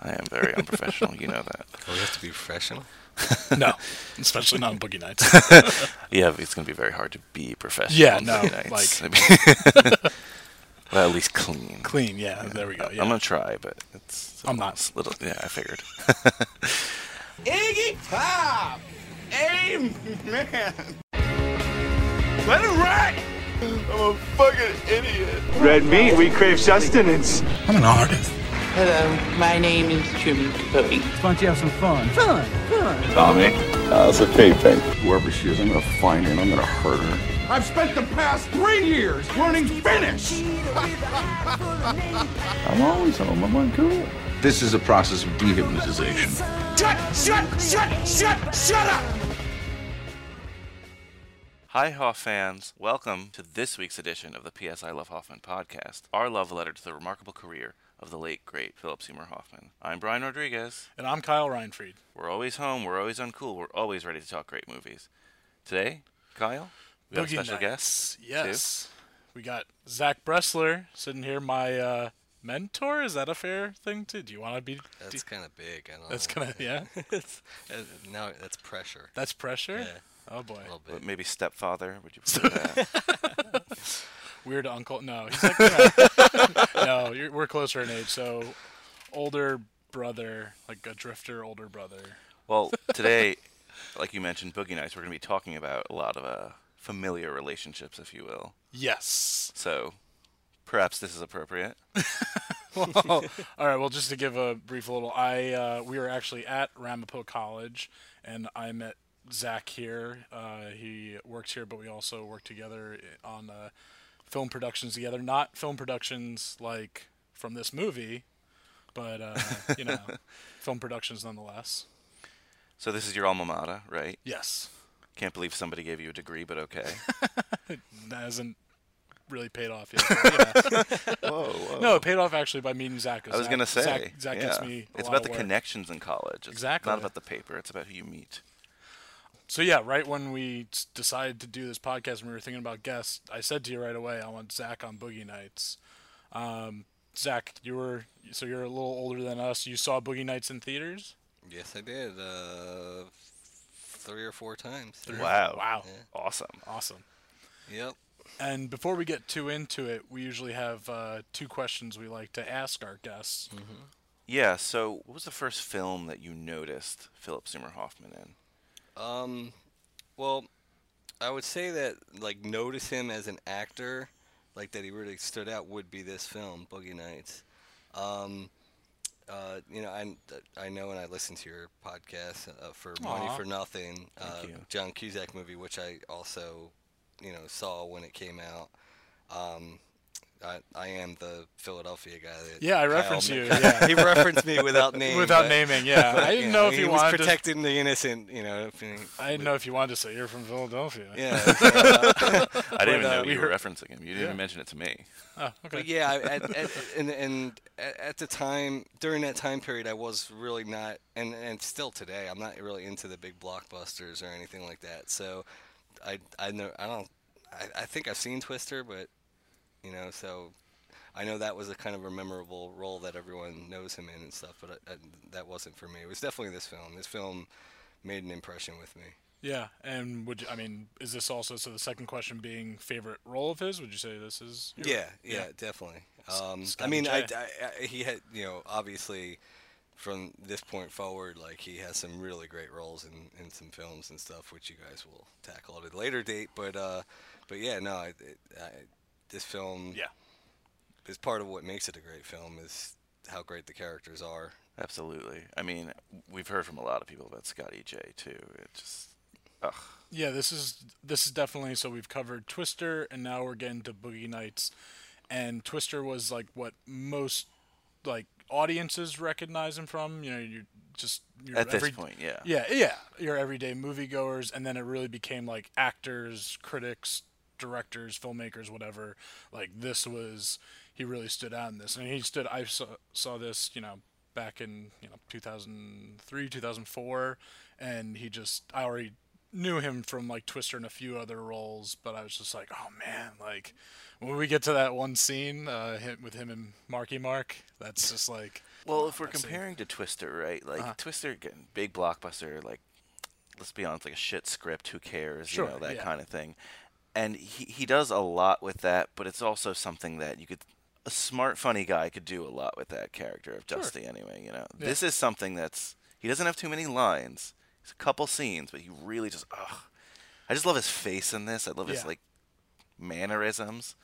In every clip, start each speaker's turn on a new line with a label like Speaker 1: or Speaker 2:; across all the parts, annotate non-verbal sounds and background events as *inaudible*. Speaker 1: I am very unprofessional. you know that.
Speaker 2: Oh, we have to be professional.
Speaker 3: No, especially not on Boogie Nights.
Speaker 1: *laughs*
Speaker 3: *laughs*
Speaker 1: Yeah, but it's going to be very hard to be professional.
Speaker 3: Yeah,
Speaker 1: on
Speaker 3: no,
Speaker 1: Monday nights.
Speaker 3: like-
Speaker 1: I mean- *laughs* well, at least clean.
Speaker 3: Clean, yeah, There we go. Yeah.
Speaker 1: I'm going to try, but it's.
Speaker 3: I'm not.
Speaker 1: it's a little. Yeah, I figured. *laughs*
Speaker 4: Iggy Pop! Amen! Let it rock! I'm a fucking idiot.
Speaker 5: Red meat, we crave sustenance.
Speaker 3: I'm an artist.
Speaker 6: Hello, my name is Truman Capote.
Speaker 5: Tommy.
Speaker 7: How's it peeping? Whoever she is, I'm gonna find her and I'm gonna hurt her.
Speaker 5: I've spent the past three years learning Finnish.
Speaker 7: I'm always home. I'm on cool.
Speaker 8: This is a process of dehypnotization.
Speaker 5: Shut, shut, shut, shut, shut up!
Speaker 1: Hi, Hoff fans. Welcome to this week's edition of the PS I Love Hoffman podcast, our love letter to the remarkable career of the late, great Philip Seymour Hoffman. I'm Brian Rodriguez.
Speaker 3: And I'm Kyle Reinfried.
Speaker 1: We're always home. We're always uncool. We're always ready to talk great movies. Today, Kyle, we have a
Speaker 3: Boogie
Speaker 1: special
Speaker 3: Nights.
Speaker 1: guest. too.
Speaker 3: Yes. We got Zach Bressler sitting here, my uh, mentor. Is that a fair thing to? Do you want to be?
Speaker 2: That's kind of big. I don't
Speaker 3: that's
Speaker 1: Oh.
Speaker 2: know.
Speaker 3: kind
Speaker 1: *laughs*
Speaker 3: of yeah.
Speaker 2: it's, uh, now that's pressure.
Speaker 3: That's pressure.
Speaker 2: Yeah,
Speaker 3: Oh boy,
Speaker 2: a little bit.
Speaker 1: But maybe stepfather. Would you prefer
Speaker 3: *laughs*
Speaker 1: that?
Speaker 3: weird uncle. No, he's like, yeah. *laughs* no, you're, we're closer in age, so older brother, like a drifter, older brother. *laughs*
Speaker 1: well, today, like you mentioned, Boogie Nights, we're going to be talking about a lot of uh, familiar relationships, if you will.
Speaker 3: Yes.
Speaker 1: So perhaps this is appropriate.
Speaker 3: *laughs* All right. Well, just to give a brief little, I uh, we were actually at Ramapo College, and I met Zach here. Uh, he works here, but we also work together on uh, film productions together. Not film productions like from this movie, but uh,
Speaker 1: *laughs*
Speaker 3: you know, film productions nonetheless.
Speaker 1: So this is your alma mater, right?
Speaker 3: Yes,
Speaker 1: Can't believe somebody gave you a degree, but okay.
Speaker 3: *laughs* that hasn't really paid off yet. but
Speaker 1: *laughs*
Speaker 3: yeah. No, it paid off actually by meeting Zach. 'cause
Speaker 1: I was
Speaker 3: Zach-
Speaker 1: gonna say,
Speaker 3: Zach, Zach
Speaker 1: yeah.
Speaker 3: gets me. a
Speaker 1: it's
Speaker 3: lot
Speaker 1: about
Speaker 3: of
Speaker 1: the
Speaker 3: work.
Speaker 1: connections in college. It's
Speaker 3: Exactly.
Speaker 1: not about the paper. It's about who you meet.
Speaker 3: So yeah, right when we s- decided to do this podcast and we were thinking about guests, I said to you right away, I want Zach on Boogie Nights. Um, Zach, you were so you're a little older than us. You saw Boogie Nights in theaters.
Speaker 2: Yes, I did. Uh, three or four times.
Speaker 1: Wow!
Speaker 3: Wow.
Speaker 1: Awesome.
Speaker 3: Awesome.
Speaker 2: Yep.
Speaker 3: And before we get too into it, we usually have uh, two questions we like to ask our guests.
Speaker 2: Mm-hmm.
Speaker 1: Yeah. So, what was the first film that you noticed Philip Seymour Hoffman
Speaker 3: *laughs*
Speaker 1: in?
Speaker 2: Um, well, I would say that like notice him as an actor, like that he really stood out would be this film, Boogie Nights. Um, uh, you know, I I know, and I listened to your podcast uh, for Money
Speaker 3: Aw.
Speaker 2: for Nothing, uh,
Speaker 1: you.
Speaker 2: John Cusack movie, which I also, you know, saw when it came out. Um, I, I am the Philadelphia guy that
Speaker 3: Yeah, I
Speaker 2: Kyle
Speaker 3: reference
Speaker 2: ma- *laughs*
Speaker 3: you. Yeah.
Speaker 2: he referenced me
Speaker 3: *laughs*
Speaker 2: without name.
Speaker 3: Without
Speaker 2: but,
Speaker 3: naming, yeah,
Speaker 2: *laughs*
Speaker 3: I didn't
Speaker 2: you
Speaker 3: know if
Speaker 2: he
Speaker 3: you
Speaker 2: was
Speaker 3: wanted to.
Speaker 2: protecting the innocent. You know, if he-
Speaker 3: I didn't know if you wanted to say you're from Philadelphia.
Speaker 2: yeah. so, uh,
Speaker 1: I didn't even
Speaker 2: uh,
Speaker 1: know
Speaker 2: we
Speaker 1: you were
Speaker 2: heard-
Speaker 1: referencing him. You didn't even mention it to me.
Speaker 3: Oh, okay.
Speaker 2: but yeah, I, at, at, and, and at at the time, during that time period, I was really not, and, and still today, I'm not really into the big blockbusters or anything like that. So I, I know, I don't, I, I think I've seen Twister, but, you know, so I know that was a kind of a memorable role that everyone knows him in and stuff, but I, I, that wasn't for me. It was definitely this film. This film made an impression with me.
Speaker 3: Yeah, and would you, I mean, is this also so? The second question being favorite role of his. Would you say this is? your-
Speaker 2: Yeah, yeah, definitely. Um, I
Speaker 3: Scott
Speaker 2: mean, I,
Speaker 3: McJay.
Speaker 2: I- I- he had, you know, obviously from this point forward, like he has some really great roles in, in some films and stuff, which you guys will tackle at a later date. But, uh, but yeah, no, I, it, I, this film
Speaker 3: Yeah.
Speaker 2: is part of what makes it a great film is how great the characters are.
Speaker 1: Absolutely. I mean, we've heard from a lot of people about Scotty J too. It just, ugh.
Speaker 3: Yeah, this is this is definitely so we've covered Twister and now we're getting to Boogie Nights. And Twister was like what most like audiences recognize him from, you know, you're just you're
Speaker 1: At
Speaker 3: every,
Speaker 1: this point, yeah.
Speaker 3: Yeah, yeah, your everyday moviegoers and then it really became like actors, critics, directors, filmmakers, whatever. Like this was he really stood out in this. And he stood I saw, saw this, you know, back in, you know, 2003, 2004 and he just I already knew him from like Twister and a few other roles, but I was just like, oh man, like when we get to that one scene uh, him, with him and Marky Mark, that's just like
Speaker 1: Well, if we're comparing to Twister, right? Like Twister, again, big blockbuster. Like, let's be honest, like a shit script. Who cares?
Speaker 3: Sure,
Speaker 1: you know that
Speaker 3: yeah.
Speaker 1: kind of thing. And he he does a lot with that, but it's also something that you could a smart, funny guy could do a lot with that character of Dusty. Anyway, you know, this is something that's he doesn't have too many lines. It's a couple scenes, but he really just ugh. I just love his face in this. I love his
Speaker 3: Yeah.
Speaker 1: like mannerisms.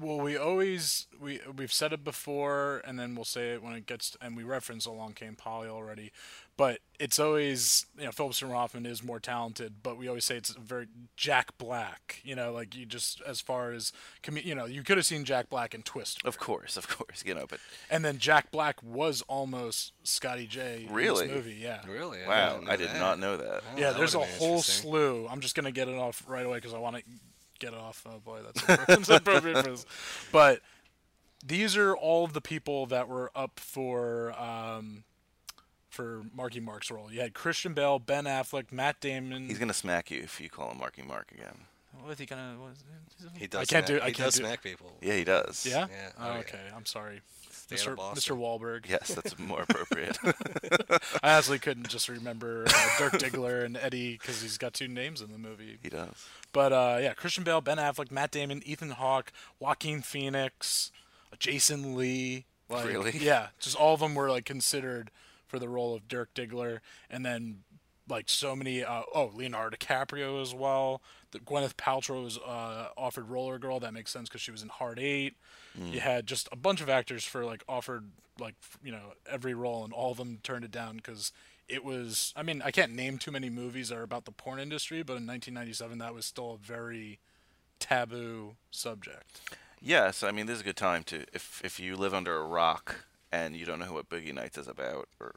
Speaker 3: Well, we always we we've said it before, and then we'll say it when it gets, and we reference Along Came Polly already, but it's always you know Philip Seymour Hoffman is more talented, but we always say it's very Jack Black, you know, like you just as far as com- you know you could have seen Jack Black in Twist,
Speaker 1: Of course, of course, you know. But
Speaker 3: and then Jack Black was almost Scotty J
Speaker 1: Really?
Speaker 3: in this movie, yeah.
Speaker 2: Really? I
Speaker 1: wow, *laughs*
Speaker 2: didn't
Speaker 1: I did
Speaker 2: that.
Speaker 1: not know that.
Speaker 3: Yeah,
Speaker 2: that
Speaker 3: there's a
Speaker 2: would've been
Speaker 3: whole
Speaker 2: interesting.
Speaker 3: slew. I'm just gonna get it off right away because I want to get it off. Oh boy, that's *laughs* appropriate- appropriate for this. But these are all of the people that were up for um, for Marky Mark's role. You had Christian Bale, Ben Affleck, Matt Damon.
Speaker 1: He's gonna smack you if you call him Marky Mark again.
Speaker 3: what is he gonna? What is
Speaker 2: He does. smack-
Speaker 3: can't do- I
Speaker 2: He
Speaker 3: can't
Speaker 2: does
Speaker 3: do-
Speaker 2: smack people.
Speaker 1: Yeah, he does.
Speaker 3: yeah.
Speaker 2: Yeah,
Speaker 3: Oh,
Speaker 2: oh, yeah.
Speaker 3: okay. I'm sorry,
Speaker 2: out of
Speaker 3: Mr. Mr.
Speaker 2: Boston.
Speaker 3: Wahlberg.
Speaker 1: Yes,
Speaker 3: *laughs*
Speaker 1: that's more appropriate. *laughs*
Speaker 3: I honestly couldn't just remember uh, Dirk Diggler and Eddie because he's got two names in the movie.
Speaker 1: he does.
Speaker 3: But uh, yeah, Christian Bale, Ben Affleck, Matt Damon, Ethan Hawke, Joaquin Phoenix, Jason Lee. Like,
Speaker 1: Really?
Speaker 3: Yeah, just all of them were like considered for the role of Dirk Diggler, and then like so many. Uh, oh, Leonardo DiCaprio as well. The Gwyneth Paltrow was uh, offered Roller Girl. That makes sense because she was in Hard Eight. You had just a bunch of actors for like offered like f- you know every role, and all of them turned it down because it was. I mean, I can't name too many movies that are about the porn industry, but in 1997, that was still a very taboo subject.
Speaker 1: Yeah, so I mean, this is a good time to if if you live under a rock and you don't know what Boogie Nights is about, or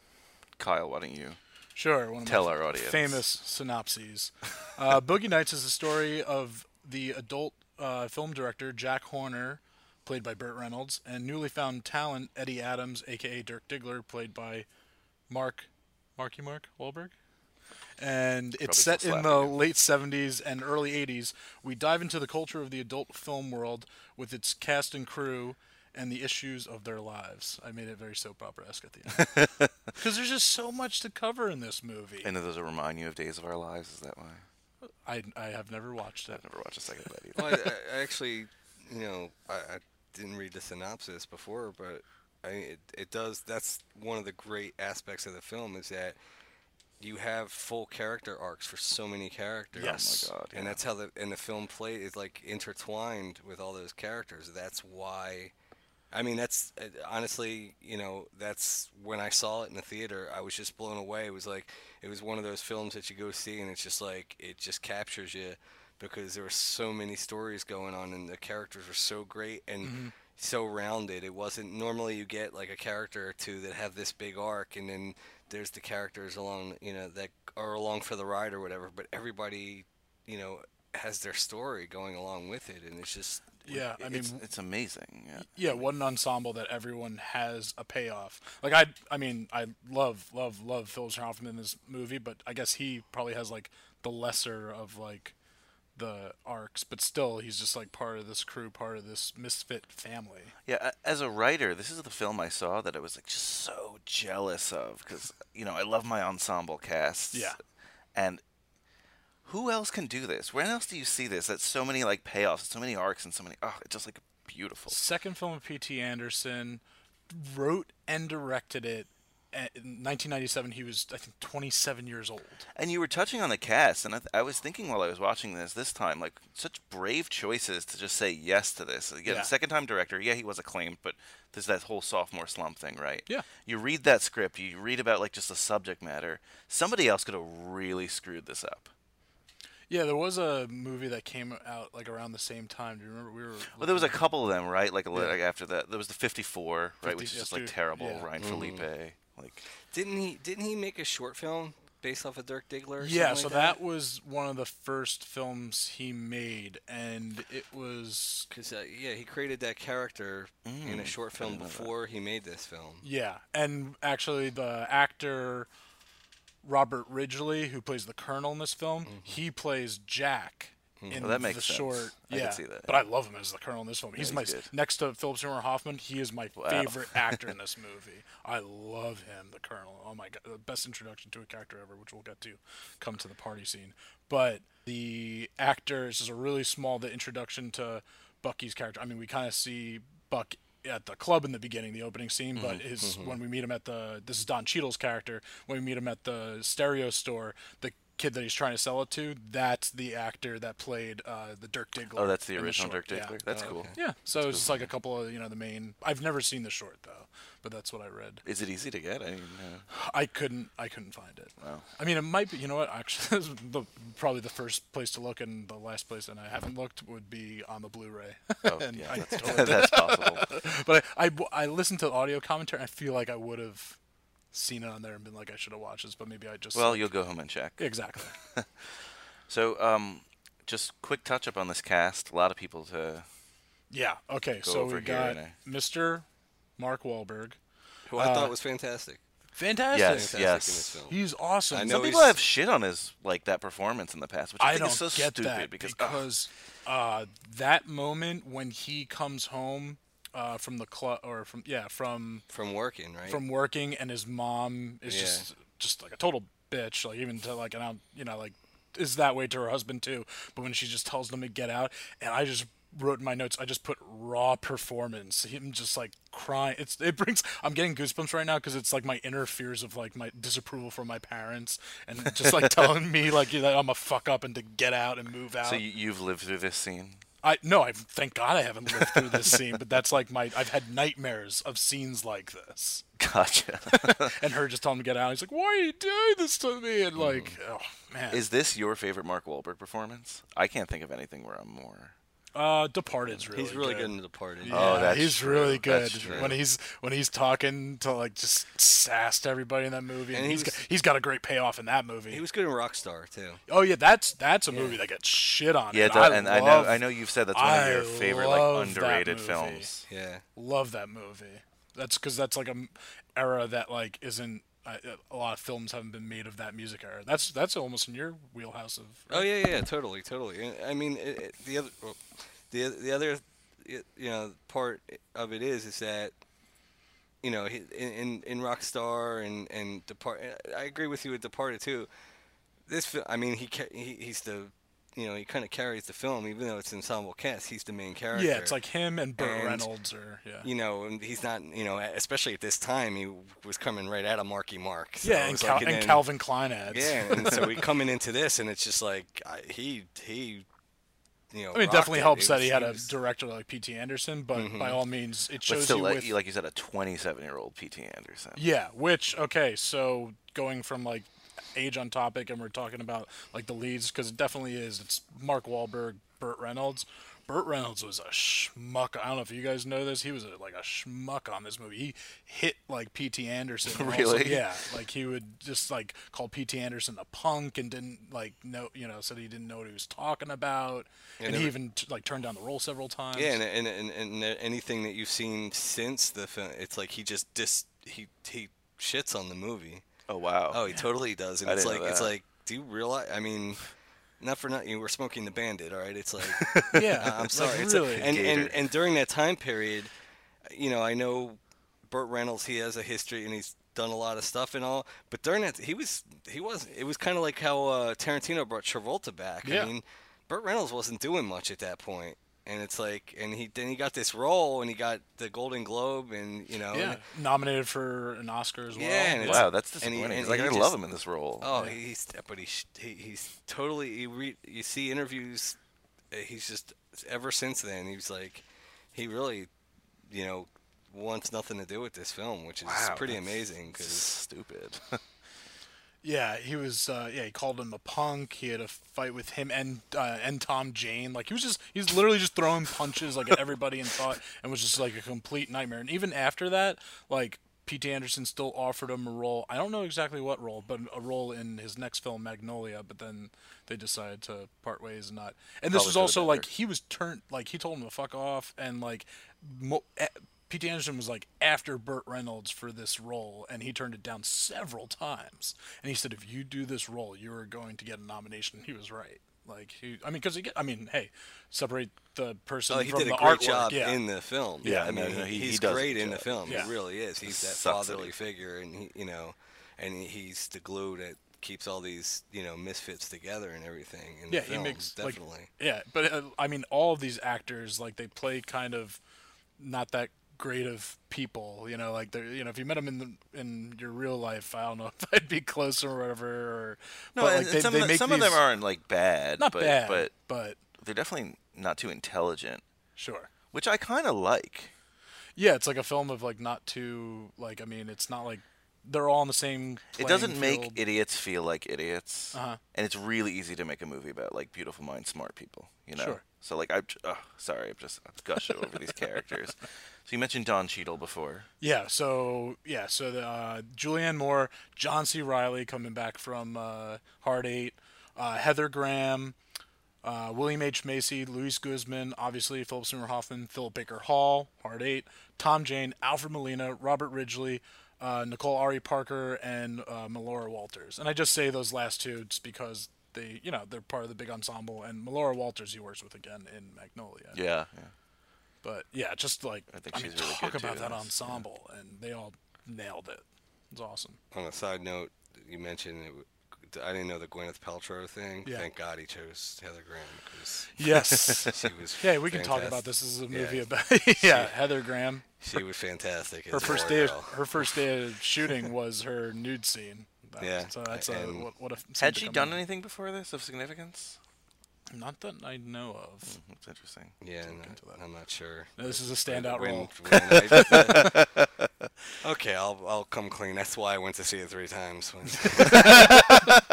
Speaker 1: Kyle, why don't you?
Speaker 3: Sure. One of
Speaker 1: Tell
Speaker 3: my
Speaker 1: our audience.
Speaker 3: Famous synopses. Uh, Boogie Nights is the story of the adult uh, film director Jack Horner, played by Burt Reynolds, and newly found talent Eddie Adams, aka Dirk Diggler, played by Mark Marky Mark Wahlberg. And it's
Speaker 1: Probably
Speaker 3: set
Speaker 1: still
Speaker 3: in the
Speaker 1: slapping
Speaker 3: late 70s and early 80s. We dive into the culture of the adult film world with its cast and crew and the issues of their lives. I made it very soap opera esque at the end.
Speaker 1: *laughs*
Speaker 3: Because there's just so much to cover in this movie.
Speaker 1: And does it remind you of Days of Our Lives? Is that why?
Speaker 3: I, I have never watched it.
Speaker 1: I've never watched a second of that either.
Speaker 2: Well, I, I actually, you know, I, I didn't read the synopsis before, but I it, it does. That's one of the great aspects of the film is that you have full character arcs for so many characters.
Speaker 3: Yes.
Speaker 1: Oh my God,
Speaker 2: And
Speaker 1: yeah.
Speaker 2: that's how the and the film play is like intertwined with all those characters. That's why. I mean, that's uh, honestly, you know, that's when I saw it in the theater. I was just blown away. It was like, it was one of those films that you go see, and it's just like, it just captures you because there were so many stories going on, and the characters were so great and so rounded. It wasn't normally you get like a character or two that have this big arc, and then there's the characters along, you know, that are along for the ride or whatever, but everybody, you know, has their story going along with it, and it's just.
Speaker 3: Yeah, I mean,
Speaker 1: it's, it's amazing. Yeah.
Speaker 3: yeah, what an ensemble that everyone has a payoff. Like I, I mean, I love, love, love Philip Seymour Hoffman in this movie, but I guess he probably has like the lesser of like the arcs, but still, he's just like part of this crew, part of this misfit family.
Speaker 1: Yeah, a- as a writer, this is the film I saw that I was like just so jealous of because you know I love my ensemble casts.
Speaker 3: Yeah.
Speaker 1: and who else can do this? Where else do you see this? That's so many like payoffs, so many arcs, and so many. Oh, it's just like beautiful.
Speaker 3: Second film of P.T. Anderson, wrote and directed it. At, in 1997, he was I think 27 years old.
Speaker 1: And you were touching on the cast, and I, th- I was thinking while I was watching this this time, like such brave choices to just say yes to this. Again,
Speaker 3: Yeah.
Speaker 1: second time director, yeah, he was acclaimed, but there's that whole sophomore slump thing, right?
Speaker 3: Yeah.
Speaker 1: You read that script, you read about like just the subject matter. Somebody else could have really screwed this up.
Speaker 3: Yeah, there was a movie that came out like around the same time. Do you remember? We were.
Speaker 1: Well, there was a couple of them, right? Like, like after that, there was the '54, right,
Speaker 3: 50
Speaker 1: which is
Speaker 3: yes,
Speaker 1: just like
Speaker 3: dude.
Speaker 1: terrible.
Speaker 3: Yeah.
Speaker 1: Ryan Felipe, like
Speaker 2: Didn't he? Didn't he make a short film based off of Dirk Diggler? Or
Speaker 3: Yeah,
Speaker 2: something
Speaker 3: so
Speaker 2: like
Speaker 3: that was one of the first films he made, and it was
Speaker 2: Because uh, yeah, he created that character in a
Speaker 3: Mm,
Speaker 2: short film before he made this film.
Speaker 3: yeah, and actually the actor Robert Ridgely, who plays the Colonel in this film, he plays Jack in
Speaker 1: Mm-hmm. Well, that makes
Speaker 3: the
Speaker 1: sense.
Speaker 3: short.
Speaker 1: I
Speaker 3: Yeah,
Speaker 1: could see that,
Speaker 3: but I love him as the Colonel in this film. He's
Speaker 1: he's
Speaker 3: my
Speaker 1: good.
Speaker 3: next to Philip Seymour Hoffman. He is my
Speaker 1: Wow.
Speaker 3: favorite actor
Speaker 1: *laughs*
Speaker 3: in this movie. I love him, the Colonel. Oh my god, the best introduction to a character ever, which we'll get to. Come to the party scene, but the actor this is a really small the introduction to Bucky's character. I mean, we kind of see Buck at the club in the beginning, the opening scene, but
Speaker 1: Mm-hmm,
Speaker 3: his when we meet him at the this is Don Cheadle's character when we meet him at the stereo store, the kid that he's trying to sell it to, that's the actor that played uh, the Dirk Diggler.
Speaker 1: Oh, that's the
Speaker 3: in
Speaker 1: original
Speaker 3: short,
Speaker 1: Dirk Diggler.
Speaker 3: Yeah. Oh,
Speaker 1: That's cool.
Speaker 3: Yeah, so it's just like a couple of you know the main. I've never seen the short though, but that's what I read.
Speaker 1: Is it easy to get? I didn't even
Speaker 3: *laughs*
Speaker 1: know.
Speaker 3: I couldn't. I couldn't find it.
Speaker 1: Wow.
Speaker 3: I mean, it might be. You know what? Actually, *laughs* this is the, probably the first place to look, and the last place, and I haven't looked, would be on the Blu-ray.
Speaker 1: Oh,
Speaker 3: *laughs*
Speaker 1: *laughs*
Speaker 3: and
Speaker 1: yeah,
Speaker 3: I
Speaker 1: that's,
Speaker 3: totally did.
Speaker 1: that's possible.
Speaker 3: *laughs* But I, I, I listened to the audio commentary. and I feel like I would have seen it on there and been like, I should have watched this, but maybe I just
Speaker 1: Well, you'll go home and check.
Speaker 3: exactly.
Speaker 1: So, um, just quick touch up on this cast. A lot of people to
Speaker 3: Yeah. Okay.
Speaker 1: Go
Speaker 3: so
Speaker 1: over here
Speaker 3: we got
Speaker 1: and
Speaker 3: Mr. Mark Wahlberg.
Speaker 2: who I thought was fantastic.
Speaker 3: Fantastic.
Speaker 1: Yes.
Speaker 2: Fantastic in this film.
Speaker 3: He's awesome.
Speaker 2: I know
Speaker 1: Some
Speaker 2: he's-
Speaker 1: people have shit on his like that performance in the past, which I,
Speaker 3: I
Speaker 1: think
Speaker 3: don't
Speaker 1: is so
Speaker 3: get
Speaker 1: stupid
Speaker 3: that
Speaker 1: because,
Speaker 3: because,
Speaker 1: ugh,
Speaker 3: uh, that moment when he comes home uh, from the club or from yeah from
Speaker 2: From working, right?
Speaker 3: from working and his mom is
Speaker 2: Yeah.
Speaker 3: just just like a total bitch like even to like and I'm you know like is that way to her husband too but when she just tells them to get out and I just wrote in my notes I just put raw performance him just like crying it's it brings I'm getting goosebumps right now because it's like my inner fears of like my disapproval from my parents and just like telling me like you know, I'm a fuck up and to get out and move out
Speaker 1: so you, you've lived through this scene. *laughs*
Speaker 3: I no I thank God I haven't lived through this scene but that's like my I've had nightmares of scenes like this
Speaker 1: Gotcha.
Speaker 3: and her just telling him to get out. He's like, "Why are you doing this to me?" And like, oh man,
Speaker 1: Mm-hmm. is this your favorite Mark Wahlberg performance? I can't think of anything where I'm more.
Speaker 3: uh, Departed's really
Speaker 2: He's really good, in The Departed.
Speaker 1: Oh,
Speaker 3: Yeah,
Speaker 1: that's
Speaker 3: he's
Speaker 1: true.
Speaker 3: really good
Speaker 1: That's true.
Speaker 3: when he's when he's talking to like just sass to everybody in that movie, and,
Speaker 2: And he
Speaker 3: he's
Speaker 2: was-
Speaker 3: got, he's got a great payoff in that movie.
Speaker 2: He was good in Rockstar too.
Speaker 3: oh yeah, that's that's a movie that gets shit on.
Speaker 1: Yeah,
Speaker 3: and
Speaker 1: that-
Speaker 3: I
Speaker 1: and I
Speaker 3: love-
Speaker 1: know I know you've said that's one of your
Speaker 3: I
Speaker 1: favorite
Speaker 3: love
Speaker 1: like
Speaker 3: that
Speaker 1: underrated
Speaker 3: movie.
Speaker 1: films.
Speaker 2: Yeah.
Speaker 3: love that movie. That's because that's like a m- era that like isn't I- a lot of films haven't been made of that music era. That's that's almost in your wheelhouse of
Speaker 2: Oh yeah, yeah, yeah, totally, totally. And, I mean, it, it, the other, well, the the other, y- you know, part of it is is that, you know, he- in in, in Rockstar and and Depart. I agree with you with Departed too. This, fi- I mean, he, ca- he he's the, you know, he kind of carries the film, even though it's ensemble cast. He's the main character.
Speaker 3: yeah. It's like him and Burt
Speaker 2: And-
Speaker 3: Reynolds or yeah.
Speaker 2: You know, and he's not. You know, especially at this time, he was coming right out of Marky Mark. So
Speaker 3: Yeah,
Speaker 2: it
Speaker 3: and,
Speaker 2: was
Speaker 3: Cal-
Speaker 2: like-
Speaker 3: and,
Speaker 2: then-
Speaker 3: Calvin Klein ads.
Speaker 2: Yeah, and so we coming into this, and it's just like I, he he, you know.
Speaker 3: I mean, it
Speaker 2: rocked
Speaker 3: definitely
Speaker 2: it.
Speaker 3: helps
Speaker 2: It
Speaker 3: that
Speaker 2: was-
Speaker 3: he had a
Speaker 2: was-
Speaker 3: director like P.T. Anderson, but
Speaker 2: Mm-hmm.
Speaker 3: by all means, it
Speaker 1: But
Speaker 3: shows
Speaker 1: still,
Speaker 3: you
Speaker 1: like,
Speaker 3: with
Speaker 1: you, like you said, a 27 year old P.T. Anderson.
Speaker 3: yeah. Which okay, so going from like age on topic, and we're talking about like the leads because it definitely is. It's Mark Wahlberg, Burt Reynolds. Burt Reynolds was a schmuck. I don't know if you guys know this. He was a, like a schmuck on this movie. He hit like
Speaker 2: *laughs*
Speaker 3: P.T. Anderson. also-
Speaker 1: Really?
Speaker 3: yeah. Like he would just like call P.T. Anderson a punk and didn't like know you know said he didn't know what he was talking about. and
Speaker 2: they
Speaker 3: he
Speaker 2: were-
Speaker 3: even t- like turned down the role several times.
Speaker 2: Yeah, and, and and and uh, anything that you've seen since the film, it's like he just dis he he shits on the movie.
Speaker 1: Oh wow.
Speaker 2: Oh, he totally does, and
Speaker 1: I
Speaker 2: it's
Speaker 1: didn't
Speaker 2: like
Speaker 1: know
Speaker 2: it's
Speaker 1: that.
Speaker 2: like, do you realize? I mean. Not for nothing, we're smoking the bandit, all right? It's like,
Speaker 1: *laughs*
Speaker 2: *laughs*
Speaker 3: yeah.
Speaker 2: I'm sorry.
Speaker 3: Like,
Speaker 2: it's like-
Speaker 3: really.
Speaker 2: and, and,
Speaker 1: Gator.
Speaker 2: and during that time period, you know, I know Burt Reynolds, he has a history and he's done a lot of stuff and all, but during that, he was, he was, it was kind of like how uh, Tarantino brought Travolta back.
Speaker 3: Yeah.
Speaker 2: I mean, Burt Reynolds wasn't doing much at that point. And it's like, and he then he got this role, and he got the Golden Globe, and you know,
Speaker 3: yeah.
Speaker 2: and- nominated
Speaker 3: Nominated for an Oscar as well.
Speaker 2: well. Yeah, and it's-
Speaker 1: wow, that's
Speaker 2: and he-
Speaker 1: disappointing.
Speaker 2: and
Speaker 1: It's like
Speaker 2: he
Speaker 1: I
Speaker 2: just-
Speaker 1: love him in this role.
Speaker 2: oh, he's but he's he, he's totally. You, re, you see interviews, uh, he's just ever since then. He's like, he really, you know, wants nothing to do with this film, which is
Speaker 1: Wow,
Speaker 2: pretty
Speaker 1: that's
Speaker 2: amazing. Because
Speaker 1: Stupid.
Speaker 3: yeah, he was. Uh, yeah, he called him a punk. He had a fight with him and uh, and Tom Jane. Like he was just he's literally just throwing punches like at everybody and thought and was just like a complete nightmare. And even after that, like. P.T. Anderson still offered him a role. I don't know exactly what role, but a role in his next film, Magnolia. But then they decided to part ways and not. And this
Speaker 1: Probably
Speaker 3: was
Speaker 1: could've
Speaker 3: also
Speaker 1: been
Speaker 3: like
Speaker 1: her.
Speaker 3: he was turned like he told him to fuck off and like mo- eh, a- Pete Anderson was like after Burt Reynolds for this role and he turned it down several times and he said if you do this role you are going to get a nomination he was right Like he, I mean, because I mean, hey, separate the person
Speaker 2: Oh, he
Speaker 3: from
Speaker 2: did a
Speaker 3: the
Speaker 2: great
Speaker 3: artwork.
Speaker 2: job
Speaker 3: yeah.
Speaker 2: in the film.
Speaker 1: Yeah,
Speaker 2: I
Speaker 1: no,
Speaker 2: mean,
Speaker 1: no, he- he
Speaker 2: he's
Speaker 1: does a
Speaker 2: great
Speaker 1: good
Speaker 2: in the
Speaker 1: job.
Speaker 2: film.
Speaker 3: Yeah.
Speaker 2: He really is. He's that
Speaker 1: Sucks that he-
Speaker 2: fatherly figure, and he, you know, and he's the glue that keeps all these you know misfits together and everything. In
Speaker 3: yeah,
Speaker 2: the film,
Speaker 3: he makes like,
Speaker 2: definitely.
Speaker 3: yeah, but uh, I mean, all of these actors like they play kind of not that great of people. You know, like they are you know if you met them in the, in your real life, I don't know *laughs* if I'd be close or whatever. Or,
Speaker 1: No,
Speaker 3: but,
Speaker 1: and-
Speaker 3: like,
Speaker 1: and
Speaker 3: they,
Speaker 1: some,
Speaker 3: they
Speaker 1: of, the,
Speaker 3: make
Speaker 1: some of them
Speaker 3: these-
Speaker 1: aren't like bad,
Speaker 3: not
Speaker 1: but,
Speaker 3: bad,
Speaker 1: but
Speaker 3: but
Speaker 1: they're definitely not too intelligent,
Speaker 3: sure.
Speaker 1: which I kind of like.
Speaker 3: Yeah, it's like a film of like not too like I mean, it's not like they're all on the same.
Speaker 1: It
Speaker 3: playing
Speaker 1: doesn't make
Speaker 3: field. Uh-huh.
Speaker 1: idiots feel like idiots, and it's really easy to make a movie about like beautiful minds, smart people. You know.
Speaker 3: Sure.
Speaker 1: So like I'm j- oh, sorry, I'm just I'm gushing over
Speaker 3: *laughs*
Speaker 1: these characters. So you mentioned Don Cheadle before.
Speaker 3: Yeah, so yeah, so the, uh, Julianne Moore, John C. Riley coming back from uh, Hard Eight, uh, Heather Graham, uh, William H. Macy, Luis Guzman, obviously Philip Seymour Hoffman, Philip Baker Hall, Hard Eight, Tom Jane, Alfred Molina, Robert Ridgely, uh, Nicole Ari Parker, and uh, Melora Walters. And I just say those last two just because they, you know, they're part of the big ensemble. And Melora Walters, he works with again in Magnolia.
Speaker 1: Yeah.
Speaker 3: But yeah, just like I,
Speaker 1: I think
Speaker 3: mean,
Speaker 1: she's really
Speaker 3: talk
Speaker 1: good, too,
Speaker 3: about
Speaker 1: in
Speaker 3: that
Speaker 1: this, yeah.
Speaker 3: ensemble, and they all nailed it. It's awesome.
Speaker 2: On a side note, you mentioned it. w- I didn't know the Gwyneth Paltrow thing.
Speaker 3: Yeah.
Speaker 2: Thank God he chose Heather Graham because
Speaker 3: Yes.
Speaker 2: she was.
Speaker 3: *laughs* yeah, we can talk
Speaker 2: fantastic.
Speaker 3: about this as a
Speaker 2: Yeah,
Speaker 1: *laughs*
Speaker 3: movie about *laughs* yeah Heather Graham.
Speaker 2: She was fantastic.
Speaker 3: Her
Speaker 2: as
Speaker 3: first
Speaker 2: Laura
Speaker 3: day, of,
Speaker 2: Dern.
Speaker 3: her first day of shooting was her nude scene. That-
Speaker 2: Yeah,
Speaker 3: So that's a
Speaker 2: and-
Speaker 3: what, what if
Speaker 1: Had she done anything before this of significance?
Speaker 3: Not that I know of.
Speaker 1: That's interesting.
Speaker 2: Yeah, no, I'm not sure.
Speaker 3: No, this is a standout
Speaker 2: When-
Speaker 3: role.
Speaker 2: when I-
Speaker 3: *laughs*
Speaker 2: okay, I'll I'll come clean. That's why I went to see it three times
Speaker 3: *laughs*
Speaker 2: when, *laughs*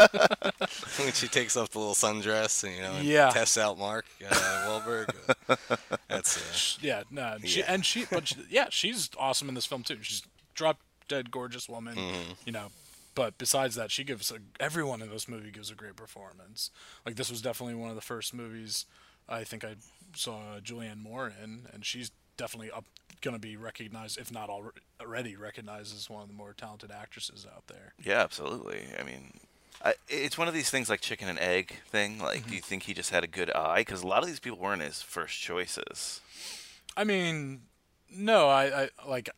Speaker 2: when she takes off the little sundress and you know and
Speaker 3: Yeah.
Speaker 2: tests out Mark uh, Wahlberg.
Speaker 3: *laughs*
Speaker 2: That's uh,
Speaker 3: Yeah, no, she,
Speaker 2: Yeah.
Speaker 3: and she, but she, yeah, she's awesome in this film too. She's drop dead gorgeous woman, you know. But besides that, she gives a, everyone in this movie gives a great performance. Like this was definitely one of the first movies I think I saw Julianne Moore in, and she's definitely up going to be recognized, if not alre- already recognized, as one of the more talented actresses out there.
Speaker 1: Yeah, absolutely. I mean, I, it's one of these things like chicken and egg thing. Like, do you think he just had a good eye? Because a lot of these people weren't his first choices.
Speaker 3: I mean, no, I, I like.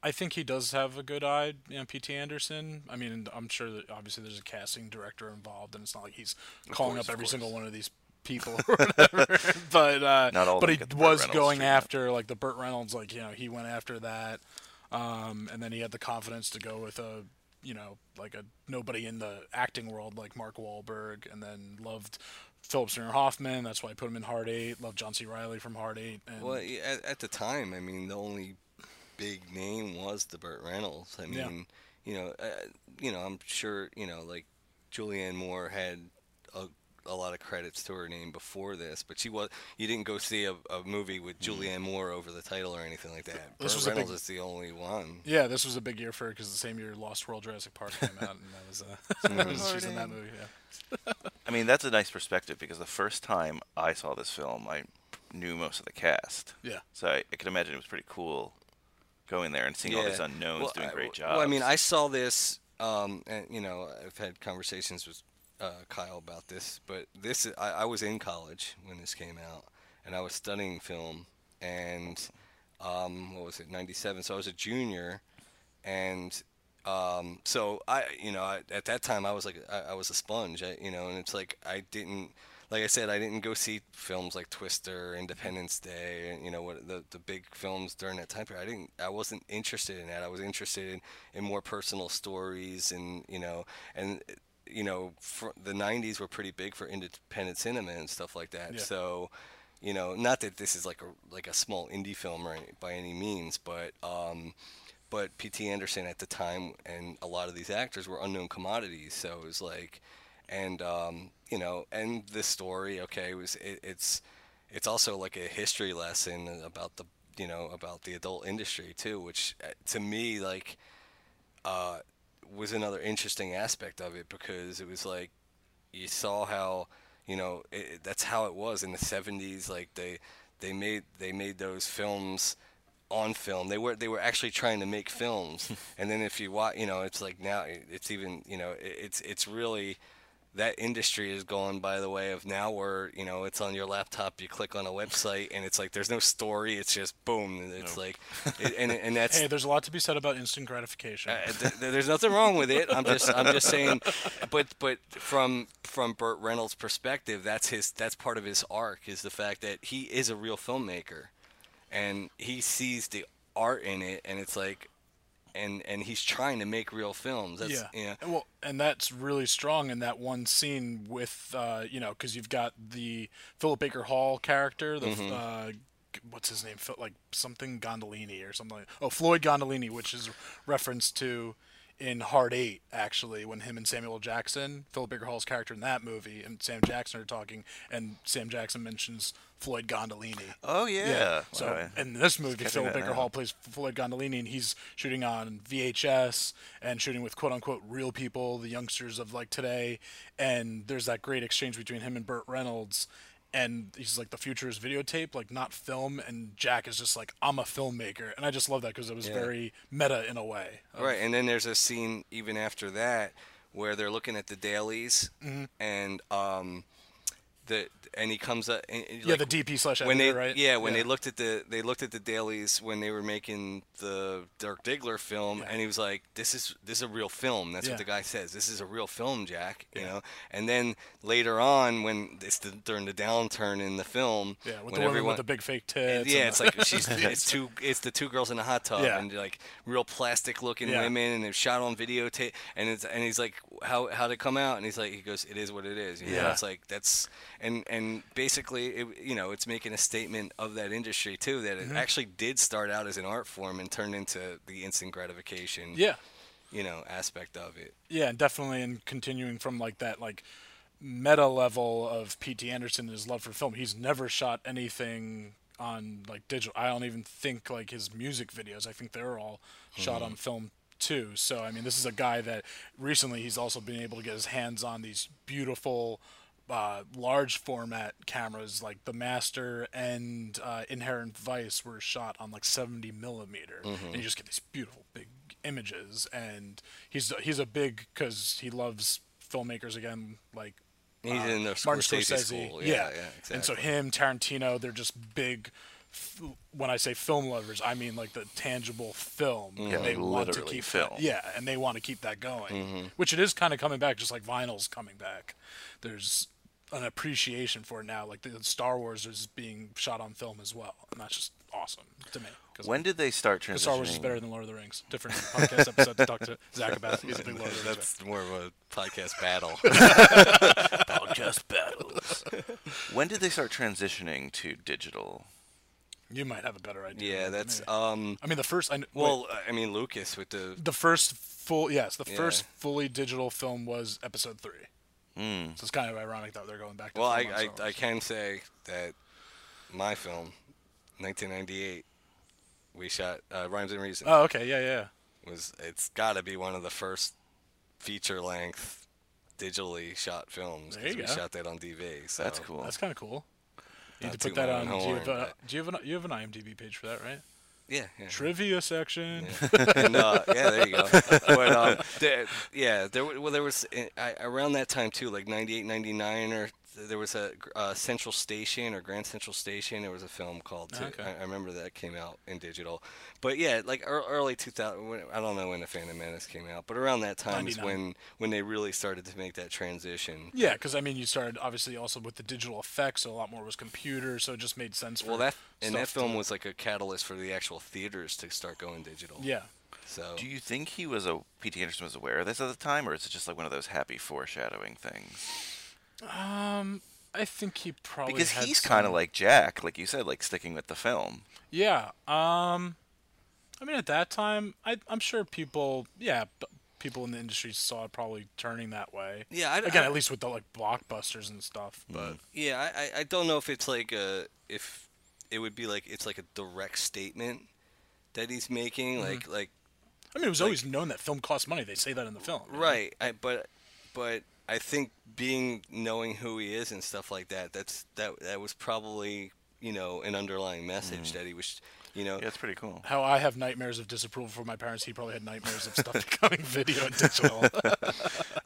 Speaker 3: I think he does have a good eye, you know, P.T. Anderson. I mean, I'm sure that obviously there's a casting director involved, and it's not like he's calling
Speaker 1: course,
Speaker 3: up
Speaker 1: of
Speaker 3: every
Speaker 1: course.
Speaker 3: single one of these people
Speaker 1: *laughs*
Speaker 3: or whatever. *laughs* but uh,
Speaker 1: Not all of
Speaker 3: but
Speaker 1: them
Speaker 3: he
Speaker 1: get the Burt
Speaker 3: was
Speaker 1: Reynolds
Speaker 3: going
Speaker 1: treatment.
Speaker 3: after like the Burt Reynolds, like you know, he went after that, um, and then he had the confidence to go with a you know like a nobody in the acting world like Mark Wahlberg, and then loved. Philip Seymour Hoffman. That's why I put him in Hard Eight. Loved John C. Riley from Hard Eight. And
Speaker 2: well yeah, at, at the time. I mean, the only big name was the Burt Reynolds. I
Speaker 3: Yeah.
Speaker 2: mean, you know, uh, you know, I'm sure you know like Julianne Moore had a, a lot of credits to her name before this, but she was you didn't go see a, a movie with Julianne Moore over the title or anything like that.
Speaker 3: Mm-hmm. This
Speaker 2: Burt
Speaker 3: was a big-
Speaker 2: Reynolds is the only one.
Speaker 3: Yeah, this was a big year for her because the same year Lost World Jurassic Park came out, and that was uh, *laughs* she's in that movie. Yeah.
Speaker 1: I mean, that's a nice perspective because the first time I saw this film, I knew most of the cast.
Speaker 3: Yeah.
Speaker 1: So I, I could imagine it was pretty cool going there and seeing all these unknowns
Speaker 2: Well,
Speaker 1: doing
Speaker 2: I-
Speaker 1: great jobs.
Speaker 2: Well, I mean, I saw this, um, and you know, I've had conversations with uh, Kyle about this, but this is- I, I was in college when this came out, and I was studying film, and um, what was it, '97? So I was a junior, and um, so I, you know, I, at that time I was like, I, I was a sponge, I, you know, and it's like I didn't, like I said, I didn't go see films like Twister, Independence Day, and you know what the the big films during that time period. I didn't, I wasn't interested in that. I was interested in, in more personal stories, and you know, and you know, fr the '90s were pretty big for independent cinema and stuff like that.
Speaker 3: Yeah.
Speaker 2: So. You know, not that this is like a like a small indie film or any, by any means, but um, but P.T. Anderson at the time and a lot of these actors were unknown commodities. So it was like, and um, you know, and this story, okay, it was it, it's it's also like a history lesson about the you know about the adult industry too, which uh, to me like uh, was another interesting aspect of it because it was like you saw how you know it, it- that's how it was in the 70s like they they made they made those films on film they were they were actually trying to make films and then if you watch you know it's like now it- it's even you know it, it's it's really that industry has gone by the way of now where you know it's on your laptop you click on a website and it's like there's no story it's just boom and it's like it, and and that's
Speaker 3: Hey, there's a lot to be said about instant gratification.
Speaker 2: uh, th- th- there's nothing wrong with it. I'm just I'm just saying, but but from from Burt Reynolds' perspective, that's his that's part of his arc is the fact that he is a real filmmaker, and he sees the art in it, and it's like, and and he's trying to make real films. That's,
Speaker 3: yeah.
Speaker 2: You know,
Speaker 3: And Well, and that's really strong in that one scene with, uh, you know, because you've got the Philip Baker Hall character, the uh, g- what's his name, Phil, like something Gondolini or something. Like, oh, Floyd Gondolini, which is reference to in Hard Eight, actually, when him and Samuel L. Jackson, Philip Baker Hall's character in that movie, and Sam Jackson are talking, and Sam Jackson mentions Floyd Gondolini.
Speaker 1: Oh yeah.
Speaker 3: So
Speaker 1: Wow.
Speaker 3: in this movie,
Speaker 1: catching
Speaker 3: Philip
Speaker 1: that
Speaker 3: Baker
Speaker 1: now.
Speaker 3: Hall plays Floyd Gondolini, and he's shooting on VHS and shooting with quote unquote real people, the youngsters of like today. And there's that great exchange between him and Burt Reynolds. And he's like, the future is videotape, like not film. And Jack is just like, I'm a filmmaker. And I just love that because it was very meta in a way.
Speaker 2: Right, and then there's a scene even after that where they're looking at the dailies,
Speaker 3: Mm-hmm.
Speaker 2: and um, the and he comes up. And, and,
Speaker 3: Yeah,
Speaker 2: like,
Speaker 3: the DP slash
Speaker 2: when they
Speaker 3: editor, right?
Speaker 2: yeah when they looked at the they looked at the dailies when they were making the Dirk Diggler film, and he was like, "This is this is a real film." That's
Speaker 3: Yeah.
Speaker 2: what the guy says. This is a real film, Jack. You know. And then later on, when it's the, during the downturn in the film,
Speaker 3: Yeah, with
Speaker 2: when
Speaker 3: the woman
Speaker 2: everyone
Speaker 3: with the big fake
Speaker 2: and
Speaker 3: tits.
Speaker 2: yeah,
Speaker 3: and
Speaker 2: it's
Speaker 3: the- *laughs*
Speaker 2: like she's it's two it's the two girls in a hot tub
Speaker 3: Yeah.
Speaker 2: and like real plastic looking
Speaker 3: Yeah.
Speaker 2: women and they're shot on videotape and it's and he's like how how'd it come out and he's like he goes it is what it is you know
Speaker 1: Yeah.
Speaker 2: it's like that's and and basically it, you know it's making a statement of that industry too that it
Speaker 3: Mm-hmm.
Speaker 2: actually did start out as an art form and turned into the instant gratification
Speaker 3: yeah.
Speaker 2: you know aspect of it
Speaker 3: Yeah, and definitely, and continuing from like that, like meta level of P.T. Anderson and his love for film. He's never shot anything on like digital. I don't even think like his music videos. I think they're all shot on film too. So I mean, this is a guy that recently he's also been able to get his hands on these beautiful. Uh, large format cameras like the Master and uh, Inherent Vice were shot on like 70 millimeter, and you just get these beautiful big images. And he's he's a big because he loves filmmakers again, like
Speaker 2: he's in the
Speaker 3: Uh, Martin
Speaker 2: Scorsese
Speaker 3: Scorsese.
Speaker 2: school
Speaker 3: yeah,
Speaker 2: yeah exactly.
Speaker 3: And so him, Tarantino, they're just big. f- When I say film lovers, I mean like the tangible film.
Speaker 2: Mm-hmm.
Speaker 3: and they want to
Speaker 1: literally
Speaker 3: keep
Speaker 1: film.
Speaker 3: That, yeah, and they want to keep that going,
Speaker 2: Mm-hmm.
Speaker 3: which it is kind of coming back, just like vinyls coming back. There's an appreciation for it now. Like the Star Wars is being shot on film as well, and that's just awesome to me. 'cause
Speaker 1: When did they start
Speaker 3: the
Speaker 1: transitioning?
Speaker 3: Star Wars is better than Lord of the Rings. Different podcast episode to talk
Speaker 2: *laughs*
Speaker 3: to Zach about. He's a big Lord of the Rings.
Speaker 2: that's more of a podcast
Speaker 3: *laughs*
Speaker 2: battle
Speaker 1: podcast battles. *laughs* when did they start transitioning to digital?
Speaker 3: fan. You might have a better idea.
Speaker 2: yeah
Speaker 3: than
Speaker 2: that's
Speaker 3: me.
Speaker 2: um
Speaker 3: I mean, the first. I, kn- Oh, wait.
Speaker 2: well I mean Lucas with the
Speaker 3: the first full yes the
Speaker 2: Yeah.
Speaker 3: first fully digital film was episode three mm. so it's kind of ironic that they're going back
Speaker 2: Hmm.
Speaker 3: to
Speaker 2: Well,
Speaker 3: film
Speaker 2: I, I, I
Speaker 3: ourselves.
Speaker 2: can say that my film, 1998, we shot uh, Rhymes and Reason.
Speaker 3: oh okay yeah yeah
Speaker 2: was it's got to be one of the first feature length digitally shot films
Speaker 3: There you
Speaker 2: we
Speaker 3: go.
Speaker 2: shot that on DV. So
Speaker 1: That's cool.
Speaker 3: that's kind of cool you
Speaker 2: Not
Speaker 3: need to
Speaker 2: too
Speaker 3: put that
Speaker 2: much of
Speaker 3: on do
Speaker 2: a
Speaker 3: you, have
Speaker 2: horn,
Speaker 3: a,
Speaker 2: but-
Speaker 3: do you have an you have an imdb page for that right
Speaker 2: Yeah, yeah.
Speaker 3: trivia section
Speaker 2: and, uh, yeah, there you
Speaker 3: *laughs*
Speaker 2: go. But um, there, yeah, there wa- well there was eh, I, around that time too, like 98, 99 or there was a gr- uh, Central Station or Grand Central Station. There was a film called. too.
Speaker 3: Ah, okay.
Speaker 2: I, I remember that came out in digital. But yeah, like ear- early 2000. When, I don't know when the Phantom Menace came out, but around that time is
Speaker 3: 99.
Speaker 2: when when they really started to make that transition.
Speaker 3: *laughs* yeah because i mean you started obviously also with the digital effects so a lot more was computer so it just made sense for
Speaker 2: Well, that and that
Speaker 3: stuff
Speaker 2: film
Speaker 3: to-
Speaker 2: was like a catalyst for the actual theaters to start going digital.
Speaker 3: yeah
Speaker 2: So
Speaker 1: Do you think he was a P.T. Anderson was aware of this at the time, or is it just like one of those happy foreshadowing things?
Speaker 3: i think he probably
Speaker 1: Because
Speaker 3: had
Speaker 1: he's
Speaker 3: some-
Speaker 1: kind of like Jack, like you said, like sticking with the film.
Speaker 3: Yeah. Um, I mean, at that time, I, I'm sure people, yeah, b- people in the industry saw it probably turning that way.
Speaker 2: Yeah, I-
Speaker 3: Again,
Speaker 2: I-
Speaker 3: at least with the like blockbusters and stuff.
Speaker 1: Mm.
Speaker 3: But
Speaker 2: Yeah, I, I- I don't know if it's like a if it would be like it's like a direct statement that he's making, like like
Speaker 3: I mean, it was always known that film costs money. They say that in the film. you know?
Speaker 2: right. I, but but I think being knowing who he is and stuff like that, that's that that was probably you know an underlying message that he was you know
Speaker 1: Yeah, it's pretty cool.
Speaker 3: How I *laughs* have nightmares of disapproval from my parents. He probably had nightmares of stuff becoming video and digital.
Speaker 1: *laughs*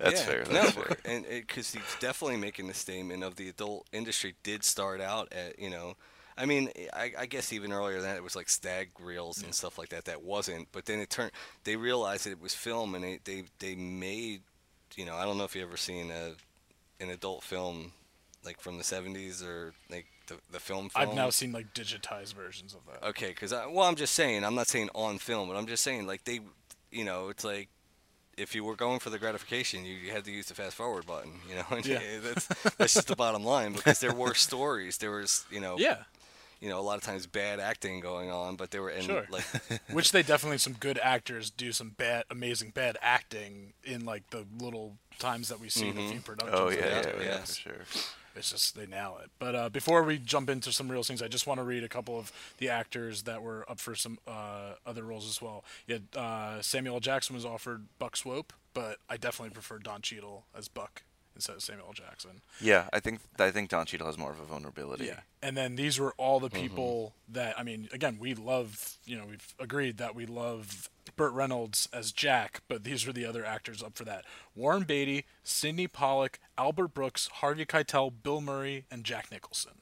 Speaker 1: That's
Speaker 2: yeah,
Speaker 1: fair.
Speaker 2: no, *laughs*
Speaker 1: That's fair.
Speaker 2: and because he's definitely making the statement of the adult industry did start out at you know, I mean, I, I guess even earlier than that it was like stag reels and stuff like that. That wasn't, but then it turned. They realized that it was film, and they they they made, you know, I don't know if you ever seen a, an adult film, like from the '70s or like the the film. film.
Speaker 3: I've now seen like digitized versions of that.
Speaker 2: Okay, because I well, I'm just saying, I'm not saying on film, but I'm just saying like they, you know, it's like if you were going for the gratification, you, you had to use the fast forward button, you know. *laughs* And
Speaker 3: Yeah. *laughs*
Speaker 2: that's that's just the bottom line because there were stories, there was you know,
Speaker 3: Yeah,
Speaker 2: you know, a lot of times bad acting going on, but there were and
Speaker 3: Sure. *laughs*
Speaker 2: like
Speaker 3: which they definitely some good actors do some bad, amazing bad acting in like the little times that we see the few productions.
Speaker 1: Oh
Speaker 3: of
Speaker 1: yeah,
Speaker 3: it.
Speaker 1: yeah, yeah,
Speaker 2: yes.
Speaker 1: for sure.
Speaker 3: It's just they nail it. But uh, before we jump into some real scenes, I just want to read a couple of the actors that were up for some uh, other roles as well. Yeah, uh, Samuel L. Jackson was offered Buck Swope, but I definitely prefer Don Cheadle as Buck instead of Samuel L. Jackson.
Speaker 1: Yeah, I think I think Don Cheadle has more of a vulnerability.
Speaker 3: Yeah. And then these were all the people that I mean, again, we love you know, we've agreed that we love Burt Reynolds as Jack, but these were the other actors up for that. Warren Beatty, Sidney Pollock, Albert Brooks, Harvey Keitel, Bill Murray, and Jack Nicholson.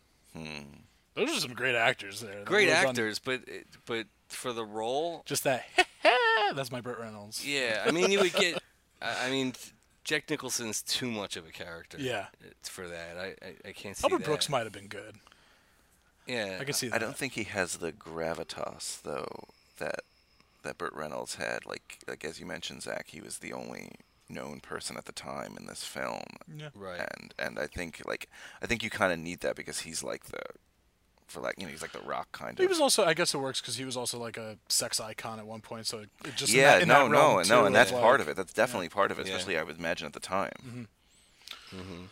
Speaker 3: Those are some great actors there. that
Speaker 2: great
Speaker 3: would have done
Speaker 2: actors, but it- but for the role,
Speaker 3: Just that *laughs* that's my Burt Reynolds.
Speaker 2: yeah, I mean, you would get, I, I mean. Jack Nicholson's too much of a character.
Speaker 3: Yeah.
Speaker 2: for that, I I, I can't see
Speaker 3: Albert
Speaker 2: that.
Speaker 3: Brooks might have been good.
Speaker 2: Yeah,
Speaker 3: I can see that.
Speaker 1: I don't think he has the gravitas though that that Burt Reynolds had. Like like as you mentioned, Zach, he was the only known person at the time in this film.
Speaker 2: Right.
Speaker 1: And and I think like I think you kind of need that because he's like the for like you know he's like the rock kind of.
Speaker 3: He was also, I guess it works because he was also like a sex icon at one point. So it it just in
Speaker 1: yeah,
Speaker 3: that- in
Speaker 1: no,
Speaker 3: that
Speaker 1: no,
Speaker 3: realm,
Speaker 1: no,
Speaker 3: too,
Speaker 1: and that's
Speaker 3: like-
Speaker 1: part of it. That's definitely part of it,
Speaker 2: Yeah.
Speaker 1: especially I would imagine at the time.
Speaker 3: Mm-hmm.
Speaker 1: Mm-hmm.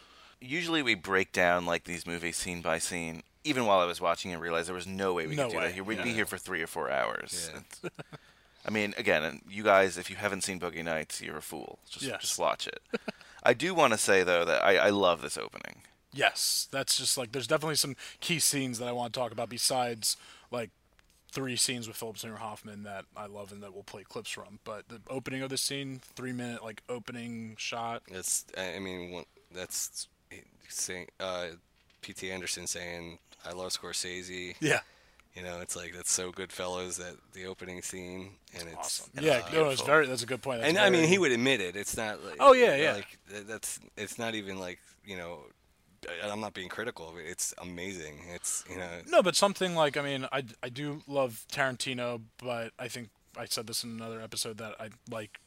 Speaker 1: Usually, we break down like these movies scene by scene. Even while I was watching, I realized there was no way we
Speaker 3: No
Speaker 1: could do
Speaker 3: way.
Speaker 1: that here. We'd be
Speaker 3: Yeah.
Speaker 1: here for three or four hours.
Speaker 2: Yeah.
Speaker 1: It's- I mean, again, and you guys, if you haven't seen Boogie Nights, you're a fool. Just,
Speaker 3: Yes.
Speaker 1: just watch it. I do want to say though that I, I love this opening.
Speaker 3: Yes, that's just like there's definitely some key scenes that I want to talk about besides like three scenes with Philip Seymour Hoffman that I love and that we'll play clips from. But the opening of the scene, three minute like opening shot.
Speaker 2: That's I I mean one- that's saying uh, P.T. Anderson saying I love Scorsese.
Speaker 3: Yeah,
Speaker 2: You know, it's like that's so good, fellows. That the opening scene and it's
Speaker 3: awesome. yeah, no, it's very. That's a good point. That's
Speaker 2: Uh, And I mean,
Speaker 3: very-
Speaker 2: he would admit it. It's not like
Speaker 3: Oh, yeah, yeah.
Speaker 2: Like th- that's it's not even like you know. I- I'm not being critical of it. It's amazing. It's you know.
Speaker 3: No, but something like I mean, I I do love Tarantino, but I think I said this in another episode that I like,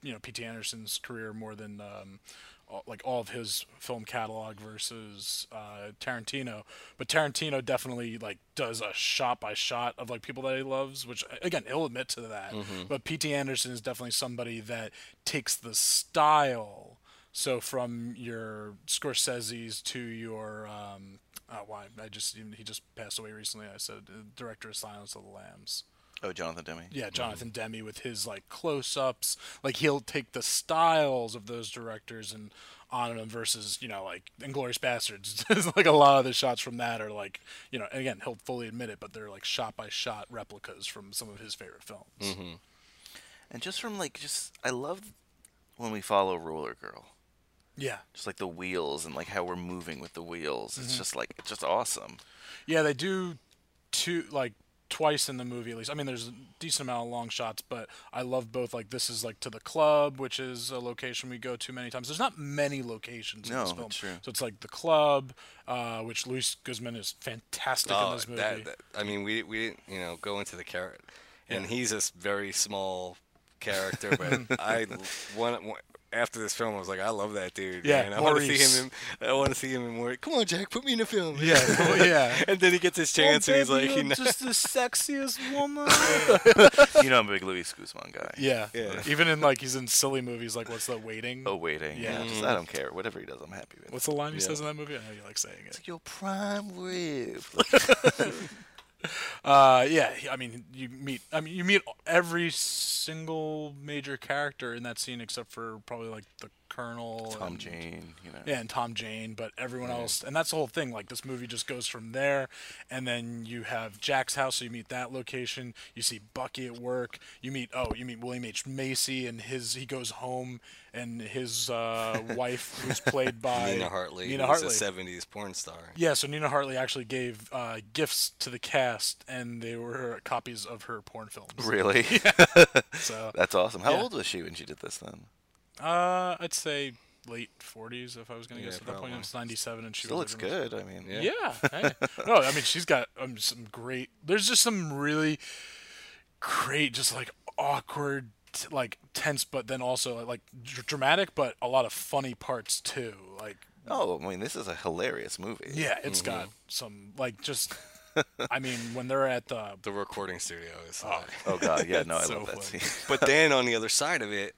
Speaker 3: you know, P.T. Anderson's career more than um, all, like all of his film catalog versus uh, Tarantino. But Tarantino definitely like does a shot by shot of like people that he loves, which again he'll admit to that. But P.T. Anderson is definitely somebody that takes the style. So from your Scorsese's to your um, uh, why I just he just passed away recently. I said uh, director of Silence of the Lambs.
Speaker 1: Oh, Jonathan Demme.
Speaker 3: Yeah, Jonathan Demme with his like close-ups. Like he'll take the styles of those directors and on them versus you know like Inglorious *laughs* Bastards. like a lot of the shots from that are like you know and again he'll fully admit it, but they're like shot-by-shot replicas from some of his favorite films.
Speaker 1: And just from like just I love when we follow Roller Girl.
Speaker 3: Yeah.
Speaker 1: just like the wheels and like how we're moving with the wheels.
Speaker 3: Mm-hmm.
Speaker 1: It's just like it's just awesome.
Speaker 3: Yeah, they do two like twice in the movie at least. I mean, there's a decent amount of long shots, but I love both. Like this is like to the club, which is a location we go to many times. There's not many locations in this
Speaker 1: No,
Speaker 3: film,
Speaker 1: it's true.
Speaker 3: so it's like the club, uh, which Luis Guzman is fantastic in
Speaker 2: Oh,
Speaker 3: this movie.
Speaker 2: that, that- I mean, we we didn't you know go into the character, and he's this very small character,
Speaker 3: *laughs*
Speaker 2: but I l- one, one after this film, I was like, I love that dude.
Speaker 3: Yeah,
Speaker 2: man. I want to see
Speaker 3: Maurice.
Speaker 2: him. In, I want to see him in more. Come on, Jack, put me in a film.
Speaker 3: *laughs* yeah, well, yeah.
Speaker 2: *laughs*
Speaker 3: Oh,
Speaker 2: and then he gets his chance, and he's like, he kn-
Speaker 3: just the sexiest woman.
Speaker 1: you know, I'm a big Luis Guzman guy.
Speaker 3: yeah.
Speaker 2: Yeah.
Speaker 3: Even in like he's in silly movies, like what's the waiting?
Speaker 1: Oh, waiting.
Speaker 3: Yeah.
Speaker 1: Yeah. Just, I don't care. Whatever he does, I'm happy with.
Speaker 3: What's the line he says in that movie? I know you like saying it.
Speaker 1: your prime rib?
Speaker 3: Uh, yeah, he- I mean, you meet. I mean, you meet every single major character in that scene except for probably like the Colonel.
Speaker 1: Tom
Speaker 3: and-
Speaker 1: Jane, you know.
Speaker 3: Yeah, and Tom Jane, but everyone else, and that's the whole thing. Like this movie just goes from there, and then you have Jack's house, so you meet that location. You see Bucky at work. You meet oh, you meet William H Macy, and his he goes home, and his
Speaker 2: *laughs*
Speaker 3: uh, wife, who's played
Speaker 2: *laughs*
Speaker 3: by
Speaker 2: Nina Hartley,
Speaker 3: Nina
Speaker 2: who's
Speaker 3: Hartley.
Speaker 2: a 70s porn star.
Speaker 3: Yeah, so Nina Hartley actually gave uh, gifts to the cast, and they were copies of her porn films. *laughs*
Speaker 1: Really? *laughs*
Speaker 3: So
Speaker 1: That's awesome. How
Speaker 3: Yeah.
Speaker 1: old was she when she did this then?
Speaker 3: uh, I'd say late 40s, if I was going to
Speaker 2: Yeah,
Speaker 3: guess. At that
Speaker 2: probably.
Speaker 3: point, it was 97, and she
Speaker 1: Still
Speaker 3: was
Speaker 1: looks
Speaker 3: like, almost-
Speaker 1: good. I mean,
Speaker 2: Yeah.
Speaker 3: Yeah. hey. No, I mean she's got um, some great. There's just some really great, just like awkward, t- like tense, but then also uh, like dr- dramatic, but a lot of funny parts too. Like
Speaker 1: Oh, I mean, this is a hilarious movie.
Speaker 3: yeah, it's
Speaker 1: Mm-hmm.
Speaker 3: got some like
Speaker 1: *laughs*
Speaker 3: just. I mean, when they're at the
Speaker 2: The recording studio is. like-
Speaker 1: Oh god,
Speaker 3: *laughs*
Speaker 1: yeah, no, I
Speaker 3: It's so
Speaker 1: love that
Speaker 3: funny.
Speaker 1: scene.
Speaker 2: but then on the other side of it,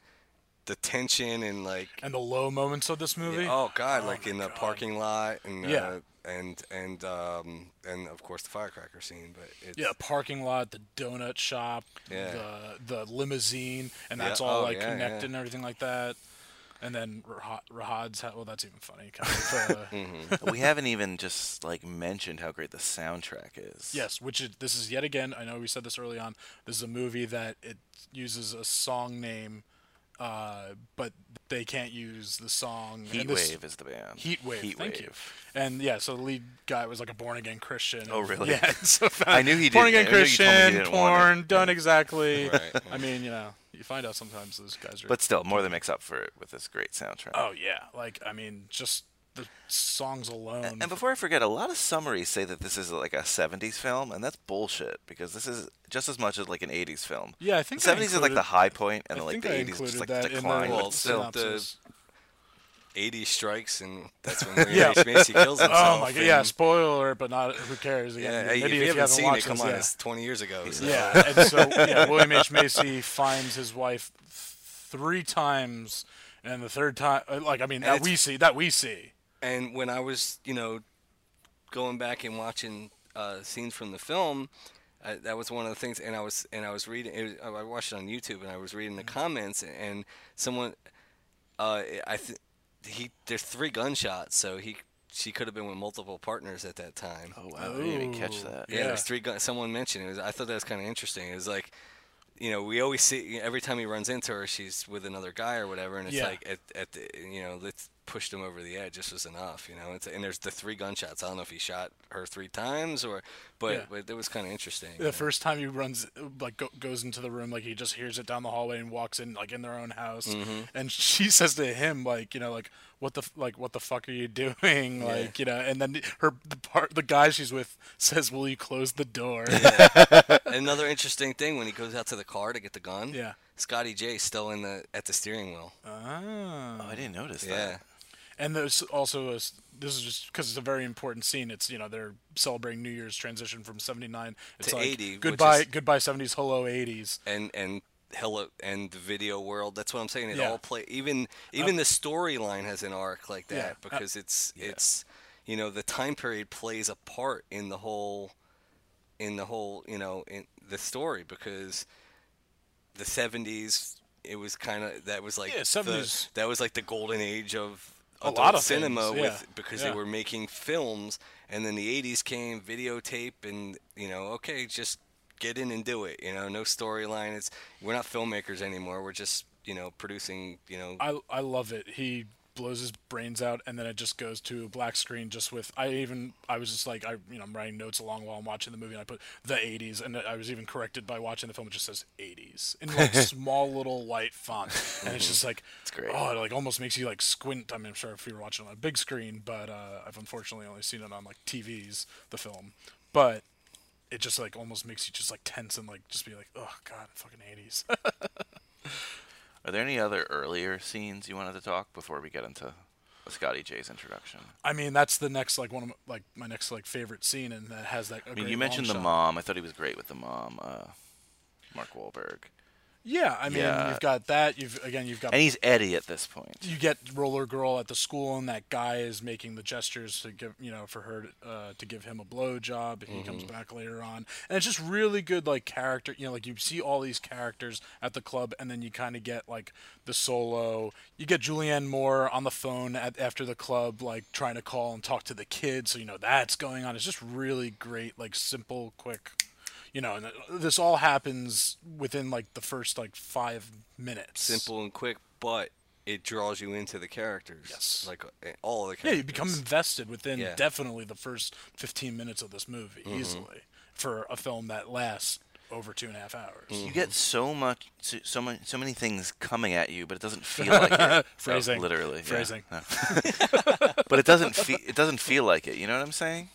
Speaker 2: the tension and like
Speaker 3: and the low moments of this movie.
Speaker 2: oh god,
Speaker 3: Oh
Speaker 2: like
Speaker 3: my
Speaker 2: in the
Speaker 3: God.
Speaker 2: parking lot and
Speaker 3: Yeah.
Speaker 2: uh, and and um and of course the firecracker scene, but it's
Speaker 3: Yeah, the parking lot, the donut shop,
Speaker 2: Yeah.
Speaker 3: the the limousine, and
Speaker 2: Yeah,
Speaker 3: that's all
Speaker 2: oh,
Speaker 3: like
Speaker 2: yeah,
Speaker 3: connected
Speaker 2: yeah.
Speaker 3: and everything like that. And then Rah- Rahad's ha- well, that's even funny. Kind
Speaker 2: *laughs*
Speaker 3: of, uh,
Speaker 1: *laughs*
Speaker 2: Mm-hmm.
Speaker 1: we haven't even just like mentioned how great the soundtrack is.
Speaker 3: Yes, which is this is yet again. I know we said this early on. This is a movie that it uses a song name, uh, but they can't use the song. and this-
Speaker 1: Heatwave is the band.
Speaker 3: Heatwave. thank you.
Speaker 1: Heatwave.
Speaker 3: And yeah, so the lead guy was like a born again Christian.
Speaker 1: Oh,
Speaker 3: and-
Speaker 1: really?
Speaker 3: Yeah. *laughs* It's so
Speaker 1: I knew he
Speaker 3: Born
Speaker 1: did-
Speaker 3: again
Speaker 1: I knew you told me he
Speaker 3: Christian,
Speaker 1: didn't want it.
Speaker 3: porn, done exactly.
Speaker 2: *laughs* Right.
Speaker 3: I mean, you know, you find out sometimes those guys are.
Speaker 1: But still, more than makes up for it with this great soundtrack.
Speaker 3: oh yeah, like I mean, just the songs alone.
Speaker 1: And before I forget, a lot of summaries say that this is like a 70s film, and that's bullshit because this is just as much as like an 80s film.
Speaker 3: Yeah, I think
Speaker 1: the
Speaker 3: I
Speaker 1: 70s is like
Speaker 3: included-
Speaker 1: the high point, and
Speaker 3: I
Speaker 1: like
Speaker 3: think
Speaker 1: the 80s
Speaker 3: I
Speaker 1: is
Speaker 3: included
Speaker 1: just like
Speaker 3: that
Speaker 1: the
Speaker 3: in the
Speaker 1: decline.
Speaker 2: Well,
Speaker 1: but still,
Speaker 2: the-
Speaker 3: synopsis.
Speaker 2: 80 strikes and that's
Speaker 3: *laughs*
Speaker 2: when William H. Macy kills himself.
Speaker 3: Oh my god!
Speaker 2: and-
Speaker 3: Yeah, spoiler, but not who cares? Again,
Speaker 2: Yeah,
Speaker 3: you're
Speaker 2: hey,
Speaker 3: an
Speaker 2: if
Speaker 3: idiot
Speaker 2: you haven't
Speaker 3: hasn't
Speaker 2: seen it,
Speaker 3: watched
Speaker 2: come
Speaker 3: this,
Speaker 2: on,
Speaker 3: yeah.
Speaker 2: it's 20 years ago. So.
Speaker 3: Yeah, and so yeah, William H Macy finds his wife th- three times, and the third time, uh, like I mean, that
Speaker 2: it's-
Speaker 3: we see, that we see.
Speaker 2: And when I was, you know, going back and watching uh, scenes from the film, I, that was one of the things. And I was and I was reading. It was, I watched it on YouTube, and I was reading the comments, and someone, uh, I th- he there's three gunshots, so he she could have been with multiple partners at that time.
Speaker 1: oh wow, I didn't even catch
Speaker 3: Ooh.
Speaker 1: that.
Speaker 2: Yeah,
Speaker 3: Yeah.
Speaker 2: there's three guns. Someone mentioned it. Was, I thought that was kind of interesting. It was like, you know, we always see every time he runs into her, she's with another guy or whatever, and it's
Speaker 3: Yeah.
Speaker 2: like at, at the you know let's pushed him over the edge. This was enough, you know. It's, and there's the three gunshots. I don't know if he shot her three times or, but
Speaker 3: Yeah.
Speaker 2: but it was kind of interesting. you know.
Speaker 3: The first time he runs, like go, goes into the room, like he just hears it down the hallway and walks in, like in their own house, and *laughs* she says to him, like you know, like what the f- like what the fuck are you doing, like you know, and then her the part the guy she's with says, "Will you close the door?"
Speaker 2: Another interesting thing when he goes out to the car to get the gun.
Speaker 3: Yeah.
Speaker 2: Scotty J's still in the at the steering wheel.
Speaker 3: Ah.
Speaker 1: Oh, I didn't notice
Speaker 2: yeah.
Speaker 1: that.
Speaker 3: And there's also a, s- this is just because it's a very important scene. It's you know they're celebrating New Year's transition from '79. It's
Speaker 2: To
Speaker 3: like
Speaker 2: 80, which
Speaker 3: goodbye,
Speaker 2: is-
Speaker 3: goodbye '70s, hello '80s.
Speaker 2: and and hello and the video world that's what i'm saying it
Speaker 3: Yeah. Uh,
Speaker 2: all play even even the storyline has an arc like that
Speaker 3: Yeah. Uh,
Speaker 2: because it's it's you know the time period plays a part in the whole in the whole you know in the story because the 70s it was kind of that was like
Speaker 3: Yeah,
Speaker 2: the-
Speaker 3: 70s.
Speaker 2: that was like the golden age of
Speaker 3: A lot
Speaker 2: adult
Speaker 3: of
Speaker 2: cinema
Speaker 3: things,
Speaker 2: with
Speaker 3: yeah,
Speaker 2: because
Speaker 3: yeah.
Speaker 2: they were making films and then the 80s came videotape and you know okay just get in and do it you know no storyline it's we're not filmmakers anymore we're just you know producing you know
Speaker 3: I I love it. He blows his brains out, and then it just goes to a black screen. Just with I even I was just like I you know I'm writing notes along while I'm watching the movie, and I put the '80s, and I was even corrected by watching the film. It just says '80s in like small little white font, and it's just like it's
Speaker 1: great.
Speaker 3: Oh, it like almost makes you like squint. I mean, I'm sure if you were watching it on a big screen, but uh, I've unfortunately only seen it on like TVs, the film, but. It just like almost makes you just like tense and like just be like, oh god, fucking eighties.
Speaker 1: Are there any other earlier scenes you wanted to talk before we get into Scotty J's introduction?
Speaker 3: I mean, that's the next like one of my, like my next like favorite scene, and that has that.
Speaker 1: I mean, you mentioned the mom. I thought he was great with the mom, uh, Mark Wahlberg.
Speaker 3: Yeah, I mean,
Speaker 1: Yeah.
Speaker 3: you've got that. You've again, you've got
Speaker 1: And he's Eddie at this point.
Speaker 3: you get Roller Girl at the school, and that guy is making the gestures to give you know for her uh, to give him a blowjob. and He comes back later on, and it's just really good like character. You know, like you see all these characters at the club, and then you kind of get like the solo. You get Julianne Moore on the phone at, after the club, like trying to call and talk to the kids. So you know that's going on. It's just really great, like simple, quick. You know, and th- this all happens within like the first like five minutes.
Speaker 2: Simple and quick, but it draws you into the characters.
Speaker 3: Yes.
Speaker 2: Like uh, all the characters.
Speaker 3: Yeah, you become invested within
Speaker 2: Yeah. Mm-hmm.
Speaker 3: definitely the first 15 minutes of this movie easily for a film that lasts over two and a half hours.
Speaker 2: Mm.
Speaker 1: You get so much, so, so much, so many things coming at you, but it doesn't feel like it.
Speaker 3: Phrasing.
Speaker 1: Oh, literally, yeah.
Speaker 3: Phrasing.
Speaker 1: No. *laughs* but it doesn't feel, it doesn't feel like it. You know what I'm saying?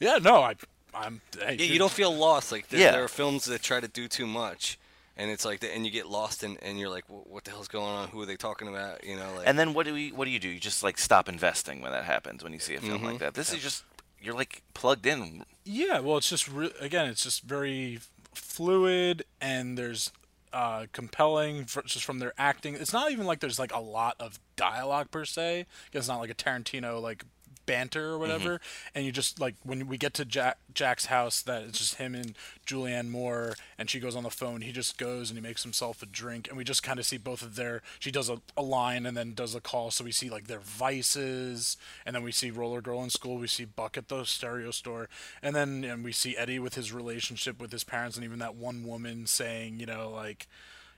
Speaker 3: Yeah, no, I, I'm. Hey,
Speaker 2: Yeah, you
Speaker 3: dude,
Speaker 2: don't feel lost. Like there,
Speaker 1: Yeah.
Speaker 2: there are films that try to do too much, and it's like, the, and you get lost, and, and you're like, "Wha- what the hell's going on? Who are they talking about? You know, like
Speaker 1: And then what do we? What do you do? You just like stop investing when that happens. When you see a film like that, this is just you're like plugged in.
Speaker 3: Yeah, well, it's just re- again, it's just very fluid, and there's uh, compelling fr just from their acting. It's not even like there's like a lot of dialogue per se. It's not like a Tarantino like banter or whatever. And you just like when we get to Jack Jack's house, that it's just him and Julianne Moore, and she goes on the phone. He just goes and he makes himself a drink, and we just kind of see both of their. She does a, a line and then does a call, so we see like their vices, and then we see Roller Girl in school, we see Buck at the stereo store, and then and we see Eddie with his relationship with his parents, and even that one woman saying, you know, like,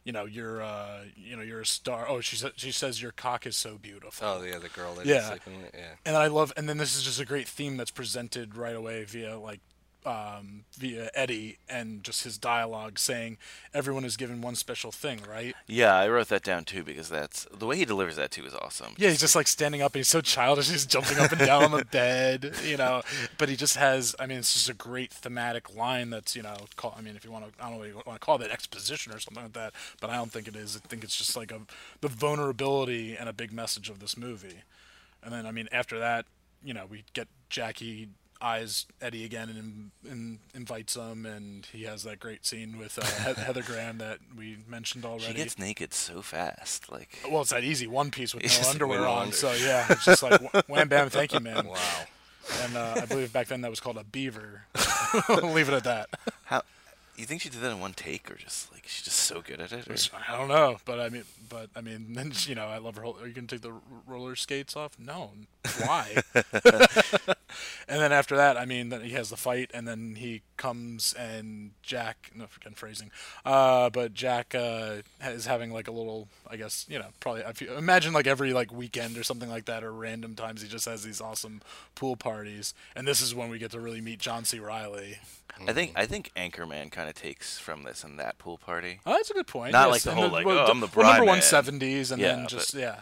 Speaker 3: you know, you're, uh, you know, you're a star. Oh, she sa- she says your cock is so beautiful.
Speaker 2: oh yeah, the girl that
Speaker 3: Yeah.
Speaker 2: yeah. sleeping with, yeah.
Speaker 3: And I love, and then this is just a great theme that's presented right away via like, um, via Eddie and just his dialogue saying, everyone is given one special thing, right?
Speaker 1: Yeah, I wrote that down too because that's the way he delivers that too is awesome.
Speaker 3: Yeah, he's just like standing up and he's so childish. He's jumping up and down on the bed, you know. But he just has, I mean, it's just a great thematic line that's, you know, call, I mean, if you want to, I don't know what you want to call that, exposition or something like that, but I don't think it is. I think it's just like a, the vulnerability and a big message of this movie. And then, I mean, after that, you know, we get Jackie eyes Eddie again and, and invites him, and he has that great scene with uh, He- Heather Graham that we mentioned already.
Speaker 1: She gets naked so fast, like
Speaker 3: Well, it's that easy one
Speaker 2: *laughs*
Speaker 3: piece with
Speaker 1: It's
Speaker 3: no
Speaker 1: just
Speaker 3: underwear
Speaker 2: no
Speaker 3: on.
Speaker 2: under-
Speaker 3: So yeah, it's
Speaker 2: *laughs*
Speaker 3: just like wh- wham bam, thank you, man.
Speaker 2: Wow.
Speaker 3: And uh, I believe back then that was called
Speaker 2: *laughs*
Speaker 3: a beaver. Leave it at that.
Speaker 1: how. You think she did that in one take, or just like she's just so good at it? or-
Speaker 3: I don't know, but I mean, but I mean, *laughs* then you know, I love her. Whole, are you gonna take the r- roller skates off? No,
Speaker 1: *laughs*
Speaker 3: why? *laughs* and then after that, I mean, then he has the fight, and then he comes and Jack, no, again phrasing, uh, but Jack uh, is having like a little, I guess, you know, probably I feel, imagine like every like weekend or something like that, or random times he just has these awesome pool parties, and this is when we get to really meet John C. Riley.
Speaker 1: I think I think Anchorman kind of takes from this in that pool party.
Speaker 3: Oh, that's a good point.
Speaker 1: Not
Speaker 3: Yes,
Speaker 1: like the
Speaker 3: and
Speaker 1: whole, like, oh, I'm the
Speaker 3: well, number
Speaker 1: Bride
Speaker 3: one
Speaker 1: Man.
Speaker 3: seventies, and then
Speaker 1: Yeah,
Speaker 3: just
Speaker 1: but-
Speaker 3: yeah.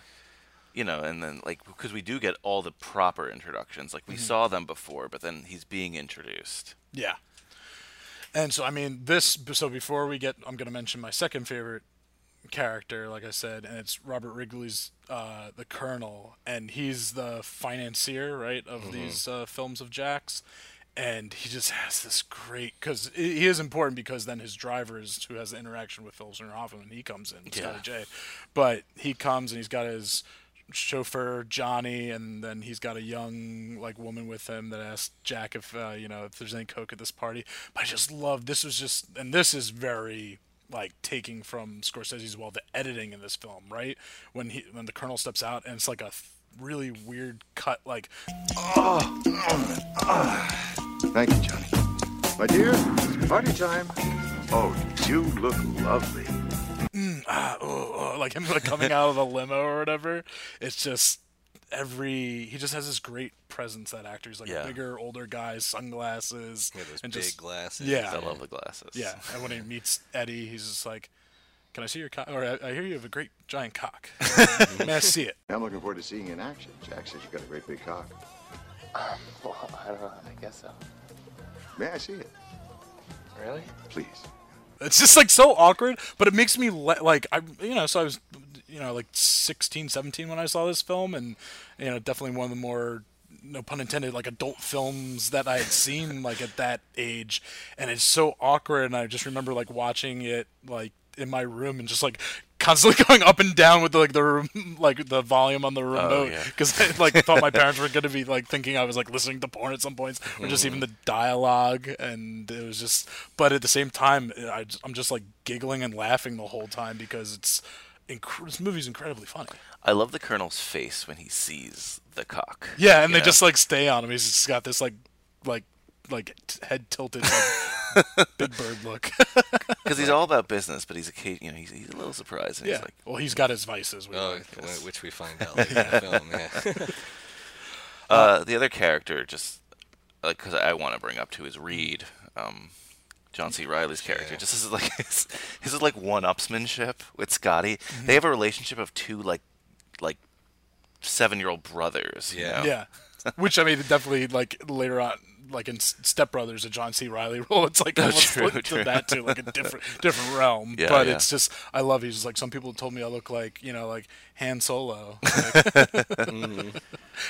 Speaker 1: you know, and then like because we do get all the proper introductions, like we
Speaker 3: Mm-hmm.
Speaker 1: saw them before, but then he's being introduced.
Speaker 3: Yeah. And so I mean this so before we get I'm going to mention my second favorite character like I said and it's Robert Wrigley's uh, the Colonel and he's the financier right of these uh, films of Jack's and he just has this great cuz he is important because then his driver is who has the interaction with Philip Seymour Hoffman and he comes in Scotty J but he comes and he's got his chauffeur Johnny, and then he's got a young like woman with him that asked Jack if uh, you know if there's any coke at this party. But I just love this was just, and this is very like taking from Scorsese's well the editing in this film, right? When he when the colonel steps out and it's like a th- really weird cut, like
Speaker 7: Thank you, Johnny. My dear, it's party time. Oh, you look lovely.
Speaker 3: oh, like him like coming out of the limo or whatever. It's just every he just has this great presence that actor. He's like
Speaker 1: Yeah.
Speaker 3: a bigger, older guy, sunglasses,
Speaker 2: Yeah, those
Speaker 3: and
Speaker 2: big
Speaker 3: just
Speaker 2: glasses.
Speaker 3: yeah,
Speaker 1: I love the glasses. *laughs*
Speaker 3: Yeah, and when he meets Eddie, he's just like, "Can I see your cock?" Or I, I hear you have a great giant cock. *laughs* May I see it?
Speaker 7: I'm looking forward to seeing you in action. Jack says you got a great big cock.
Speaker 9: Well, Oh, I don't know. I guess so.
Speaker 7: May I see it?
Speaker 9: Really?
Speaker 7: Please.
Speaker 3: It's just like so awkward, but it makes me le- like I, you know, so I was, you know, like 16, 17 when I saw this film, and you know, definitely one of the more no pun intended like adult films that I had seen like at that age, and it's so awkward, and I just remember like watching it like in my room and just like constantly *laughs* going up and down with like the room, like the volume on the remote
Speaker 1: yeah.
Speaker 3: because I like thought my parents were gonna be like thinking I was like listening to porn at some points or just even the dialogue and it was just. But at the same time, I, am just like giggling and laughing the whole time because it's. Inc- this movie's incredibly funny.
Speaker 1: I love the colonel's face when he sees the cock.
Speaker 3: Yeah,
Speaker 1: *laughs*
Speaker 3: and
Speaker 1: you
Speaker 3: they
Speaker 1: know?
Speaker 3: just like stay on him. He's just got this like, like, like t- head tilted, like, big bird look.
Speaker 1: because he's all about business, but he's a kid. You know, he's, he's a little surprised. And
Speaker 3: *laughs* yeah.
Speaker 1: he's like,
Speaker 3: well, he's got his vices. We
Speaker 2: Oh,
Speaker 3: learned.
Speaker 2: wh- which we find out later in the film.
Speaker 3: *laughs*
Speaker 2: Yeah. *laughs*
Speaker 1: uh, the other character, just because I want to bring up too, is Reed. Um, John C. Riley's character. Just this is like *laughs* his, his is like one upsmanship with Scotty.
Speaker 3: Mm-hmm.
Speaker 1: They have a relationship of two like like seven year old brothers. you
Speaker 2: Yeah.
Speaker 1: know?
Speaker 3: Yeah, which I mean, definitely like later on, like in S- Step Brothers, a John C. Riley *laughs* role. It's like almost
Speaker 1: *laughs* true,
Speaker 3: flipped
Speaker 1: true.
Speaker 3: to that too, like a different different realm.
Speaker 1: Yeah,
Speaker 3: but
Speaker 1: yeah.
Speaker 3: it's just I love. He's just like some people told me I look like you know like Han
Speaker 1: *laughs*
Speaker 3: Solo, like, *laughs*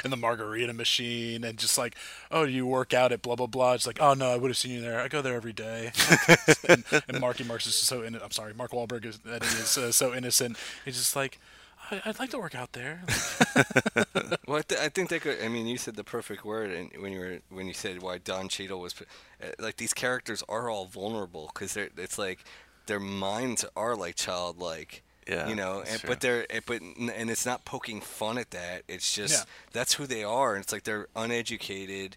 Speaker 3: and the margarita machine, and just like oh, do you work out at blah blah blah. It's like oh no, I would have seen you there. I go there every day. *laughs* and, and Marky Mark's is so in. I'm sorry, Mark Wahlberg is that he is uh, so innocent. He's just like. "I- I'd like to work out there.
Speaker 2: Well, I, th- I think they could. I mean, you said the perfect word, and when you were when you said why Don Cheadle was p- uh, like these characters are all vulnerable because they're it's like their minds are like childlike.
Speaker 1: Yeah,
Speaker 2: you know,
Speaker 1: that's
Speaker 2: and,
Speaker 1: true.
Speaker 2: but they're and- but n- and it's not poking fun at that. It's just
Speaker 3: Yeah.
Speaker 2: that's who they are, and it's like they're uneducated,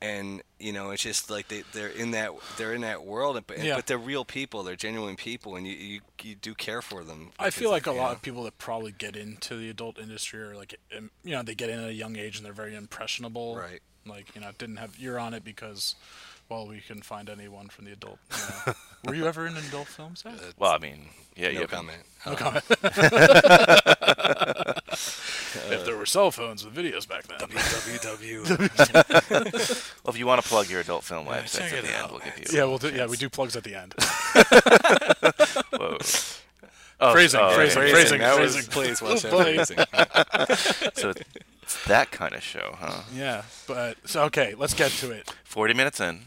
Speaker 2: and you know, it's just like they they're in that they're in that world, but
Speaker 3: Yeah.
Speaker 2: but they're real people, they're genuine people, and you you, you do care for them.
Speaker 3: I feel
Speaker 2: because,
Speaker 3: like a
Speaker 2: you
Speaker 3: lot
Speaker 2: know.
Speaker 3: of people that probably get into the adult industry are like, im- you know, they get in at a young age and they're very impressionable.
Speaker 2: Right.
Speaker 3: Like, you know, didn't have you're on it because, well, we can find anyone from the adult. You know. *laughs* Were you ever in an adult film, Zach?
Speaker 1: Well, I mean, yeah,
Speaker 2: Uh, No
Speaker 1: you have
Speaker 3: *laughs*
Speaker 2: comment.
Speaker 3: if there were cell phones with videos back
Speaker 2: *laughs*
Speaker 3: then.
Speaker 2: WW.
Speaker 1: Well, if you want to plug your adult
Speaker 3: *laughs*
Speaker 1: film website
Speaker 3: check
Speaker 1: at
Speaker 3: it
Speaker 1: the end,
Speaker 3: out,
Speaker 1: we'll give you.
Speaker 3: yeah, we'll do, yeah, we do plugs at
Speaker 2: *laughs*
Speaker 3: the end.
Speaker 1: Whoa.
Speaker 3: *laughs*
Speaker 1: Oh,
Speaker 3: Phrasing,
Speaker 1: oh,
Speaker 3: phrasing,
Speaker 1: okay.
Speaker 2: *laughs*
Speaker 3: phrasing,
Speaker 2: That was-
Speaker 3: phrasing.
Speaker 2: please watch that
Speaker 3: Please.
Speaker 2: phrasing.
Speaker 1: So it's- it's that kind of show, huh?
Speaker 3: Yeah, but so okay, let's get to it. *laughs*
Speaker 1: Forty minutes in.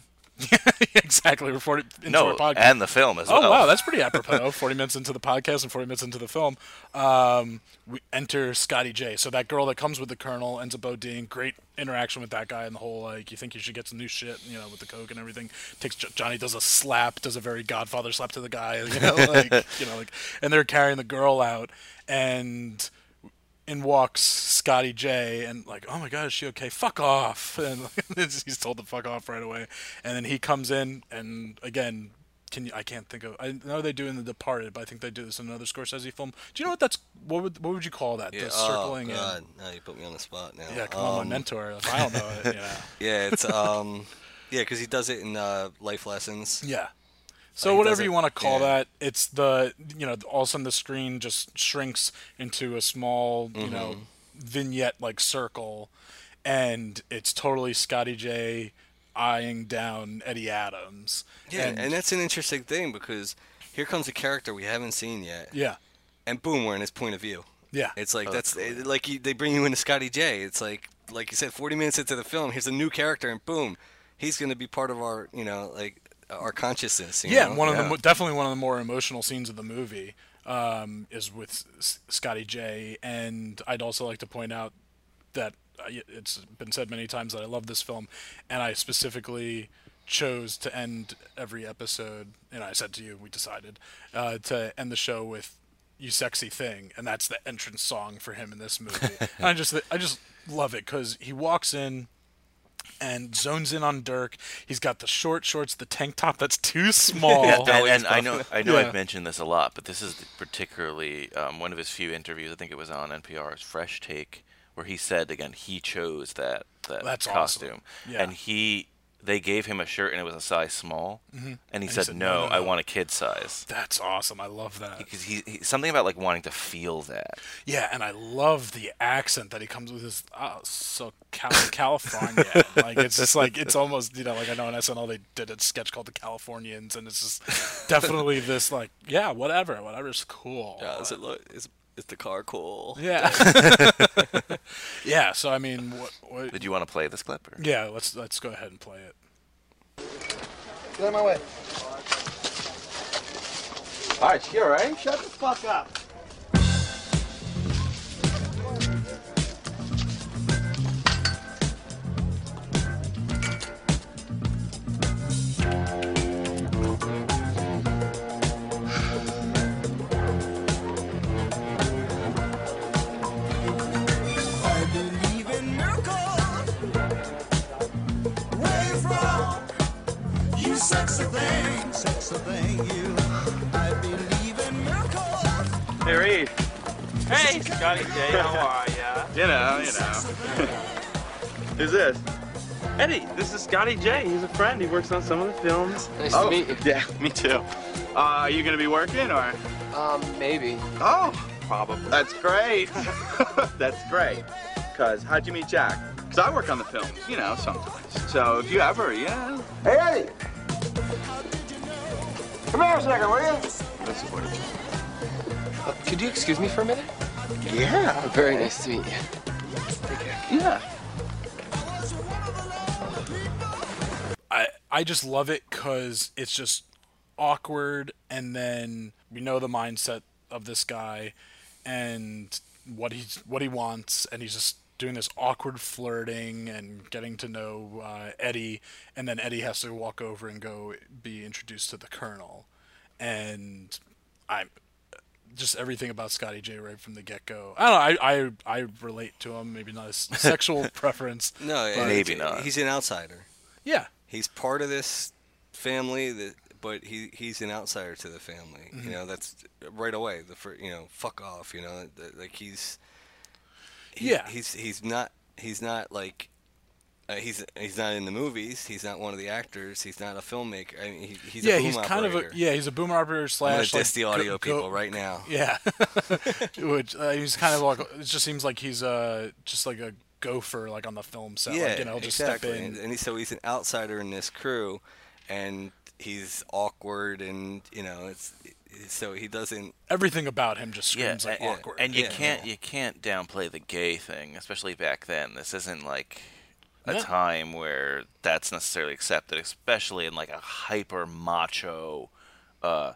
Speaker 3: exactly. We're 40 into
Speaker 1: No,
Speaker 3: our podcast.
Speaker 1: and the film as
Speaker 3: Oh
Speaker 1: well.
Speaker 3: wow, that's pretty apropos. Oh, Forty minutes into the podcast and forty minutes into the film, um, we enter Scotty J. So that girl that comes with the colonel ends up ODing. Great interaction with that guy and the whole like you think you should get some new shit, you know, with the coke and everything. Takes Jo- Johnny does a slap, does a very Godfather slap to the guy, *laughs* you know, like you know, like, and they're carrying the girl out and in walks Scotty J and like, oh my god, is she okay? Fuck off! *laughs* And he's told to fuck off right away. And then he comes in and again, can you, I can't think of. I know they do in The Departed, but I think they do this in another Scorsese film. Do you know what that's? What would what would you call that? the circling
Speaker 2: oh,
Speaker 3: in.
Speaker 2: God. Now you put me on the spot now.
Speaker 3: Yeah, come on,
Speaker 2: Um,
Speaker 3: my mentor. If I don't know it, *laughs* you know.
Speaker 2: Yeah, it's um, yeah, because he does it in uh, life lessons.
Speaker 3: Yeah. So
Speaker 2: Like, does
Speaker 3: whatever
Speaker 2: it-
Speaker 3: you want to call
Speaker 2: yeah.
Speaker 3: that, it's the you know all of a sudden the screen just shrinks into a small you know
Speaker 2: Mm-hmm.
Speaker 3: vignette like circle, and it's totally Scotty J eyeing down Eddie Adams.
Speaker 2: Yeah,
Speaker 3: And-
Speaker 2: and, that's an interesting thing because here comes a character we haven't seen yet,
Speaker 3: yeah,
Speaker 2: and boom, we're in his point of view.
Speaker 3: yeah.
Speaker 2: It's like Oh, that's, it- like you, they bring you into Scotty J. It's like like you said, 40 minutes into the film, here's a new character, and boom, he's going to be part of our you know like our consciousness. you
Speaker 3: yeah,
Speaker 2: know?
Speaker 3: one of the
Speaker 2: Yeah.
Speaker 3: mo- definitely one of the more emotional scenes of the movie um, is with S- Scotty J. And I'd also like to point out that uh, y- it's been said many times that I love this film, and I specifically chose to end every episode. And I said to you, we decided uh, to end the show with "You Sexy Thing," and that's the entrance song for him in
Speaker 2: *laughs*
Speaker 3: this movie. and I just I just love it because he walks in and zones in on Dirk. He's got the short shorts, the tank top
Speaker 2: *laughs*
Speaker 3: that's too small.
Speaker 1: Yeah, and, and I know I know
Speaker 3: Yeah.
Speaker 1: I've mentioned this a lot, but this is particularly um, one of his few interviews. I think it was on NPR's Fresh Take, where he said again he chose that that
Speaker 3: That's awesome.
Speaker 1: costume,
Speaker 3: Yeah.
Speaker 1: and he they gave him a shirt and it was a size small, and he said,
Speaker 3: Mm-hmm. said,
Speaker 1: no,
Speaker 3: "No, no,
Speaker 1: I
Speaker 3: no."
Speaker 1: want a kid size."
Speaker 3: That's awesome. I love that.
Speaker 1: Because he, he something about like wanting to feel that.
Speaker 3: Yeah, and I love the accent that he comes with. His oh, so Cal- California, like it's just like it's almost you know like I know in SNL they did a sketch called the Californians, and it's just definitely this like yeah whatever whatever's cool.
Speaker 2: Yeah, is it look? Is, is the car cool?
Speaker 3: yeah. *laughs* Yeah, So I mean, what, what,
Speaker 1: Did you want to play this clip? Or?
Speaker 3: yeah. Let's let's go ahead and play it.
Speaker 5: Get out of my way.
Speaker 9: Arch, you alright? Shut
Speaker 5: the fuck up.
Speaker 10: Hey, Scotty J, how are ya?
Speaker 11: You know, you know.
Speaker 10: *laughs* Who's this? Eddie, this is Scotty J. He's a friend. He works on some of the films.
Speaker 9: Nice oh, to meet you.
Speaker 11: *laughs* Yeah, me too. Uh, are you gonna be working or?
Speaker 9: Um, maybe.
Speaker 11: Oh, probably. That's great. *laughs* That's great. Cause how'd you meet Jack? Cause I work on the films, you know, sometimes. So if you ever, yeah.
Speaker 5: Hey Eddie, come here a second, will you?
Speaker 11: That's what.
Speaker 9: Uh, could you excuse me for a minute?
Speaker 11: Yeah.
Speaker 9: Very nice to meet you.
Speaker 11: Yeah.
Speaker 3: I I just love it because it's just awkward, and then we know the mindset of this guy, and what he's what he wants, and he's just doing this awkward flirting and getting to know uh, Eddie, and then Eddie has to walk over and go be introduced to the Colonel, and I'm just everything about Scotty J right from the get go. I don't know. I, I I relate to him. Maybe not a sexual preference.
Speaker 2: No,
Speaker 1: maybe not.
Speaker 2: He's an outsider.
Speaker 3: Yeah,
Speaker 2: he's part of this family that. But he he's an outsider to the family, mm-hmm. you know. That's right away. The fir- you know, fuck off, you know. Like he's, he,
Speaker 3: yeah,
Speaker 2: he's he's not he's not like uh, he's he's not in the movies. He's not one of the actors. He's not a filmmaker. I mean, he, he's
Speaker 3: yeah,
Speaker 2: a boom
Speaker 3: he's
Speaker 2: operator.
Speaker 3: kind of a yeah, he's a boom operator slash.
Speaker 2: I'm like, the audio
Speaker 3: go,
Speaker 2: people go, right now. *laughs*
Speaker 3: Yeah, *laughs* which uh, he's kind of like it just seems like he's uh just like a gopher like on the film set.
Speaker 2: Yeah,
Speaker 3: like, you know,
Speaker 2: exactly.
Speaker 3: And,
Speaker 2: and he, so he's an outsider in this crew, and he's awkward, and you know it's. So he doesn't.
Speaker 3: Everything about him just screams
Speaker 1: yeah,
Speaker 3: like
Speaker 1: and,
Speaker 3: awkward.
Speaker 1: And you
Speaker 2: yeah.
Speaker 1: can't you can't downplay the gay thing, especially back then. This isn't like a
Speaker 3: No.
Speaker 1: time where that's necessarily accepted, especially in like a hyper macho, uh,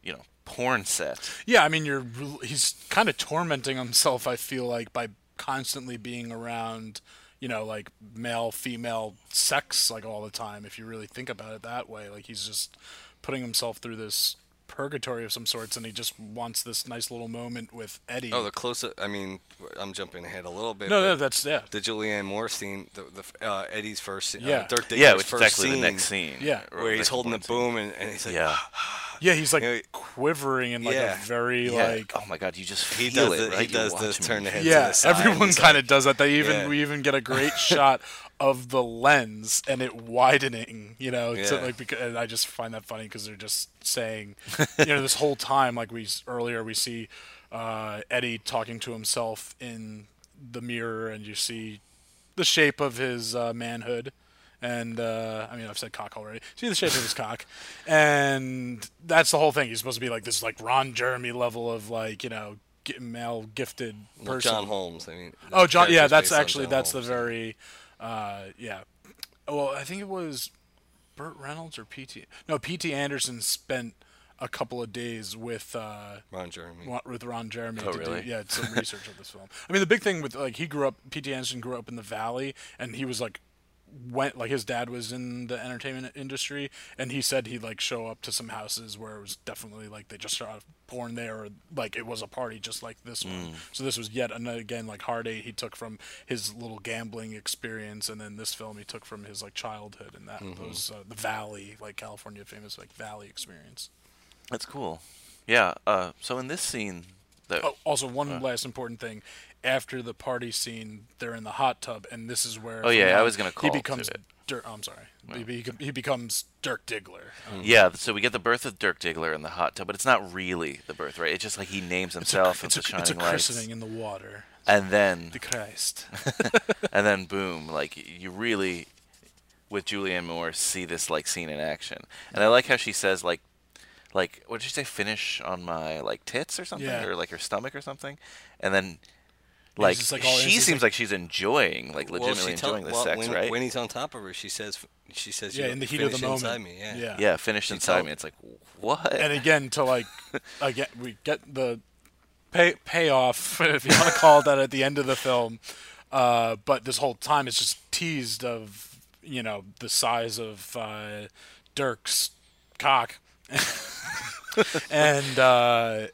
Speaker 1: you know, porn set.
Speaker 3: Yeah, I mean, you're he's kind of tormenting himself. I feel like by constantly being around, you know, like male female sex like all the time. If you really think about it that way, like he's just putting himself through this purgatory of some sorts, and he just wants this nice little moment with Eddie.
Speaker 2: Oh, the close up. I mean, I'm jumping ahead a little bit.
Speaker 3: no,
Speaker 2: but
Speaker 3: no, that's yeah,
Speaker 2: the Julianne Moore scene, the, the uh, Eddie's first, scene,
Speaker 3: Yeah.
Speaker 2: uh, Dirk Diggler's
Speaker 1: Yeah, which is
Speaker 2: first
Speaker 1: actually
Speaker 2: scene,
Speaker 1: the next scene.
Speaker 3: Yeah.
Speaker 1: or
Speaker 2: where he's
Speaker 1: next
Speaker 2: holding the
Speaker 1: porn scene.
Speaker 2: boom and, and he's like,
Speaker 1: Yeah,
Speaker 3: yeah. He's like
Speaker 2: You know,
Speaker 3: quivering and like
Speaker 2: yeah.
Speaker 3: a very
Speaker 1: yeah.
Speaker 3: like
Speaker 1: oh my god, you just
Speaker 2: he
Speaker 1: feel
Speaker 2: does,
Speaker 1: it.
Speaker 2: the,
Speaker 1: right?
Speaker 2: he
Speaker 1: You
Speaker 2: does
Speaker 1: watch
Speaker 2: this
Speaker 1: him.
Speaker 2: turn the head
Speaker 3: yeah,
Speaker 2: to the side.
Speaker 3: everyone
Speaker 2: It's
Speaker 3: kind of does that. They even
Speaker 2: Yeah.
Speaker 3: we even get a
Speaker 2: *laughs*
Speaker 3: great shot of the lens and it widening, you know, to
Speaker 2: Yeah.
Speaker 3: like because and I just find that funny because they're just saying, you know, this whole time like we s- earlier we see uh, Eddie talking to himself in the mirror and you see the shape of his uh, manhood. And uh, I mean, I've said cock already. See the shape of his cock, and that's the whole thing. He's supposed to be like this, like Ron Jeremy level of like you know g- male gifted
Speaker 2: like, well,
Speaker 3: *laughs* person.
Speaker 2: John Holmes. I mean,
Speaker 3: Oh, John. Yeah,
Speaker 2: character's
Speaker 3: that's
Speaker 2: based on
Speaker 3: actually
Speaker 2: John
Speaker 3: that's the
Speaker 2: Holmes.
Speaker 3: very, uh, yeah. Well, I think it was Burt Reynolds or PT. No, PT Anderson spent a couple of days with uh,
Speaker 2: Ron Jeremy.
Speaker 3: Ron- with Ron Jeremy.
Speaker 1: Oh,
Speaker 3: to
Speaker 1: really?
Speaker 3: Do, yeah,
Speaker 1: *laughs*
Speaker 3: some research of this film. I mean, the big thing with like he grew up. PT Anderson grew up in the Valley, and he was like went like his dad was in the entertainment industry and he said he'd like show up to some houses where it was definitely like they just shot porn there or like it was a party just like this
Speaker 1: Mm.
Speaker 3: one so this was yet another again like hard eight he took from his little gambling experience and then this film he took from his like childhood and that
Speaker 1: Mm-hmm.
Speaker 3: those uh, the valley like california famous like valley experience
Speaker 1: That's cool. Yeah. Uh, so in this scene, the,
Speaker 3: oh also one last important thing after the party scene they're in the hot tub and this is where
Speaker 1: Oh, yeah,
Speaker 3: from
Speaker 1: I
Speaker 3: now
Speaker 1: was gonna
Speaker 3: he
Speaker 1: call to
Speaker 3: becomes
Speaker 1: it.
Speaker 3: Dirk, oh, I'm sorry. He, be- he becomes Dirk Diggler. Um,
Speaker 1: yeah, so we get the birth of Dirk Diggler in the hot tub, but it's not really the birth, right? It's just like he names himself
Speaker 3: it's
Speaker 1: and the
Speaker 3: a,
Speaker 1: shining
Speaker 3: it's a
Speaker 1: lights,
Speaker 3: christening in the water.
Speaker 1: and then *laughs*
Speaker 3: The Christ.
Speaker 1: and then boom, like y- you really with Julianne Moore see this like scene in action. And I like how she says like like what did she say finish on my like tits or something
Speaker 3: Yeah.
Speaker 1: or like her stomach or something? And then Like,
Speaker 2: just, like, all
Speaker 1: she
Speaker 2: innocent.
Speaker 1: seems like she's enjoying, like
Speaker 2: Well,
Speaker 1: legitimately
Speaker 2: she tell-
Speaker 1: enjoying the
Speaker 2: well,
Speaker 1: sex,
Speaker 2: when,
Speaker 1: right?
Speaker 2: When he's on top of her, she says, "She says,
Speaker 3: Yeah,
Speaker 2: you
Speaker 3: in the heat of the
Speaker 2: finish
Speaker 3: moment.
Speaker 2: inside me." Yeah.
Speaker 3: Yeah.
Speaker 1: yeah, finished inside me. It's like what?
Speaker 3: And again, to like, again, we get the pay payoff, *laughs* if you want to call it that, at the end of the film. Uh, but this whole time, it's just teased of you know the size of uh, Dirk's cock, *laughs* and uh,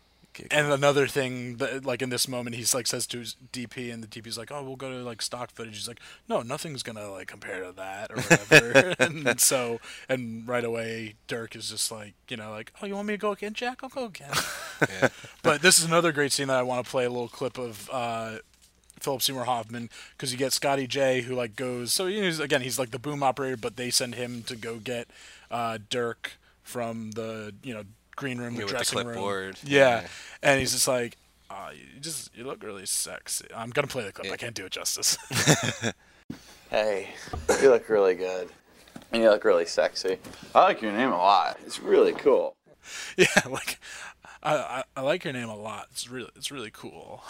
Speaker 3: and another thing that like in this moment, he's like says to his DP, and the DP's like, "Oh, we'll go to like stock footage." He's like, "No, nothing's gonna like compare to that or whatever." *laughs* and so, and right away, Dirk is just like, you know, like, "Oh, you want me to go again, Jack? I'll go again." but this is another great scene that I want to play a little clip of uh, Philip Seymour Hoffman because you get Scotty J who like goes so he's, again he's like the boom operator, but they send him to go get uh, Dirk from the you know green room,
Speaker 2: Yeah, with the
Speaker 3: dressing room.
Speaker 2: clipboard.
Speaker 3: Yeah.
Speaker 2: Yeah.
Speaker 3: and he's just like. Uh, you just you look really sexy. I'm gonna play the clip. I can't do it justice. *laughs*
Speaker 12: Hey, you look really good. And you look really sexy. I like your name a lot. It's really cool.
Speaker 3: yeah, like I, I I like your name a lot. It's really it's really cool.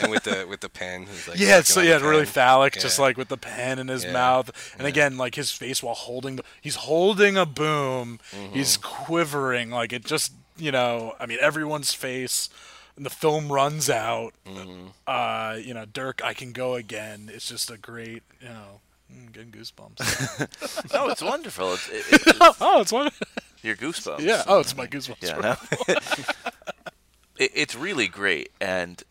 Speaker 2: and with the with the pen, he's like,
Speaker 3: yeah, it's
Speaker 2: sucking on
Speaker 3: yeah,
Speaker 2: the
Speaker 3: really
Speaker 2: pen.
Speaker 3: phallic,
Speaker 2: Yeah.
Speaker 3: just like with the pen in his
Speaker 2: Yeah.
Speaker 3: mouth, and again, like his face while holding, the, he's holding a boom,
Speaker 2: Mm-hmm.
Speaker 3: he's quivering, like it just, you know, I mean, everyone's face, and the film runs out.
Speaker 2: Mm-hmm.
Speaker 3: Uh, you know, Dirk, I can go again. It's just a great, you know, mm,
Speaker 2: *laughs*
Speaker 3: getting
Speaker 1: *laughs*
Speaker 3: goosebumps. *laughs*
Speaker 1: no, it's wonderful. It's, it,
Speaker 3: oh, it's wonderful.
Speaker 1: Your goosebumps.
Speaker 3: Yeah. *laughs* Oh, it's my goosebumps.
Speaker 1: Yeah, no. *laughs* it, it's really great, and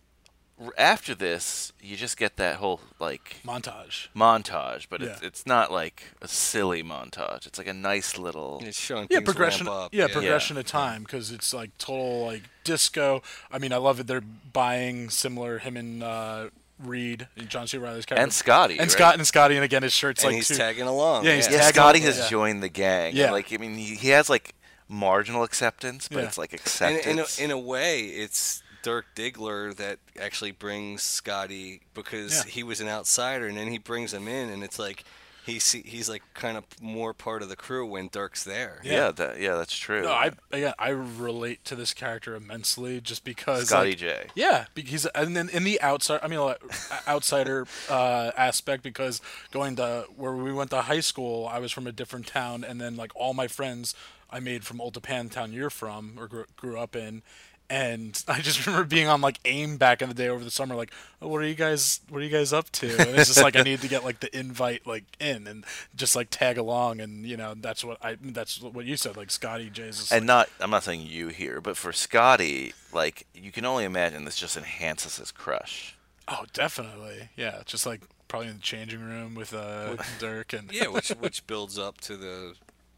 Speaker 1: r- after this, you just get that whole like
Speaker 3: Montage.
Speaker 1: montage, but it's,
Speaker 3: Yeah.
Speaker 1: it's not like a silly montage. It's like a nice little.
Speaker 2: It's showing
Speaker 3: yeah progression yeah, progression of time because it's like total like disco i mean i love it they're buying similar him and uh Reed, John C. Riley's character,
Speaker 1: And Scotty,
Speaker 3: and
Speaker 1: right?
Speaker 3: Scott and Scotty, and again his shirt's
Speaker 1: And
Speaker 3: like
Speaker 1: he's
Speaker 3: too-
Speaker 1: tagging
Speaker 2: along,
Speaker 3: Yeah, he's tagging
Speaker 1: Scotty
Speaker 3: along,
Speaker 1: has
Speaker 3: yeah.
Speaker 1: joined the gang.
Speaker 3: Yeah.
Speaker 1: Like I mean, he, he has like marginal acceptance, but
Speaker 2: Yeah.
Speaker 1: it's like
Speaker 2: In,
Speaker 1: acceptance.
Speaker 2: in, a, in a way, it's Dirk Diggler that actually brings Scotty because
Speaker 3: Yeah.
Speaker 2: he was an outsider, and then he brings him in, and it's like he see, he's like kind of more part of the crew when Dirk's there.
Speaker 1: yeah, that, yeah, that's true.
Speaker 3: No, I again, I relate to this character immensely just because
Speaker 1: Scotty
Speaker 3: like,
Speaker 1: J.
Speaker 3: Yeah, be- he's and then in the outside, I mean, like, outsider uh, aspect because going to where we went to high school, I was from a different town, and then like all my friends I made from Old Japan town you're from or grew, grew up in. And *laughs* I just remember being on like AIM back in the day over the summer, like, oh, what are you guys, what are you guys up to? And it's just like I need to get like the invite like in and just like tag along, and you know that's what I, that's what you said, like Scotty J's is
Speaker 1: and not I'm not saying you here, but for Scotty, like you can only imagine this just enhances his crush.
Speaker 3: Oh, definitely. Yeah, just like probably in the changing room with uh, *laughs* Dirk and
Speaker 2: yeah, which which builds up to the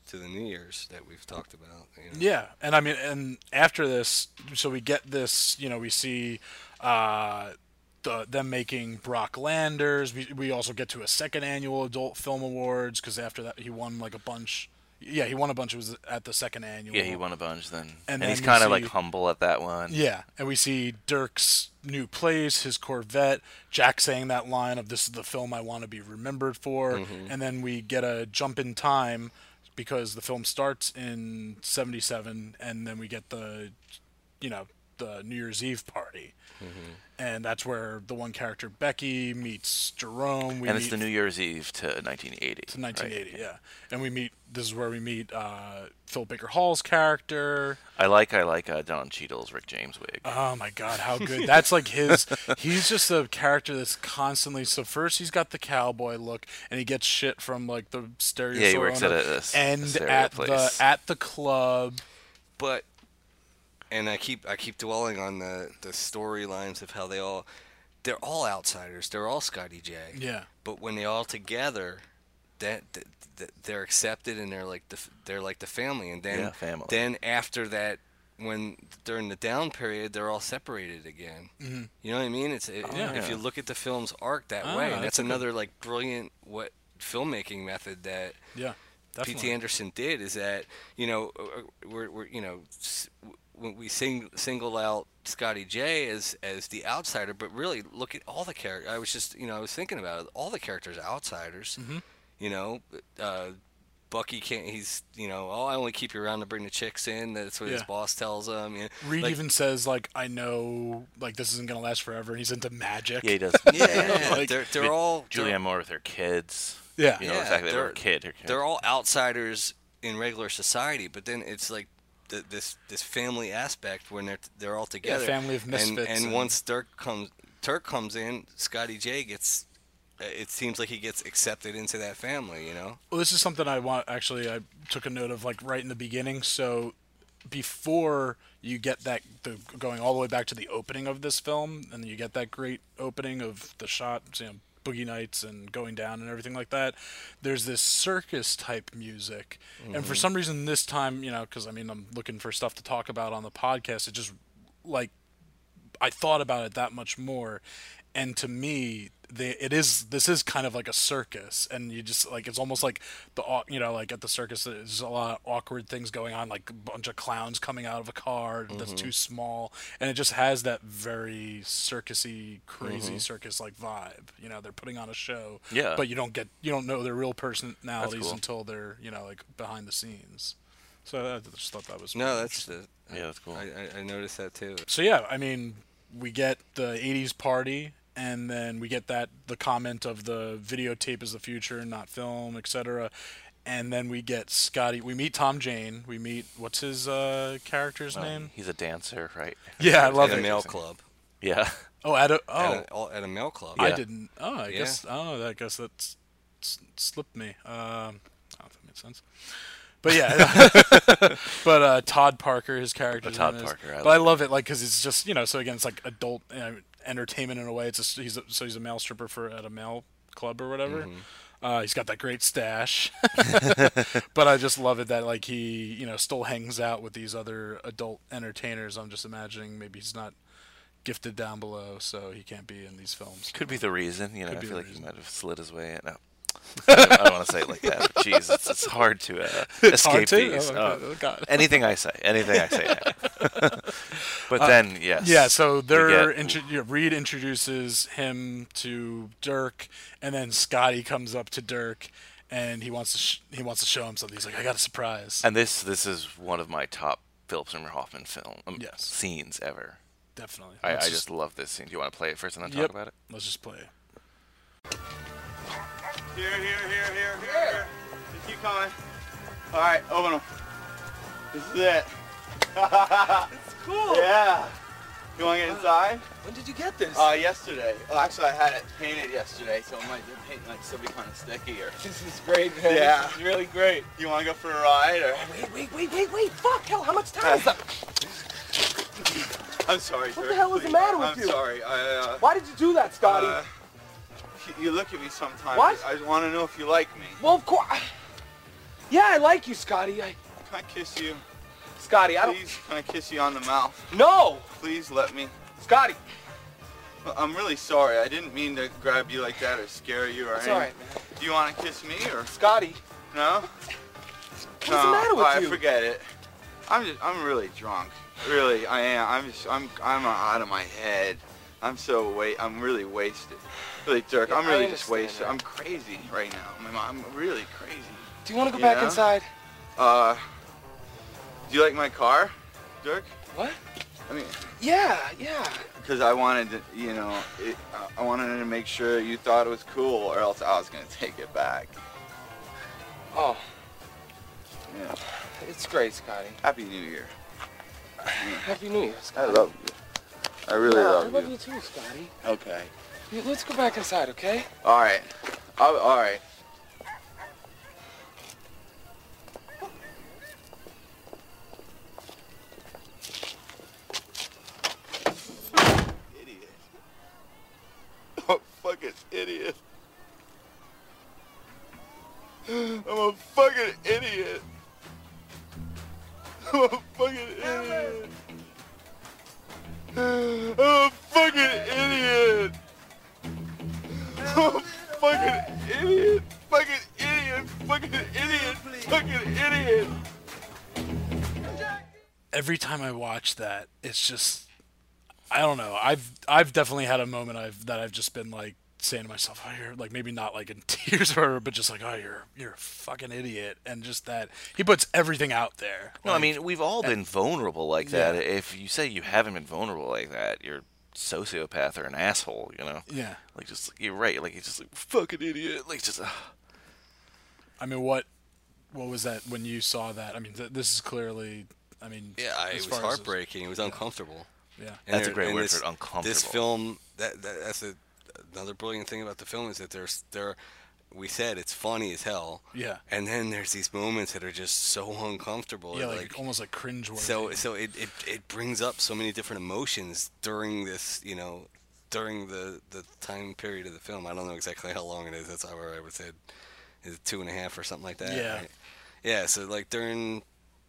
Speaker 2: to the New Year's that we've talked about. You know?
Speaker 3: yeah, and I mean, and after this, so we get this. You know, we see uh, the them making Brock Landers. We we also get to a second annual Adult Film Awards because after that he won like a bunch. Yeah, he won a bunch. It was at the second annual.
Speaker 1: Yeah, he won a bunch then,
Speaker 3: And
Speaker 1: and,
Speaker 3: then
Speaker 1: he's
Speaker 3: we
Speaker 1: kind
Speaker 3: see-
Speaker 1: of like humble at that one.
Speaker 3: Yeah, and we see Dirk's new place, his Corvette, Jack saying that line of "This is the film I want to be remembered for,"
Speaker 1: Mm-hmm.
Speaker 2: Mhm.
Speaker 3: and then we get a jump in time because the film starts in '77, and then we get the, you know, the New Year's Eve party,
Speaker 1: Mm-hmm.
Speaker 3: and that's where the one character Becky meets Jerome. We
Speaker 1: and it's the
Speaker 3: meet
Speaker 1: New Year's Eve to 1980.
Speaker 3: to 1980, yeah, and we meet. This is where we meet uh, Phil Baker Hall's character.
Speaker 1: I like I like uh, Don Cheadle's Rick James wig.
Speaker 3: Oh my god,
Speaker 1: *laughs*
Speaker 3: how good. That's like his he's just a character that's constantly so first he's got the cowboy look and he gets shit from like the stereo
Speaker 1: Yeah, he
Speaker 3: store
Speaker 1: works
Speaker 3: owner
Speaker 1: at a- a s-
Speaker 3: and
Speaker 1: a stereo
Speaker 3: at the
Speaker 1: place.
Speaker 3: at the club.
Speaker 2: But and I keep I keep dwelling on the the storylines of how they all they're all outsiders. They're all Scotty J.
Speaker 3: Yeah.
Speaker 2: But when they all together, that, that, that they're accepted and they're like the f- they're like the family. And then
Speaker 1: Yeah, family.
Speaker 2: then after that, when during the down period, they're all separated again.
Speaker 3: Mhm.
Speaker 2: You know what I mean? It's
Speaker 1: Oh,
Speaker 2: it,
Speaker 3: Yeah.
Speaker 2: if you look at the film's arc that
Speaker 3: Ah,
Speaker 2: way,
Speaker 3: that's
Speaker 2: and that's
Speaker 3: a good-
Speaker 2: another like brilliant what filmmaking method that
Speaker 3: Yeah.
Speaker 2: P.T.
Speaker 3: Definitely.
Speaker 2: Anderson did is that you know uh, we're, we're you know s- when we sing, single out Scotty J as as the outsider, but really look at all the characters.
Speaker 3: Mm-hmm.
Speaker 2: I was just you know I was thinking about it. All the characters are outsiders.
Speaker 3: Mhm.
Speaker 2: You know, uh, Bucky can't. He's you know, oh, I only keep you around to bring the chicks in. That's what his
Speaker 3: Yeah.
Speaker 2: boss tells him. You know,
Speaker 3: Reed
Speaker 2: like-
Speaker 3: even says like, "I know like this isn't gonna last forever," and he's into magic.
Speaker 1: Yeah, he
Speaker 3: *laughs*
Speaker 1: does.
Speaker 3: Like-
Speaker 1: Ju- Julianne Moore with her kids. You know, the fact that they were a kid. Her kid.
Speaker 2: They're all outsiders in regular society, but then it's like th- this this family aspect when they're they're all together.
Speaker 3: family of
Speaker 2: And-
Speaker 3: misfits
Speaker 2: And,
Speaker 3: and-
Speaker 2: once Dirk comes Turk comes in, Scotty J gets. uh, It seems like he gets accepted into that family, you know.
Speaker 3: Well, this is something I want. Actually, I took a note of like right in the beginning. So before you get that, the, going all the way back to the opening of this film, and you get that great opening of the shot, you know, boogie nights and going down and everything like that. There's this circus type music, and for
Speaker 13: Mhm.
Speaker 3: some reason this time, you know, because I mean I'm looking for stuff to talk about on the podcast. It just like I thought about it that much more, and to me, they, it is this is kind of like a circus, and you just like it's almost like the au- you know like at the circus there's a lot of awkward things going on, like a bunch of clowns coming out of a car that's
Speaker 13: Mhm.
Speaker 3: too small, and it just has that very circusy, crazy
Speaker 13: Mhm.
Speaker 3: circus like vibe. You know, they're putting on a show,
Speaker 13: Yeah.
Speaker 3: but you don't get you don't know their real personalities
Speaker 13: cool.
Speaker 3: until they're you know like behind the scenes. So I just thought that was
Speaker 2: No, that's the,
Speaker 1: yeah, that's cool.
Speaker 2: I, I, I noticed that too.
Speaker 3: So yeah, I mean, we get the '80s party, and then we get that the comment of the videotape is the future, not film, etc. And then we get Scotty. We meet Tom Jane. We meet what's his uh, character's
Speaker 1: Well,
Speaker 3: name?
Speaker 1: He's a dancer, right?
Speaker 3: Yeah, I love
Speaker 2: at
Speaker 3: it.
Speaker 2: a male club.
Speaker 1: Yeah. *laughs*
Speaker 3: Oh, at a oh
Speaker 2: At a, all- at a male club.
Speaker 3: I didn't. Oh, I
Speaker 2: Yeah.
Speaker 3: guess. Oh, I guess that s- s- slipped me. Um, I don't know if that makes sense. But yeah, *laughs* but uh, Todd Parker, his character.
Speaker 1: Oh, Todd Parker, I
Speaker 3: but
Speaker 1: love
Speaker 3: I love it, like, because it's just you know. So again, it's like adult uh, entertainment in a way. It's just, he's a, so he's a male stripper for at a male club or whatever.
Speaker 1: Mm-hmm.
Speaker 13: Mhm.
Speaker 3: Uh, he's got that great stash, *laughs* but I just love it that like he you know still hangs out with these other adult entertainers. I'm just imagining maybe he's not gifted down below, so he can't be in these films.
Speaker 1: Could be the reason. You know,
Speaker 3: Could
Speaker 1: I
Speaker 3: be
Speaker 1: feel
Speaker 3: the
Speaker 1: like he might have slid his way in. No. *laughs* I don't- I don't want to say it like that.
Speaker 3: *laughs*
Speaker 1: But geez, it's, it's hard to uh,
Speaker 3: It's
Speaker 1: escape
Speaker 3: hard to?
Speaker 1: these.
Speaker 3: Oh, okay. Oh, God.
Speaker 1: Anything I say, anything I say.
Speaker 3: *laughs*
Speaker 1: *laughs* now. but
Speaker 3: Uh,
Speaker 1: then, yes.
Speaker 3: Yeah, so
Speaker 1: we
Speaker 3: they're
Speaker 1: get-
Speaker 3: intro- yeah, Reed introduces him to Dirk, and then Scotty comes up to Dirk, and he wants to sh- he wants to show him something. He's like, "I got a surprise."
Speaker 1: And this this is one of my top Philip Seymour Hoffman film um,
Speaker 3: Yes.
Speaker 1: scenes ever.
Speaker 3: Definitely.
Speaker 1: I, I
Speaker 3: Let's
Speaker 1: just,
Speaker 3: just-
Speaker 1: love this scene. Do you want to play it first and then
Speaker 3: Yep.
Speaker 1: talk about it?
Speaker 3: Let's just play. it.
Speaker 11: Here, here, here, here, here. here. Just keep coming. All right, open them. This is it. it's
Speaker 4: cool.
Speaker 11: Yeah. You want to get inside?
Speaker 4: When did you get this?
Speaker 11: Uh, yesterday. Oh, actually, I had it painted yesterday, so it might the paint might still be kind of sticky. Or this is great,
Speaker 4: man.
Speaker 11: Yeah,
Speaker 4: This
Speaker 11: is really great. You want to go for a ride?
Speaker 4: *laughs*
Speaker 11: Or
Speaker 4: Wait, wait, wait, wait, wait! Fuck! Hell, how much time is that?
Speaker 11: I'm sorry.
Speaker 4: What
Speaker 11: sir.
Speaker 4: the hell is the
Speaker 11: Please,
Speaker 4: matter with
Speaker 11: I'm
Speaker 4: you?
Speaker 11: I'm sorry. I, uh,
Speaker 4: Why did you do that, Scotty?
Speaker 11: uh, you look at me sometimes.
Speaker 4: What?
Speaker 11: I want to know if you like me.
Speaker 4: well, of course. Yeah, I like you, Scotty. I...
Speaker 11: Can I kiss you?
Speaker 4: Scotty, I don't.
Speaker 11: Please, can I kiss you on the mouth?
Speaker 4: No!
Speaker 11: Please let me.
Speaker 4: Scotty.
Speaker 11: Well, I'm really sorry. I didn't mean to grab you like that or scare you or
Speaker 4: It's
Speaker 11: anything.
Speaker 4: all right,
Speaker 11: Do you want to kiss me or?
Speaker 4: Scotty.
Speaker 11: No.
Speaker 4: What's
Speaker 11: no,
Speaker 4: the matter with
Speaker 11: I
Speaker 4: you?
Speaker 11: forget it. I'm just. I'm really drunk. Really, I am. I'm just. I'm. I'm out of my head. I'm so wait. I'm really wasted. Really, Dirk.
Speaker 4: Yeah,
Speaker 11: I'm
Speaker 4: I
Speaker 11: really just
Speaker 4: understand
Speaker 11: wasted.
Speaker 4: that.
Speaker 11: I'm crazy right now. I'm, I'm really crazy.
Speaker 4: Do you want to go
Speaker 11: You
Speaker 4: back
Speaker 11: know?
Speaker 4: inside?
Speaker 11: Uh, do you like my car, Dirk?
Speaker 4: What?
Speaker 11: I mean,
Speaker 4: Yeah, yeah.
Speaker 11: because I wanted to, you know, it, I I wanted to make sure you thought it was cool, or else I was gonna *laughs* take it back.
Speaker 4: Oh,
Speaker 11: Yeah.
Speaker 4: it's great, Scotty.
Speaker 11: Happy New Year.
Speaker 4: Happy New Year,
Speaker 11: I
Speaker 4: Scotty.
Speaker 11: love you. I really
Speaker 4: Yeah,
Speaker 11: love,
Speaker 4: I love
Speaker 11: you.
Speaker 4: you too, Scotty.
Speaker 11: Okay.
Speaker 4: You- Let's go back inside, okay?
Speaker 11: All right. I'll, all right. Idiot. *laughs* Oh, fucking idiot. I'm a fucking idiot. I'm a fucking idiot. I'm a fucking idiot. I'm a fucking idiot. Fucking idiot. Fucking idiot. Fucking idiot.
Speaker 3: Every time I watch that, it's just I don't know. I've I've definitely had a moment I've that I've just been like saying to myself, "Oh, you're like maybe not like in *laughs* tears or whatever, but just like, oh, you're you're a fucking idiot," and just that he puts everything out there.
Speaker 1: No, I
Speaker 3: Like,
Speaker 1: mean we've all
Speaker 3: and-
Speaker 1: been vulnerable like that. If you say you haven't been vulnerable like that, you're sociopath or an asshole. You know?
Speaker 3: Yeah.
Speaker 1: Like just you're right. Like he's just like fucking idiot. Like just. Uh,
Speaker 3: I mean, what what was that when you saw that? I mean, th- this is clearly. I mean,
Speaker 2: Yeah, I,
Speaker 3: as
Speaker 2: it was
Speaker 3: far as-
Speaker 2: heartbreaking. It was uncomfortable.
Speaker 3: Yeah.
Speaker 2: And
Speaker 1: That's a
Speaker 2: there-
Speaker 1: great
Speaker 2: and
Speaker 1: word
Speaker 2: this-
Speaker 1: for it,
Speaker 2: This
Speaker 1: uncomfortable.
Speaker 2: film, that, that that's a, another brilliant thing about the film is that there's there, we said it's funny as hell.
Speaker 3: Yeah.
Speaker 2: And then there's these moments that are just so uncomfortable.
Speaker 3: yeah,
Speaker 2: It,
Speaker 3: like, oh, almost like cringe.
Speaker 2: so so it, it it brings up so many different emotions during this you know during the the time period of the film i don't know exactly how long it is that's how i would say it. is it two and a half or something like that
Speaker 3: Yeah.
Speaker 2: right? yeah so like during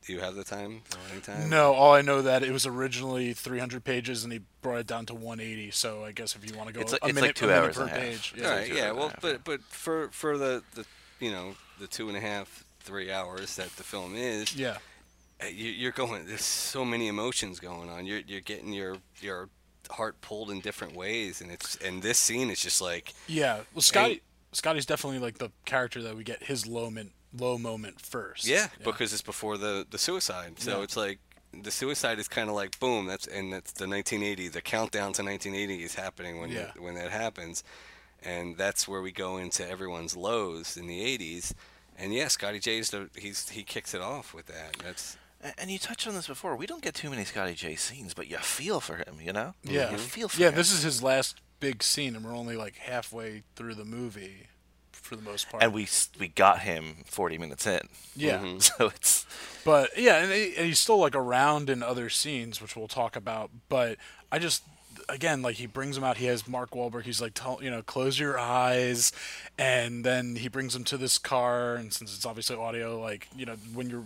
Speaker 2: do you have the time or any time
Speaker 3: No, all I know that it was originally 300 pages, and he brought it down to 180. So I guess if you want to go
Speaker 1: It's
Speaker 3: a,
Speaker 1: like- it's like
Speaker 3: minute,
Speaker 1: two
Speaker 3: minute
Speaker 1: hours
Speaker 3: per
Speaker 1: and a half.
Speaker 3: page,
Speaker 1: It's like
Speaker 2: Right,
Speaker 1: two
Speaker 2: yeah,
Speaker 1: and a
Speaker 2: well,
Speaker 1: half.
Speaker 2: but but for for the the you know the two and a half three hours that the film is,
Speaker 3: Yeah.
Speaker 2: uh, you, you're going. There's so many emotions going on. You're you're getting your your heart pulled in different ways, and it's and this scene is just like
Speaker 3: Yeah, well, Scotty, Scotty's definitely like the character that we get his low moment, low moment first.
Speaker 2: yeah, because it's before the the suicide. So
Speaker 3: Yeah.
Speaker 2: it's like the suicide is kind of like boom. That's and that's the 1980. The countdown to 1980 is happening when
Speaker 3: Yeah.
Speaker 2: that- when that happens, and that's where we go into everyone's lows in the 80s. And yeah, Scotty J's the, he's he kicks it off with that. That's
Speaker 1: a- and you touched on this before. We don't get too many Scotty J scenes, but you feel for him. You know?
Speaker 3: yeah,
Speaker 1: You feel for
Speaker 3: yeah.
Speaker 1: him.
Speaker 3: This is his last big scene, and we're only like halfway through the movie, for the most part.
Speaker 1: And we Mm-hmm. s- we got him 40 minutes in.
Speaker 3: Yeah. Mhm.
Speaker 1: *laughs* So it's
Speaker 3: But yeah, and, he, and he's still like around in other scenes, which we'll talk about. But I just, again, like he brings him out. He has Mark Wahlberg. He's like, tell you know, close your eyes, and then he brings him to this car. And since it's obviously audio, like you know, when you're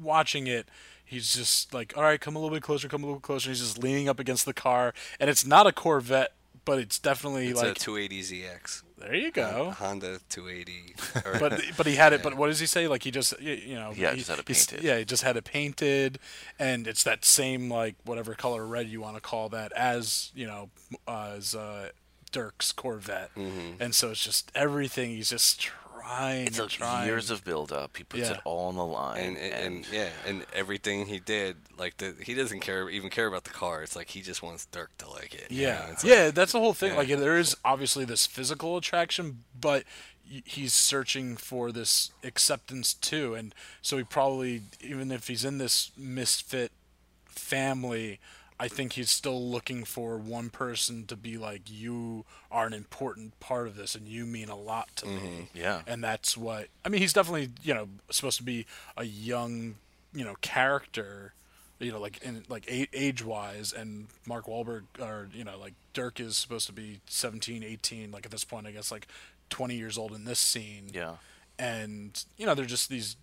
Speaker 3: watching it. He's just like, all right, come a little bit closer, come a little closer. he's just leaning up against the car, and it's not a Corvette, but it's definitely
Speaker 2: it's
Speaker 3: like
Speaker 2: a 280ZX.
Speaker 3: There you go.
Speaker 2: Honda
Speaker 3: *laughs*
Speaker 2: 280. or- *laughs*
Speaker 3: but but he had it.
Speaker 2: Yeah.
Speaker 3: But what does he say? Like he just y- you know
Speaker 2: Yeah,
Speaker 3: he,
Speaker 2: just had it
Speaker 3: he's-
Speaker 2: painted.
Speaker 3: Yeah, he just had it painted, and it's that same like whatever color red you want to call that as you know as uh, Dirk's Corvette,
Speaker 2: Mm-hmm.
Speaker 1: Mhm.
Speaker 3: and so it's just everything. He's just trying.
Speaker 1: it's
Speaker 3: and
Speaker 1: like
Speaker 3: trying.
Speaker 1: years of build up. He puts
Speaker 3: Yeah.
Speaker 1: it all on the line.
Speaker 2: and, and, and yeah, and everything he did, like the, he doesn't care even care about the car. It's like he just wants Dirk to like it. you
Speaker 3: Yeah,
Speaker 2: know? It's like-
Speaker 3: yeah, that's the whole thing.
Speaker 2: yeah.
Speaker 3: Like there is obviously this physical attraction, but y- he's searching for this acceptance too, and so he probably even if he's in this misfit family, I think he's still looking for one person to be like, you are an important part of this, and you mean a lot to
Speaker 2: Mm-hmm.
Speaker 3: me.
Speaker 1: Yeah.
Speaker 3: And that's what I mean. He's definitely you know supposed to be a young you know character, you know like in like age wise, and Mark Wahlberg or you know like Dirk is supposed to be 17, 18, like at this point I guess like twenty years old in this scene.
Speaker 1: Yeah.
Speaker 3: And you know they're just these.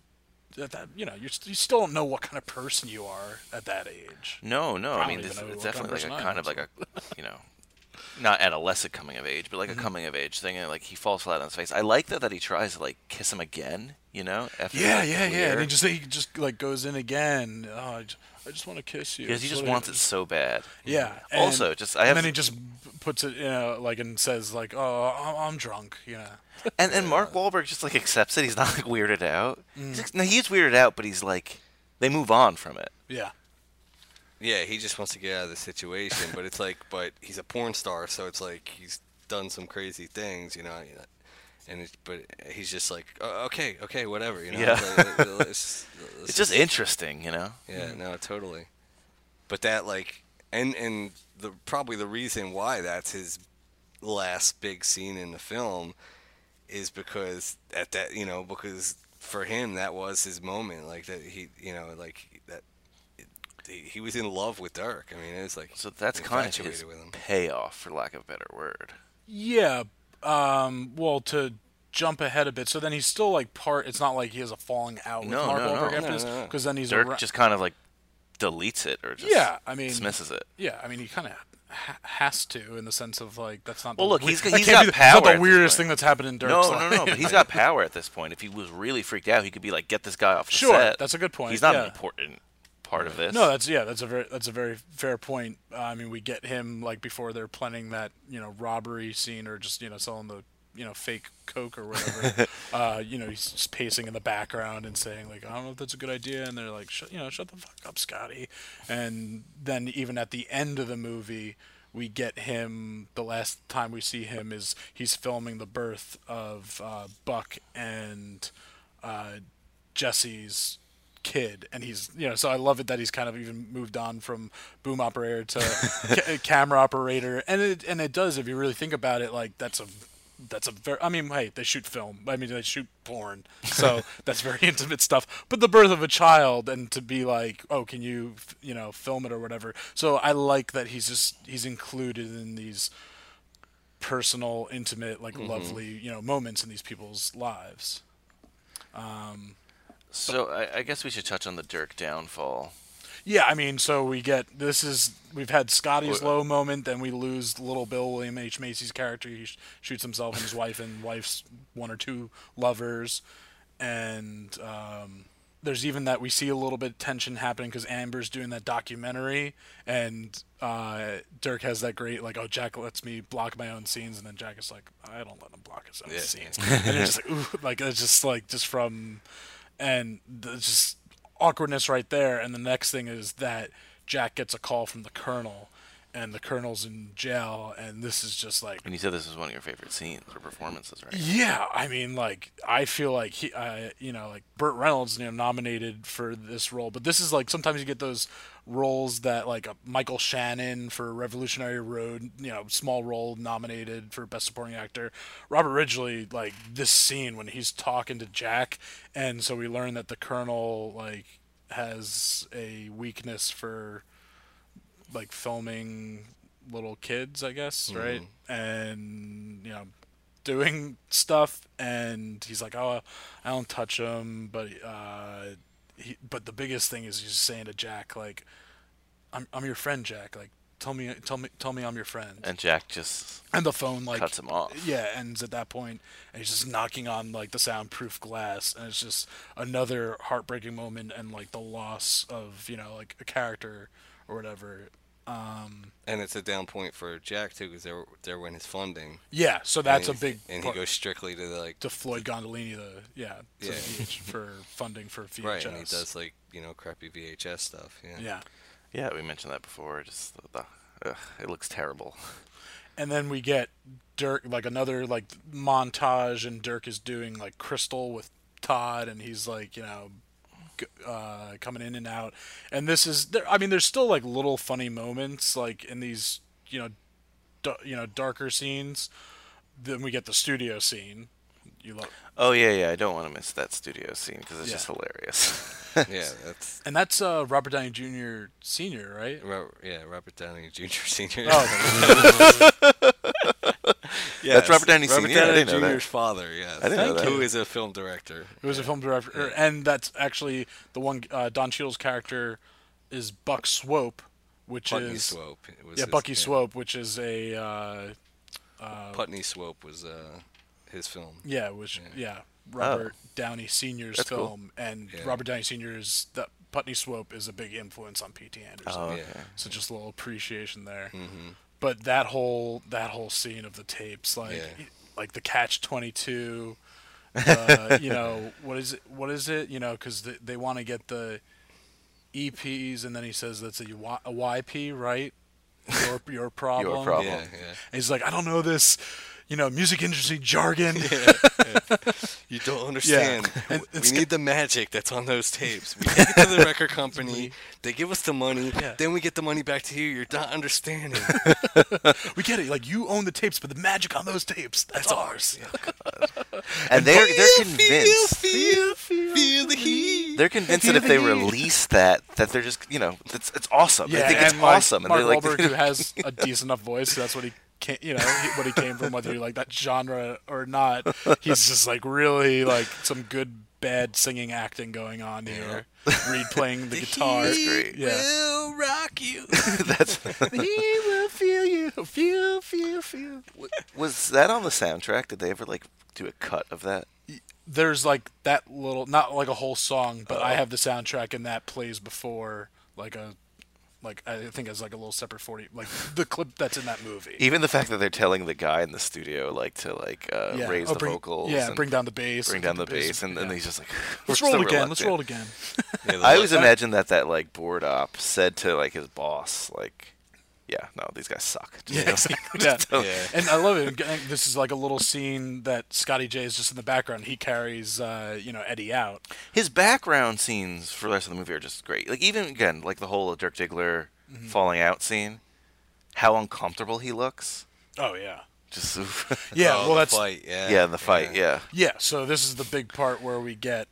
Speaker 3: That, that, you know, you're, st- you still don't know what kind of person you are at that age.
Speaker 1: No, no. I
Speaker 3: Probably
Speaker 1: mean, this,
Speaker 3: even though
Speaker 1: it's
Speaker 3: we work on
Speaker 1: definitely like a
Speaker 3: personality,
Speaker 1: kind of like a,
Speaker 3: *laughs*
Speaker 1: you know, not adolescent coming of age, but like
Speaker 3: Mhm.
Speaker 1: a coming of age thing. And like he falls flat on his face. I like that that he tries to like kiss him again. You know, after
Speaker 3: Yeah,
Speaker 1: that
Speaker 3: yeah, yeah. And
Speaker 1: clear-
Speaker 3: he just he just like goes in again. Oh, I just, I just want to kiss you.
Speaker 1: because he
Speaker 3: It's
Speaker 1: just
Speaker 3: what I-
Speaker 1: wants it so
Speaker 3: *laughs*
Speaker 1: bad.
Speaker 3: Yeah. and-
Speaker 1: also, just I have.
Speaker 3: And then he just b- puts it, you know, like and says like, "Oh, I'm, I'm drunk," you know.
Speaker 1: and, and Mark Wahlberg just like accepts it. He's not like weirded out.
Speaker 3: Mm.
Speaker 1: He's, like- no, he is weirded out, but he's like, they move on from it.
Speaker 3: Yeah.
Speaker 2: Yeah, he just wants to get out of the situation, but it's like, but he's a porn star, so it's like he's done some crazy things, you know. you know, And it, but he's just like, "Oh, okay, okay, whatever, you know.
Speaker 1: Yeah.
Speaker 2: It's, like,
Speaker 1: *laughs*
Speaker 2: let's- let's
Speaker 1: It's just interesting, you know?
Speaker 2: Yeah,
Speaker 1: Mhm.
Speaker 2: no, totally. But that like, and and the probably the reason why that's his last big scene in the film is because at that you know because for him that was his moment like that he you know like that he, he was in love with Dirk. I mean, it was like
Speaker 1: so that's kind of his
Speaker 2: with him.
Speaker 1: payoff, for lack of a better word.
Speaker 3: Yeah. Um. Well, to jump ahead a bit, so then he's still like part. It's not like he has a falling out with
Speaker 1: No,
Speaker 3: Mark
Speaker 1: no, no.
Speaker 3: Wahlberg after this, because then he's
Speaker 1: Dirk
Speaker 3: arou-
Speaker 1: just kind of like deletes it or just
Speaker 3: yeah. I mean,
Speaker 1: dismisses it.
Speaker 3: Yeah. I mean, he kind of. Ha- has to in the sense of like that's not
Speaker 1: Well,
Speaker 3: the
Speaker 1: look,
Speaker 3: we-
Speaker 1: he's,
Speaker 3: *laughs* that
Speaker 1: he's
Speaker 3: can't
Speaker 1: got
Speaker 3: be the,
Speaker 1: power.
Speaker 3: that's not
Speaker 1: at
Speaker 3: the
Speaker 1: this point.
Speaker 3: weirdest thing that's happened in Dirk's
Speaker 1: No,
Speaker 3: life.
Speaker 1: no, no. But he's got power at this point. If he was really freaked out, he could be like, get this guy off the
Speaker 3: Sure,
Speaker 1: set.
Speaker 3: that's a good point,
Speaker 1: He's not
Speaker 3: yeah.
Speaker 1: an important part of this.
Speaker 3: No, that's yeah, that's a very that's a very fair point. Uh, I mean, we get him like before they're planning that you know robbery scene or just you know selling the you know fake coke or whatever. uh, you know, he's just pacing in the background and saying like, I don't know if that's a good idea, and they're like, shut you know, shut the fuck up, Scotty. And then even at the end of the movie. We get him. The last time we see him is he's filming the birth of uh, Buck and uh, Jesse's kid and he's you know so i love it that he's kind of even moved on from boom operator to ca- camera operator and it and it does if you really think about it like that's a that's a very i mean hey they shoot film i mean they shoot porn so that's very intimate stuff but the birth of a child and to be like oh can you f- you know film it or whatever so i like that he's just he's included in these personal intimate like
Speaker 1: Mhm.
Speaker 3: lovely you know moments in these people's lives um
Speaker 1: So I, I guess we should touch on the Dirk downfall.
Speaker 3: Yeah, I mean, so we get this is we've had Scotty's
Speaker 1: Wh-
Speaker 3: low moment, then we lose little Bill William H Macy's character. He sh- shoots himself and his wife and wife's one or two lovers, and um, there's even that we see a little bit of tension happening because Amber's doing that documentary, and uh, Dirk has that great like, oh Jack lets me block my own scenes, and then Jack is like, I don't let him block his own
Speaker 13: Yeah.
Speaker 3: scenes, and it's just like, ooh, like it's just like just from, and the, just awkwardness right there. And the next thing is that Jack gets a call from the colonel, and the colonel's in jail, and this is just like.
Speaker 1: And you said this was one of your favorite scenes or performances, right?
Speaker 3: Yeah, I mean, like I feel like he, uh, you know, like Burt Reynolds, you know, nominated for this role, but this is like sometimes you get those roles that like a Michael Shannon for Revolutionary Road, you know, small role nominated for Best Supporting Actor. Robert Ridgely, like this scene when he's talking to Jack, and so we learn that the Colonel like has a weakness for like filming little kids, I guess,
Speaker 2: Mm-hmm.
Speaker 3: right? And you know, doing stuff, and he's like, "Oh, I don't touch him," but uh, he, but the biggest thing is he's saying to Jack, like, "I'm I'm your friend, Jack. Like, tell me, tell me, tell me, I'm your friend."
Speaker 1: And Jack just
Speaker 3: And the phone like
Speaker 1: cuts him off.
Speaker 3: Yeah, ends at that point, and he's just knocking on like the soundproof glass, and it's just another heartbreaking moment, and like the loss of you know like a character or whatever. Um,
Speaker 2: And it's a down point for Jack too, because they're they're when his funding.
Speaker 3: Yeah, so that's
Speaker 2: And
Speaker 3: a
Speaker 2: he-
Speaker 3: big
Speaker 2: And
Speaker 3: part.
Speaker 2: he goes strictly to the, like
Speaker 3: to Floyd Gondolini, the yeah, to
Speaker 2: Yeah. *laughs*
Speaker 3: VH for funding for VHS.
Speaker 2: right, and he does like you know crappy VHS stuff. Yeah.
Speaker 3: Yeah.
Speaker 1: Yeah, we mentioned that before. Just the, the ugh, it looks terrible.
Speaker 3: and then we get Dirk like another like montage, and Dirk is doing like Crystal with Todd, and he's like you know g- uh, coming in and out, and this is there. I mean, there's still like little funny moments like in these you know d- you know darker scenes. Then we get the studio scene. You love.
Speaker 1: Oh yeah, yeah. I don't want to miss that studio scene because it's
Speaker 3: Yeah.
Speaker 1: just hilarious.
Speaker 3: *laughs*
Speaker 2: yeah, that's
Speaker 3: And that's uh, Robert Downey Jr. Senior,
Speaker 2: *laughs*
Speaker 3: right?
Speaker 2: Robert, yeah, Robert Downey Jr. Senior.
Speaker 3: Oh.
Speaker 1: That's Robert Downey
Speaker 2: Robert
Speaker 1: Sr., I
Speaker 2: Downey
Speaker 1: didn't know that.
Speaker 2: Jr.'s father. Yes,
Speaker 1: I didn't know Thank that. you.
Speaker 2: Who is a film director?
Speaker 3: It was a film director, er, and that's actually the one uh, Don Cheadle's character is Buck Swope, which
Speaker 2: Putney
Speaker 3: is
Speaker 2: Swope was
Speaker 3: yeah,
Speaker 2: his-
Speaker 3: Bucky
Speaker 2: yeah.
Speaker 3: Swope, which is a uh, uh,
Speaker 2: Putney Swope was uh, his film.
Speaker 3: yeah, which yeah,
Speaker 2: Oh.
Speaker 3: Robert Downey Senior's
Speaker 2: That's cool.
Speaker 3: film, and
Speaker 2: Yeah.
Speaker 3: Robert Downey Senior is that Putney Swope is a big influence on P.T. Anderson.
Speaker 1: Oh, okay.
Speaker 3: So just a little appreciation there.
Speaker 1: Mm-hmm.
Speaker 2: Mhm.
Speaker 3: But that whole that whole scene of the tapes, like
Speaker 2: Yeah.
Speaker 3: like the catch twenty
Speaker 1: *laughs*
Speaker 3: two, uh, you know what is it? What is it? You know because they, they want to get the EPs, and then he says that's a, Y- a YP, right?
Speaker 1: *laughs*
Speaker 3: Your your problem.
Speaker 1: problem. Yeah, yeah.
Speaker 3: And he's like, I don't know this. You know, music industry jargon.
Speaker 2: You don't
Speaker 3: Yeah.
Speaker 2: understand.
Speaker 3: And
Speaker 2: we
Speaker 3: it's-
Speaker 2: need the magic that's on those tapes. We take it to the record company. They give us the money. Then we get the money back to you. You're not understanding.
Speaker 3: *laughs* we get it. Like you own the tapes, but the magic on those tapes, that's, ours.
Speaker 1: And they're they're
Speaker 3: Feel,
Speaker 1: convinced.
Speaker 2: Feel, feel, feel the heat.
Speaker 1: They're convinced that if
Speaker 3: *laughs*
Speaker 1: they
Speaker 3: Feel the heat.
Speaker 1: release that, that they're just you know, it's it's awesome.
Speaker 3: Yeah,
Speaker 1: they think
Speaker 3: and
Speaker 1: it's
Speaker 3: like,
Speaker 1: awesome, and
Speaker 3: Mark
Speaker 1: they're like, *laughs*
Speaker 3: Wahlberg, who has a decent enough voice, so that's what he came, you know, he- what he came from, whether you like that genre or not. He's just like really like some good bad singing acting going on here. Reed
Speaker 1: *laughs*
Speaker 3: playing the, guitar.
Speaker 1: heat That's great.
Speaker 3: Yeah.
Speaker 2: will rock
Speaker 3: *laughs*
Speaker 2: you.
Speaker 1: *laughs* That's
Speaker 3: he will feel you. Feel, feel, feel.
Speaker 1: was that on the soundtrack? Did they ever like do a cut of that? Uh-huh.
Speaker 3: There's like that little, not like a whole song, but I have the soundtrack and that plays before like a like I think as like a little separate forty like the clip that's in that movie.
Speaker 1: Even the fact that they're telling the guy in the studio like to like uh,
Speaker 3: Yeah,
Speaker 1: raise
Speaker 3: oh,
Speaker 1: the
Speaker 3: bring-
Speaker 1: vocals,
Speaker 3: yeah,
Speaker 1: and
Speaker 3: bring down the bass,
Speaker 1: bring
Speaker 3: put
Speaker 1: down
Speaker 3: the
Speaker 1: the
Speaker 3: bass-
Speaker 1: bass, and, and he's just like,
Speaker 3: Let's
Speaker 1: *laughs* we're
Speaker 3: roll
Speaker 1: so
Speaker 3: again. Let's
Speaker 1: reluctant.
Speaker 3: roll again.
Speaker 1: I
Speaker 2: *laughs*
Speaker 1: always imagine that that like board op said to like his boss, like, yeah, no, these guys suck. Just-
Speaker 3: Yeah, exactly.
Speaker 1: just
Speaker 3: yeah.
Speaker 1: don't-
Speaker 3: And I love it. Again, This is like a little scene that Scotty J is just in the background. He carries, uh, you know, Eddie out.
Speaker 1: his background scenes for the rest of the movie are just great. Like even again, like the whole Dirk Diggler
Speaker 3: Mhm.
Speaker 1: falling out scene, how uncomfortable he looks.
Speaker 3: Oh yeah.
Speaker 1: Just *laughs*
Speaker 3: *laughs* Yeah, Oh, well, the that's-
Speaker 2: fight, yeah.
Speaker 1: yeah, the fight, yeah.
Speaker 3: Yeah. So this is the big part where we get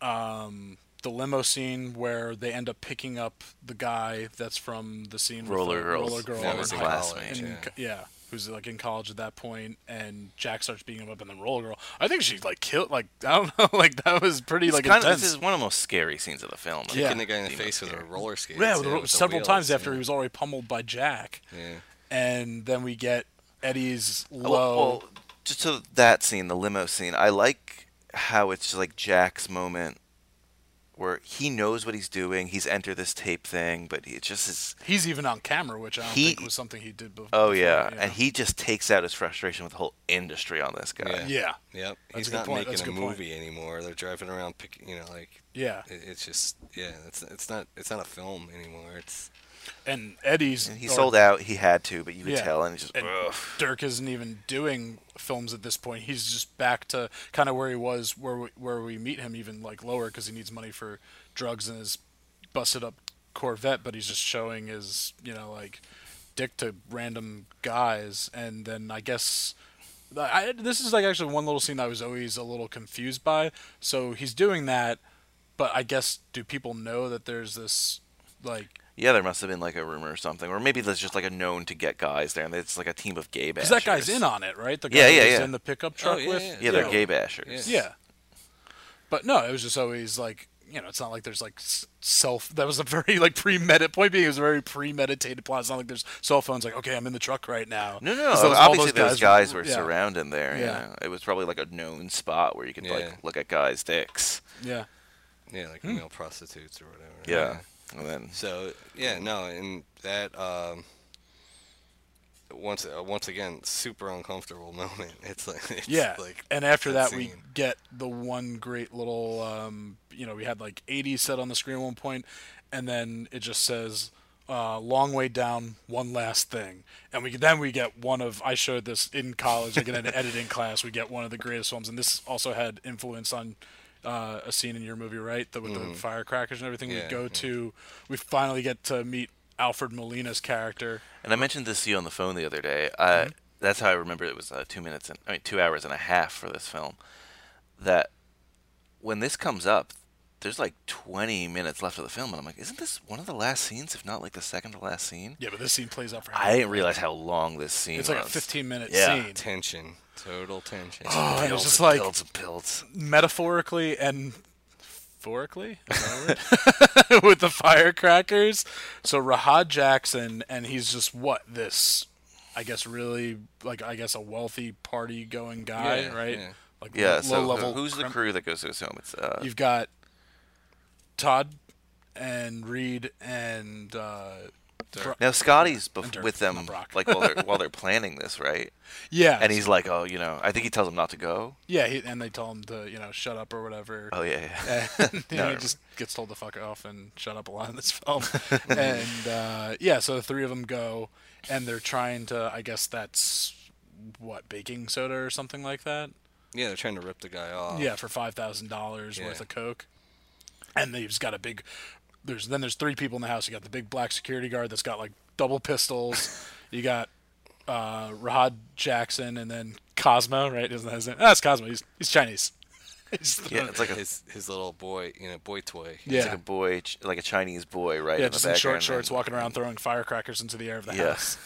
Speaker 3: um, the limo scene where they end up picking up the guy that's from the scene
Speaker 1: Roller
Speaker 3: with the
Speaker 1: Girls,
Speaker 3: roller girl,
Speaker 1: former
Speaker 3: in-
Speaker 1: classmate,
Speaker 3: in-
Speaker 1: yeah.
Speaker 3: yeah, who's like in college at that point, and Jack starts beating him up, and then roller girl. I think she like killed. Like *laughs* I don't know. Like that was pretty
Speaker 1: It's
Speaker 3: like
Speaker 1: kind of-
Speaker 3: intense.
Speaker 1: this is one of the most scary scenes of the film. I
Speaker 2: Kicking
Speaker 1: think.
Speaker 2: the guy in the
Speaker 1: Being
Speaker 2: face
Speaker 1: up
Speaker 2: with a
Speaker 1: here.
Speaker 2: roller skate.
Speaker 3: Yeah,
Speaker 2: too,
Speaker 3: with-
Speaker 2: with the
Speaker 3: several
Speaker 2: wheels,
Speaker 3: times after
Speaker 2: yeah.
Speaker 3: he was already pummeled by Jack.
Speaker 2: Yeah.
Speaker 3: And then we get Eddie's
Speaker 1: Well,
Speaker 3: low.
Speaker 1: well, just to that scene, the limo scene. I like how it's just like Jack's moment where he knows what he's doing. He's entered this tape thing, but it just is.
Speaker 3: he's even on camera, which I don't
Speaker 1: He-
Speaker 3: think was something he did before.
Speaker 1: Oh yeah, and he just takes out his frustration with the whole industry on this guy.
Speaker 3: Yeah.
Speaker 2: Yep.
Speaker 3: That's a
Speaker 2: He's
Speaker 3: good
Speaker 2: not
Speaker 3: point, that's
Speaker 2: making
Speaker 3: a
Speaker 2: a
Speaker 3: good point.
Speaker 2: movie anymore. They're driving around picking, you know, like
Speaker 3: Yeah.
Speaker 2: it- it's just yeah, it's it's not it's not a film anymore. It's
Speaker 3: And Eddie's.
Speaker 1: And he
Speaker 3: or-
Speaker 1: sold out. He had to, but you could
Speaker 3: Yeah.
Speaker 1: tell, and it's just ugh.
Speaker 3: Dirk isn't even doing films at this point. He's just back to kind of where he was, where we, where we meet him, even like lower, because he needs money for drugs and his busted up Corvette. But he's just showing his, you know, like dick to random guys. And then I guess I, this is like actually one little scene that I was always a little confused by. So he's doing that, but I guess do people know that there's this like
Speaker 1: yeah, there must have been like a rumor or something, or maybe there's just like a known to get guys there, and it's like a team of gay bashers.
Speaker 3: Because that guy's in on it, right? The guy
Speaker 1: yeah, yeah,
Speaker 3: that he's
Speaker 1: yeah.
Speaker 3: in the pickup truck
Speaker 1: Oh, yeah,
Speaker 3: with.
Speaker 1: yeah. Yeah, they're gay bashers.
Speaker 3: Yeah. But no, it was just always like, you know, it's not like there's like s- self. That was a very like premeditated point being. It was a very premeditated plot. It's not like there's cell phones. Like, okay, I'm in the truck right now.
Speaker 1: No, no,
Speaker 3: 'Cause those- all
Speaker 1: obviously those guys, were
Speaker 3: yeah.
Speaker 1: surrounding there.
Speaker 3: Yeah.
Speaker 1: Yeah, it was probably like a known spot where you could
Speaker 2: Yeah.
Speaker 1: like look at guys' dicks.
Speaker 3: Yeah.
Speaker 2: Yeah, like
Speaker 3: Hmm.
Speaker 2: male prostitutes or whatever.
Speaker 1: Yeah, and then
Speaker 2: So yeah, no, and that um, once uh, once again, super uncomfortable *laughs* moment. It's like it's
Speaker 3: yeah.
Speaker 2: like
Speaker 3: and after that, we
Speaker 2: scene.
Speaker 3: get the one great little, um, you know, we had like 80 set on the screen at one point, and then it just says, uh, "Long way down, one last thing," and we then we get one of I showed this in college, like in an editing class, we get one of the greatest films, and this also had influence on. Uh, a scene in your movie, right? The, with the
Speaker 2: Mhm.
Speaker 3: firecrackers and everything.
Speaker 2: Yeah,
Speaker 3: we go
Speaker 2: yeah.
Speaker 3: to, we finally get to meet Alfred Molina's character.
Speaker 1: And I mentioned this to you on the phone the other day. Uh,
Speaker 3: Mm-hmm.
Speaker 1: That's how I remember it was uh, two minutes and I mean two hours and a half for this film. That when this comes up, there's like 20 minutes left of the film, and I'm like, isn't this one of the last scenes, if not like the second to last scene?
Speaker 3: Yeah, but this scene plays out for.
Speaker 1: I didn't realize how long this scene
Speaker 3: It's like a
Speaker 1: was.
Speaker 3: 15-minute
Speaker 1: yeah.
Speaker 3: scene.
Speaker 2: tension, total tension.
Speaker 3: Oh, and it
Speaker 1: Builds
Speaker 3: was just
Speaker 1: and
Speaker 3: like
Speaker 1: builds and builds.
Speaker 3: metaphorically and phorically Is that a word? *laughs* with the firecrackers. So Rahad Jackson, and he's just what this, I guess, really like I guess a wealthy party going guy,
Speaker 1: Yeah,
Speaker 3: right?
Speaker 1: yeah.
Speaker 3: Like
Speaker 1: Yeah,
Speaker 3: low
Speaker 1: so
Speaker 3: level.
Speaker 1: who's the
Speaker 3: crim-
Speaker 1: crew that goes to his home? It's uh,
Speaker 3: You've got Todd and Reed and. Uh, Bro-
Speaker 1: Now Scotty's
Speaker 3: and
Speaker 1: bef-
Speaker 3: Dirk,
Speaker 1: with
Speaker 3: not
Speaker 1: them,
Speaker 3: Brock.
Speaker 1: like while
Speaker 3: *laughs*
Speaker 1: they're while they're planning this, right?
Speaker 3: Yeah.
Speaker 1: And he's like, oh, you know, I think he tells him not to go.
Speaker 3: Yeah, he, and they tell him to you know shut up or whatever.
Speaker 1: Oh, yeah, *laughs* yeah.
Speaker 3: And, *laughs* you
Speaker 1: No,
Speaker 3: know,
Speaker 1: I
Speaker 3: he just gets told to fuck off and shut up a lot in this film. *laughs* and uh, yeah, so the three of them go, and they're trying to. I guess that's what baking soda or something like that.
Speaker 2: Yeah, they're trying to rip the guy off.
Speaker 3: Yeah, for five thousand dollars worth
Speaker 2: Oh. Yeah.
Speaker 3: of coke, and they've got a big. There's then there's three people in the house. You got the big black security guard that's got like double pistols. you got uh, Rahad Jackson, and then Cosmo, right? Isn't that his name? That's Cosmo. He's he's Chinese. *laughs* He's the-
Speaker 1: Yeah, it's like a
Speaker 2: his his little boy, you know, boy toy.
Speaker 3: Yeah.
Speaker 1: It's like a boy, ch- like a Chinese boy, right?
Speaker 3: yeah,
Speaker 1: in the
Speaker 3: just in short
Speaker 1: background.
Speaker 3: shorts, walking around throwing firecrackers into the air of the
Speaker 1: Yeah.
Speaker 3: house.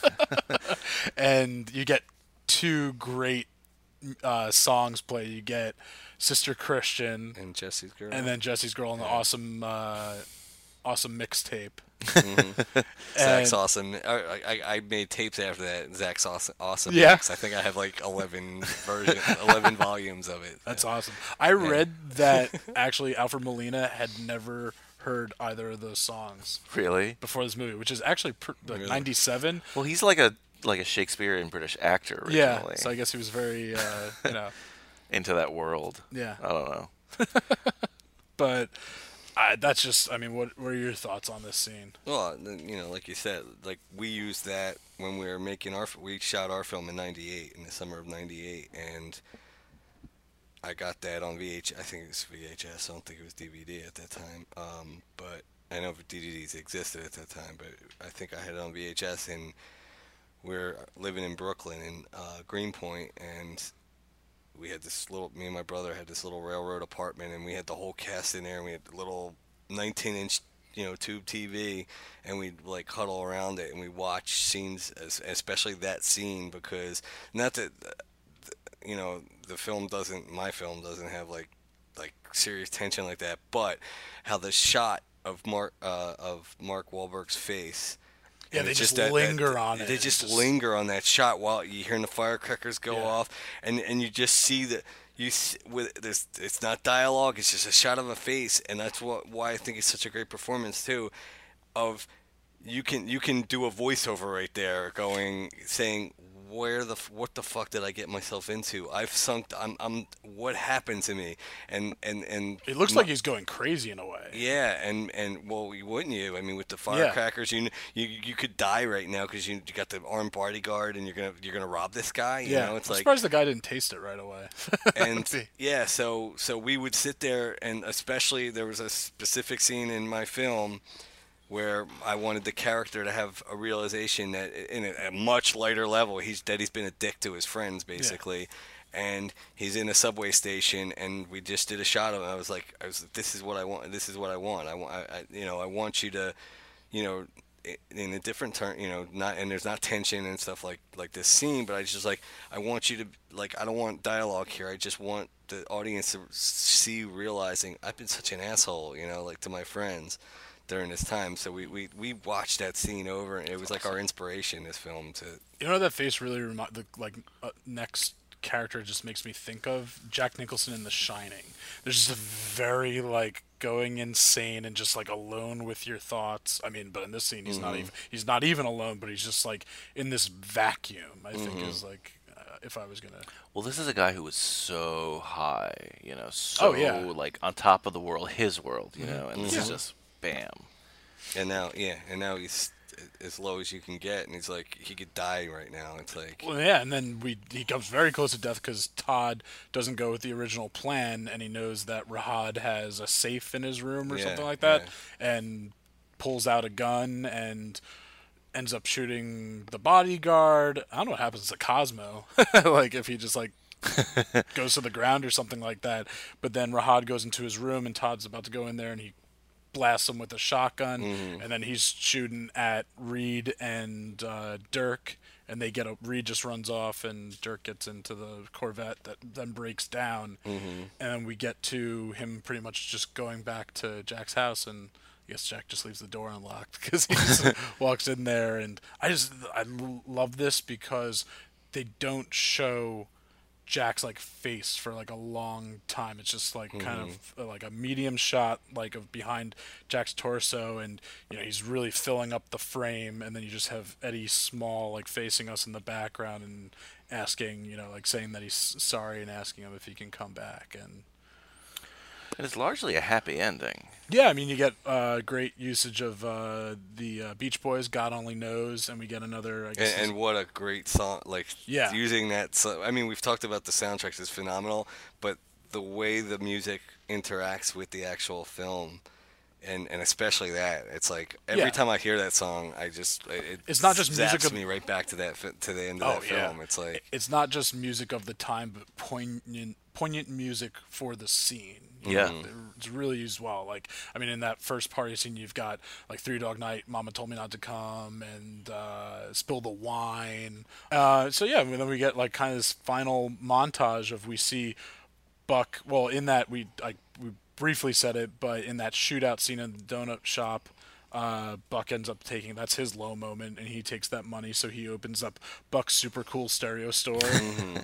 Speaker 3: and you get two great uh, songs play. You get Sister Christian
Speaker 2: and Jesse's girl,
Speaker 3: and then Jesse's girl and the awesome, uh, awesome mixtape.
Speaker 1: Mm-hmm. *laughs*
Speaker 2: Mhm. Zach's
Speaker 3: And-
Speaker 2: awesome. I, I, I made tapes after that. Zach's awesome. awesome
Speaker 3: Yeah.
Speaker 2: Mix. I think I have like eleven version, eleven volumes of it.
Speaker 1: *laughs*
Speaker 3: That's awesome. I read that actually Alfred Molina had never heard either of those songs.
Speaker 1: *laughs* Really?
Speaker 3: Before this movie, which is actually pr- like 97.
Speaker 1: Well, he's like a like a Shakespearean British actor
Speaker 3: Yeah,
Speaker 1: originally.
Speaker 3: so I guess he was very, uh, you know,
Speaker 1: into that world. *laughs*
Speaker 3: Yeah.
Speaker 1: I don't know.
Speaker 3: but I, that's just. I mean, what what are your thoughts on this scene?
Speaker 2: Well, then, you know, like you said, like we used that when we were making our, we shot our film in '98 in the summer of '98, and I got that on VH. I think it was VHS. I don't think it was DVD at that time. Um, but I know DVDs existed at that time, but I think I had it on VHS, and we're living in Brooklyn in uh, Greenpoint, and we had this little me and my brother had this little railroad apartment and we had the whole cast in there and we had the little 19 inch you know tube tv and we'd like huddle around it and we watch scenes es- especially that scene because not that uh, th- you know the film doesn't my film doesn't have like like serious tension like that but how the shot of mark uh, of mark Wahlberg's face
Speaker 3: Yeah,
Speaker 2: and
Speaker 3: they
Speaker 2: it's
Speaker 3: just
Speaker 2: that- that-
Speaker 3: linger on it.
Speaker 2: They
Speaker 3: It's
Speaker 2: just
Speaker 3: just-
Speaker 2: linger on that shot while you're hearing the firecrackers go off, and and you just see that you s- with this. It's not dialogue. It's just a shot of a face, and that's what why I think it's such a great performance too. Of you can you can do a voiceover right there, going saying where the f- what the fuck did I get myself into? I've sunk. I'm I'm what happened to me? And and and
Speaker 3: It looks
Speaker 2: my-
Speaker 3: like he's going crazy in a way.
Speaker 2: yeah, and and well, you wouldn't you? I mean, with the firecrackers, you you you could die right now because you, you got the armed bodyguard, and you're gonna you're gonna rob this guy. You
Speaker 3: yeah,
Speaker 2: know, it's
Speaker 3: I'm
Speaker 2: like
Speaker 3: surprised the guy didn't taste it right away. *laughs*
Speaker 2: and yeah, so so we would sit there, and especially there was a specific scene in my film where I wanted the character to have a realization that in a, a much lighter level, he's that he's been a dick to his friends basically. And he's in a subway station, and we just did a shot of him. I was like, I was like, this is what I want. This is what I want. I want, I, I, you know, I want you to, you know, i- in a different turn, you know, not and there's not tension and stuff like like this scene, but I just like I want you to like I don't want dialogue here. I just want the audience to see realizing I've been such an asshole, you know, like to my friends during this time. So we we, we watched that scene over, and it was like our inspiration. This film to
Speaker 3: You know that face really remind the like uh, next character just makes me think of Jack Nicholson in The Shining. There's just a very like going insane and just like alone with your thoughts. I mean, but in this scene he's not
Speaker 2: Mhm.
Speaker 3: even he's not even alone, but he's just like in this vacuum. I think
Speaker 2: Mm-hmm.
Speaker 1: Mhm.
Speaker 3: is like uh, if I was gonna
Speaker 1: Well, this is a guy who was so high, you know, so
Speaker 3: Oh, yeah.
Speaker 1: like on top of the world, his world, you
Speaker 3: Mhm.
Speaker 1: know, and this is
Speaker 2: Yeah.
Speaker 1: just bam.
Speaker 2: and now yeah, and now he's as low as you can get, and he's like he could die right now. It's like
Speaker 3: Well, yeah, and then we he comes very close to death because Todd doesn't go with the original plan, and he knows that Rahad has a safe in his room or
Speaker 2: Yeah,
Speaker 3: something like that, and pulls out a gun and ends up shooting the bodyguard. I don't know what happens to Cosmo, *laughs* like if he
Speaker 2: *laughs*
Speaker 3: just like goes to the ground or something like that. But then Rahad goes into his room, and Todd's about to go in there, and he blasts him with a shotgun,
Speaker 2: Mhm.
Speaker 3: and then he's shooting at Reed and uh, Dirk, and they get a Reed just runs off, and Dirk gets into the Corvette that then breaks down,
Speaker 2: Mhm.
Speaker 3: and we get to him pretty much just going back to Jack's house, and I guess Jack just leaves the door unlocked *laughs* because he just walks in there, and I just I l- love this because they don't show. Jack's like face for like a long time. It's just like
Speaker 2: Mhm.
Speaker 3: kind of uh, like a medium shot like of behind Jack's torso and you know he's really filling up the frame and then you just have Eddie Small like facing us in the background and asking you know like saying that he's sorry and asking him if he can come back and
Speaker 1: And it's largely a happy ending.
Speaker 3: yeah I mean you get uh, great usage of uh, the uh, Beach Boys God Only Knows and we get another I guess
Speaker 2: And, and what a great song! Like
Speaker 3: Yeah.
Speaker 2: using that. So I mean, we've talked about the soundtracks is phenomenal, but the way the music interacts with the actual film, and and especially that, it's like every
Speaker 3: Yeah.
Speaker 2: time I hear that song, I just it, it
Speaker 3: It's not just music
Speaker 2: zaps
Speaker 3: of-
Speaker 2: me right back to that fi- to the end of
Speaker 3: Oh,
Speaker 2: that
Speaker 3: yeah.
Speaker 2: film. It's like
Speaker 3: it's not just music of the time, but poignant, poignant music for the scene. You
Speaker 1: Yeah.
Speaker 3: know, it's really used well. Like, I mean, in that first party scene, you've got like Three Dog Night, Mama Told Me Not to Come, and uh, Spill the Wine. Uh, so yeah, and then we get like kind of this final montage of we see Buck. Well, in that we I, we briefly said it, but in that shootout scene in the donut shop, uh, Buck ends up taking that's his low moment, and he takes that money, so he opens up Buck's super cool stereo store.
Speaker 1: *laughs*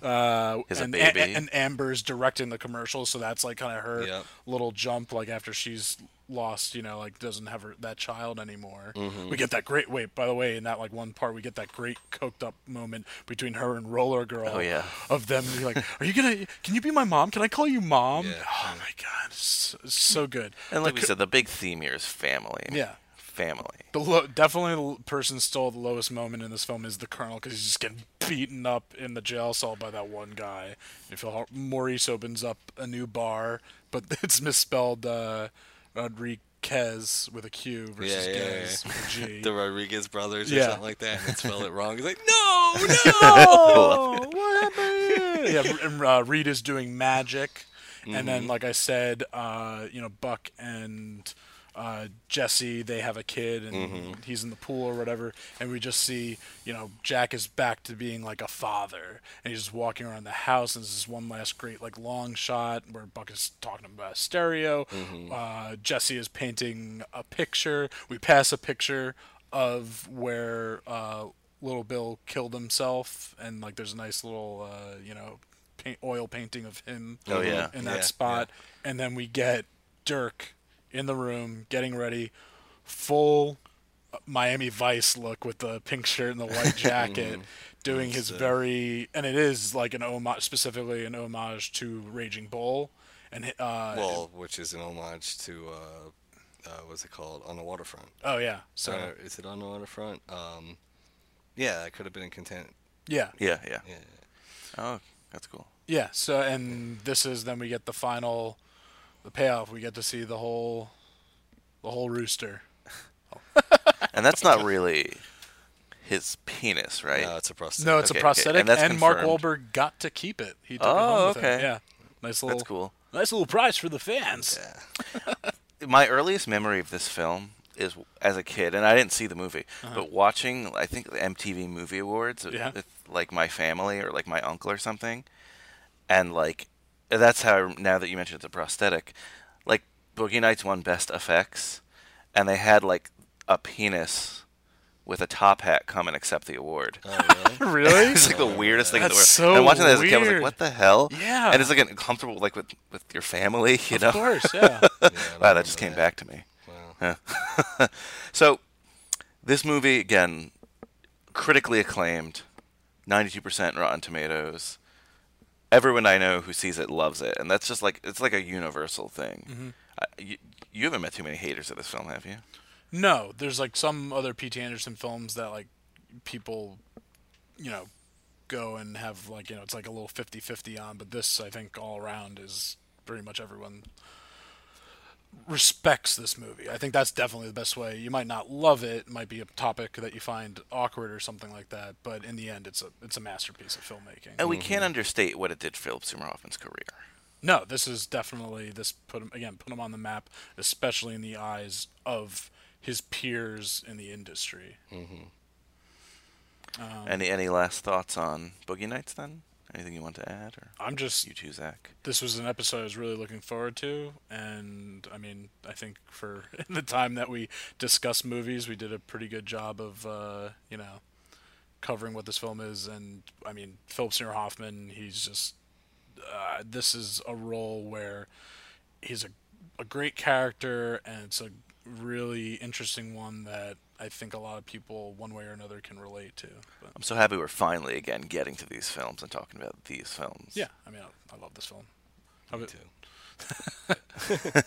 Speaker 3: uh,
Speaker 1: Mm-hmm. He's a
Speaker 3: and,
Speaker 1: baby.
Speaker 3: and- and Amber's directing the commercial, so that's like kind of her
Speaker 1: Yep.
Speaker 3: little jump, like after she's lost, you know, like doesn't have her, that child anymore.
Speaker 1: Mm-hmm.
Speaker 2: Mhm.
Speaker 3: We get that great wait. By the way, in that like one part, we get that great coked up moment between her and Roller Girl.
Speaker 1: Oh, yeah.
Speaker 3: Of them being like, "Are you gonna? Can you be my mom? Can I call you mom?" Oh my god, so, so good.
Speaker 1: *laughs* And like
Speaker 3: The
Speaker 1: we
Speaker 3: co-
Speaker 1: said, the big theme here is family. I mean,
Speaker 3: Yeah.
Speaker 1: Family.
Speaker 3: The lo- definitely the l- person still the lowest moment in this film is the colonel because he's just getting beaten up in the jail cell by that one guy. You feel how Maurice opens up a new bar, but *laughs* it's misspelled uh, Rodriguez with a Q versus Gez
Speaker 1: *laughs*
Speaker 3: with a G.
Speaker 2: the Rodriguez brothers or
Speaker 3: Yeah.
Speaker 2: something like that, and it
Speaker 3: *laughs*
Speaker 2: spelled it wrong. It's like,
Speaker 3: no,
Speaker 2: no,
Speaker 3: what happened? *laughs* yeah, and uh, Reed is doing magic, and then
Speaker 2: Mhm.
Speaker 3: like I said, uh, you know Buck and uh, Jesse they have a kid, and
Speaker 2: Mhm.
Speaker 3: he's in the pool or whatever, and we just see you know Jack is back to being like a father, and he's just walking around the house, and this is one last great like long shot where Buck is talking about stereo,
Speaker 2: Mhm.
Speaker 3: uh, Jesse is painting a picture. We pass a picture of where uh, little Bill killed himself, and like there's a nice little uh, you know paint, oil painting of him.
Speaker 1: Oh, yeah.
Speaker 3: in that
Speaker 1: Yeah,
Speaker 3: spot, and then we get Dirk in the room getting ready, full uh, Miami Vice look with the pink shirt and
Speaker 1: *laughs*
Speaker 3: the white jacket.
Speaker 2: Mhm.
Speaker 1: Mm-hmm.
Speaker 3: Doing
Speaker 2: That's
Speaker 3: his
Speaker 2: it.
Speaker 3: very, and it is like an homage, specifically an homage to Raging Bull, and uh,
Speaker 2: well, which is an homage to uh, uh, what's it called on the waterfront?
Speaker 3: Oh, yeah, so-
Speaker 2: Uh, is it on the waterfront? Um, yeah, that could have been in content.
Speaker 3: Yeah.
Speaker 1: Yeah, yeah.
Speaker 2: Yeah.
Speaker 1: Oh, that's cool.
Speaker 3: Yeah. So, and this is then we get the final, the payoff. We get to see the whole, the whole rooster.
Speaker 1: And that's not really his penis, right? No,
Speaker 2: it's a prosthetic.
Speaker 3: No, it's a prosthetic, and, Mark Wahlberg got to keep it. He took it home
Speaker 1: Oh,
Speaker 3: with him.
Speaker 1: okay.
Speaker 3: Yeah. Nice little.
Speaker 1: That's cool.
Speaker 3: Nice little prize for the fans.
Speaker 1: My earliest memory of this film is as a kid, and I didn't see the movie,
Speaker 3: Uh-huh.
Speaker 1: but watching I think the MTV Movie Awards
Speaker 3: Yeah.
Speaker 1: with like my family or like my uncle or something, and like that's how now that you mentioned it's a prosthetic, like Boogie Nights won Best Effects, and they had like a penis. With a top hat come and accept the award.
Speaker 2: Oh,
Speaker 1: *laughs*
Speaker 3: really?
Speaker 1: it's like the weirdest thing in the world.
Speaker 3: That's so
Speaker 1: and watching that as a kid, I was like,
Speaker 3: weird.
Speaker 1: "What the hell?"
Speaker 3: Yeah.
Speaker 1: And it's like uncomfortable, like with with your family, *laughs* you
Speaker 3: Of
Speaker 1: know.
Speaker 3: course, yeah.
Speaker 2: Yeah, I
Speaker 1: wow, that just came back to me. Huh. *laughs* so, this movie again, critically acclaimed, ninety-two percent Rotten Tomatoes. Everyone I know who sees it loves it, and that's just like it's like a universal thing.
Speaker 3: Mhm.
Speaker 1: I- you, you haven't met too many haters of this film, have you?
Speaker 3: No, there's like some other P.T. Anderson films that like people, you know, go and have like, you know, it's like a little 50-50 on, but this I think all around is pretty much everyone respects this movie. I think that's definitely the best way. You might not love it, it might be a topic that you find awkward or something like that, but in the end it's a it's a masterpiece of filmmaking.
Speaker 1: And we
Speaker 2: Mm-hmm.
Speaker 1: can't understate what it did for Philip Seymour Hoffman's career.
Speaker 3: No, this is definitely this put him again put him on the map, especially in the eyes of his peers in the industry.
Speaker 1: Mm-hmm.
Speaker 3: Um,
Speaker 1: Any any last thoughts on Boogie Nights then? Anything you want to add, or
Speaker 3: I'm just
Speaker 1: you too, Zach?
Speaker 3: this was an episode I was really looking forward to, and I mean, I think for *laughs* the time that we discussed movies, we did a pretty good job of uh, you know covering what this film is, and I mean, Philip Seymour Hoffman, he's just uh, this is a role where he's a a great character, and it's a really interesting one that I think a lot of people, one way or another, can relate to. But
Speaker 1: I'm so happy we're finally again getting to these films and talking about these films.
Speaker 3: yeah, I mean, I, I love this film. How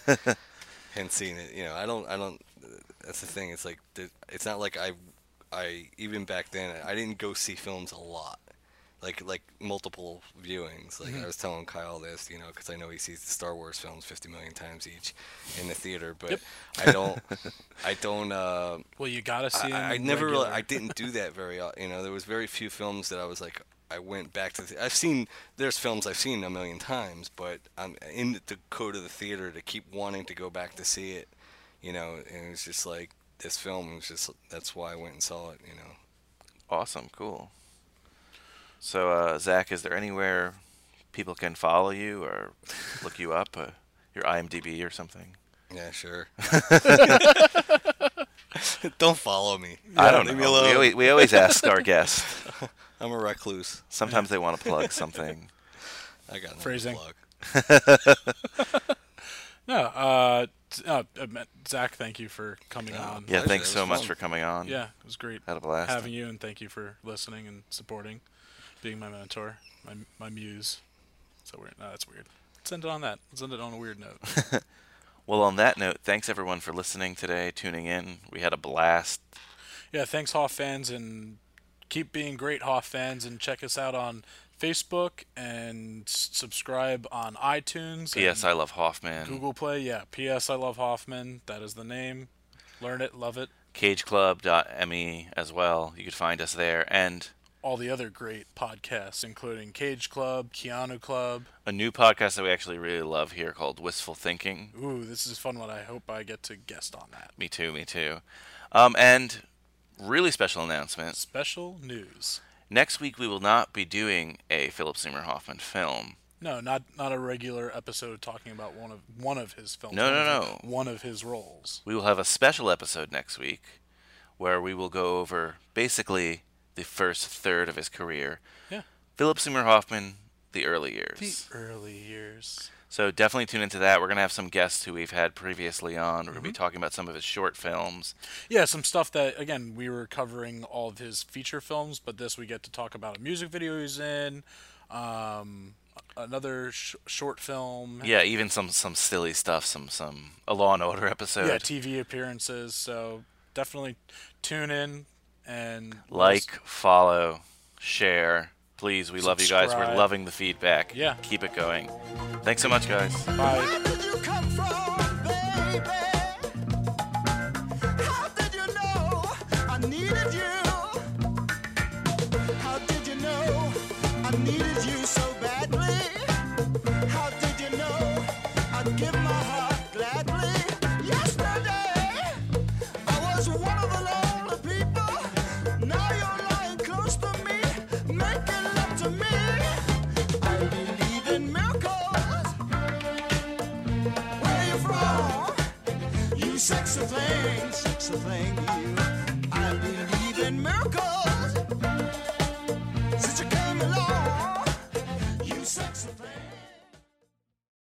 Speaker 3: about- *laughs*
Speaker 2: and seeing it. You know, I don't, I don't. That's the thing. It's like the- it's not like I, I even back then I didn't go see films a lot, like like multiple viewings. Like
Speaker 3: Mm-hmm.
Speaker 12: Mhm.
Speaker 2: I was telling Kyle this, you know, because I know he sees the Star Wars films 50 million times each in the theater, but
Speaker 3: Yep.
Speaker 2: I don't, I don't. Uh,
Speaker 3: Well, you gotta see
Speaker 2: I- I, I
Speaker 3: them
Speaker 2: never really,
Speaker 3: regular.
Speaker 2: I didn't do that very. o- You know, there was very few films that I was like. I went back to. The, I've seen. There's films I've seen a million times, but I'm in the code of the theater to keep wanting to go back to see it. You know, and it was just like this film was just. That's why I went and saw it. You know.
Speaker 1: Awesome. Cool. So, uh, Zach, is there anywhere people can follow you or look you up? Uh, your IMDb or something?
Speaker 2: Yeah, sure. *laughs* don't follow me.
Speaker 1: I don't
Speaker 2: Leave me
Speaker 1: know. We
Speaker 2: alone.
Speaker 1: always, we
Speaker 2: *laughs*
Speaker 1: always ask our guests.
Speaker 2: I'm a recluse.
Speaker 1: Sometimes they want to plug something.
Speaker 2: I got
Speaker 3: Phrasing.
Speaker 2: Plug.
Speaker 3: No, uh, uh, I meant- Zach, thank you for coming on.
Speaker 1: Yeah, thanks so much for coming on.
Speaker 3: Yeah, it was great.
Speaker 1: Had a blast.
Speaker 3: having you, and thank you for listening and supporting, being my mentor, my my muse. So weird. No, that's weird. Let's end it on that. Let's end it on a
Speaker 1: *laughs*
Speaker 3: weird note.
Speaker 1: Well, on that note, thanks everyone for listening today, tuning in. We had a blast.
Speaker 3: yeah, thanks Hoff fans, and keep being great Hoff fans, and check us out on Facebook and s- subscribe on iTunes. and
Speaker 1: P.S. I love Hoffman.
Speaker 3: Google Play. Yeah, P.S. I love Hoffman. That is the name. Learn it, love it.
Speaker 1: CageClub.me as well. You could find us there. And
Speaker 3: All the other great podcasts, including Cage Club, Keanu Club.
Speaker 1: a new podcast that we actually really love here called Wistful Thinking.
Speaker 3: Ooh, this is a fun one. I hope I get to guest on that.
Speaker 1: Me too, me too. Um, and really special announcement.
Speaker 3: Special news.
Speaker 1: Next week we will not be doing a Philip Seymour Hoffman film.
Speaker 3: No, not not a regular episode talking about one of one of his films.
Speaker 1: No,
Speaker 3: one
Speaker 1: no,
Speaker 3: of-
Speaker 1: no.
Speaker 3: One of his roles.
Speaker 1: We will have a special episode next week where we will go over basically the first third of his career.
Speaker 3: Yeah.
Speaker 1: Philip Seymour Hoffman, the early years.
Speaker 3: The early years.
Speaker 1: So definitely tune into that. We're going to have some guests who we've had previously on. We're going
Speaker 3: Mm-hmm.
Speaker 1: to be talking about some of his short films.
Speaker 3: Yeah, some stuff that again we were covering all of his feature films, but this we get to talk about a music video he's in, um, another sh- short film.
Speaker 1: Yeah, even some some silly stuff, some some a Law and Order episode.
Speaker 3: Yeah, TV appearances. So definitely tune in and
Speaker 1: like, follow, share. Please, we love you guys. We're
Speaker 3: Subscribe.
Speaker 1: loving the feedback.
Speaker 3: Yeah.
Speaker 1: Keep it going. Thanks so much, guys.
Speaker 3: Bye.
Speaker 13: I needed you. How did you know I needed you so badly? How did you know I'd give my heart gladly? Yesterday I was one of the lonely people. Now you're lying close to me, making love to me. I believe in miracles. Where you from? You sexy thing, sexy thing, you.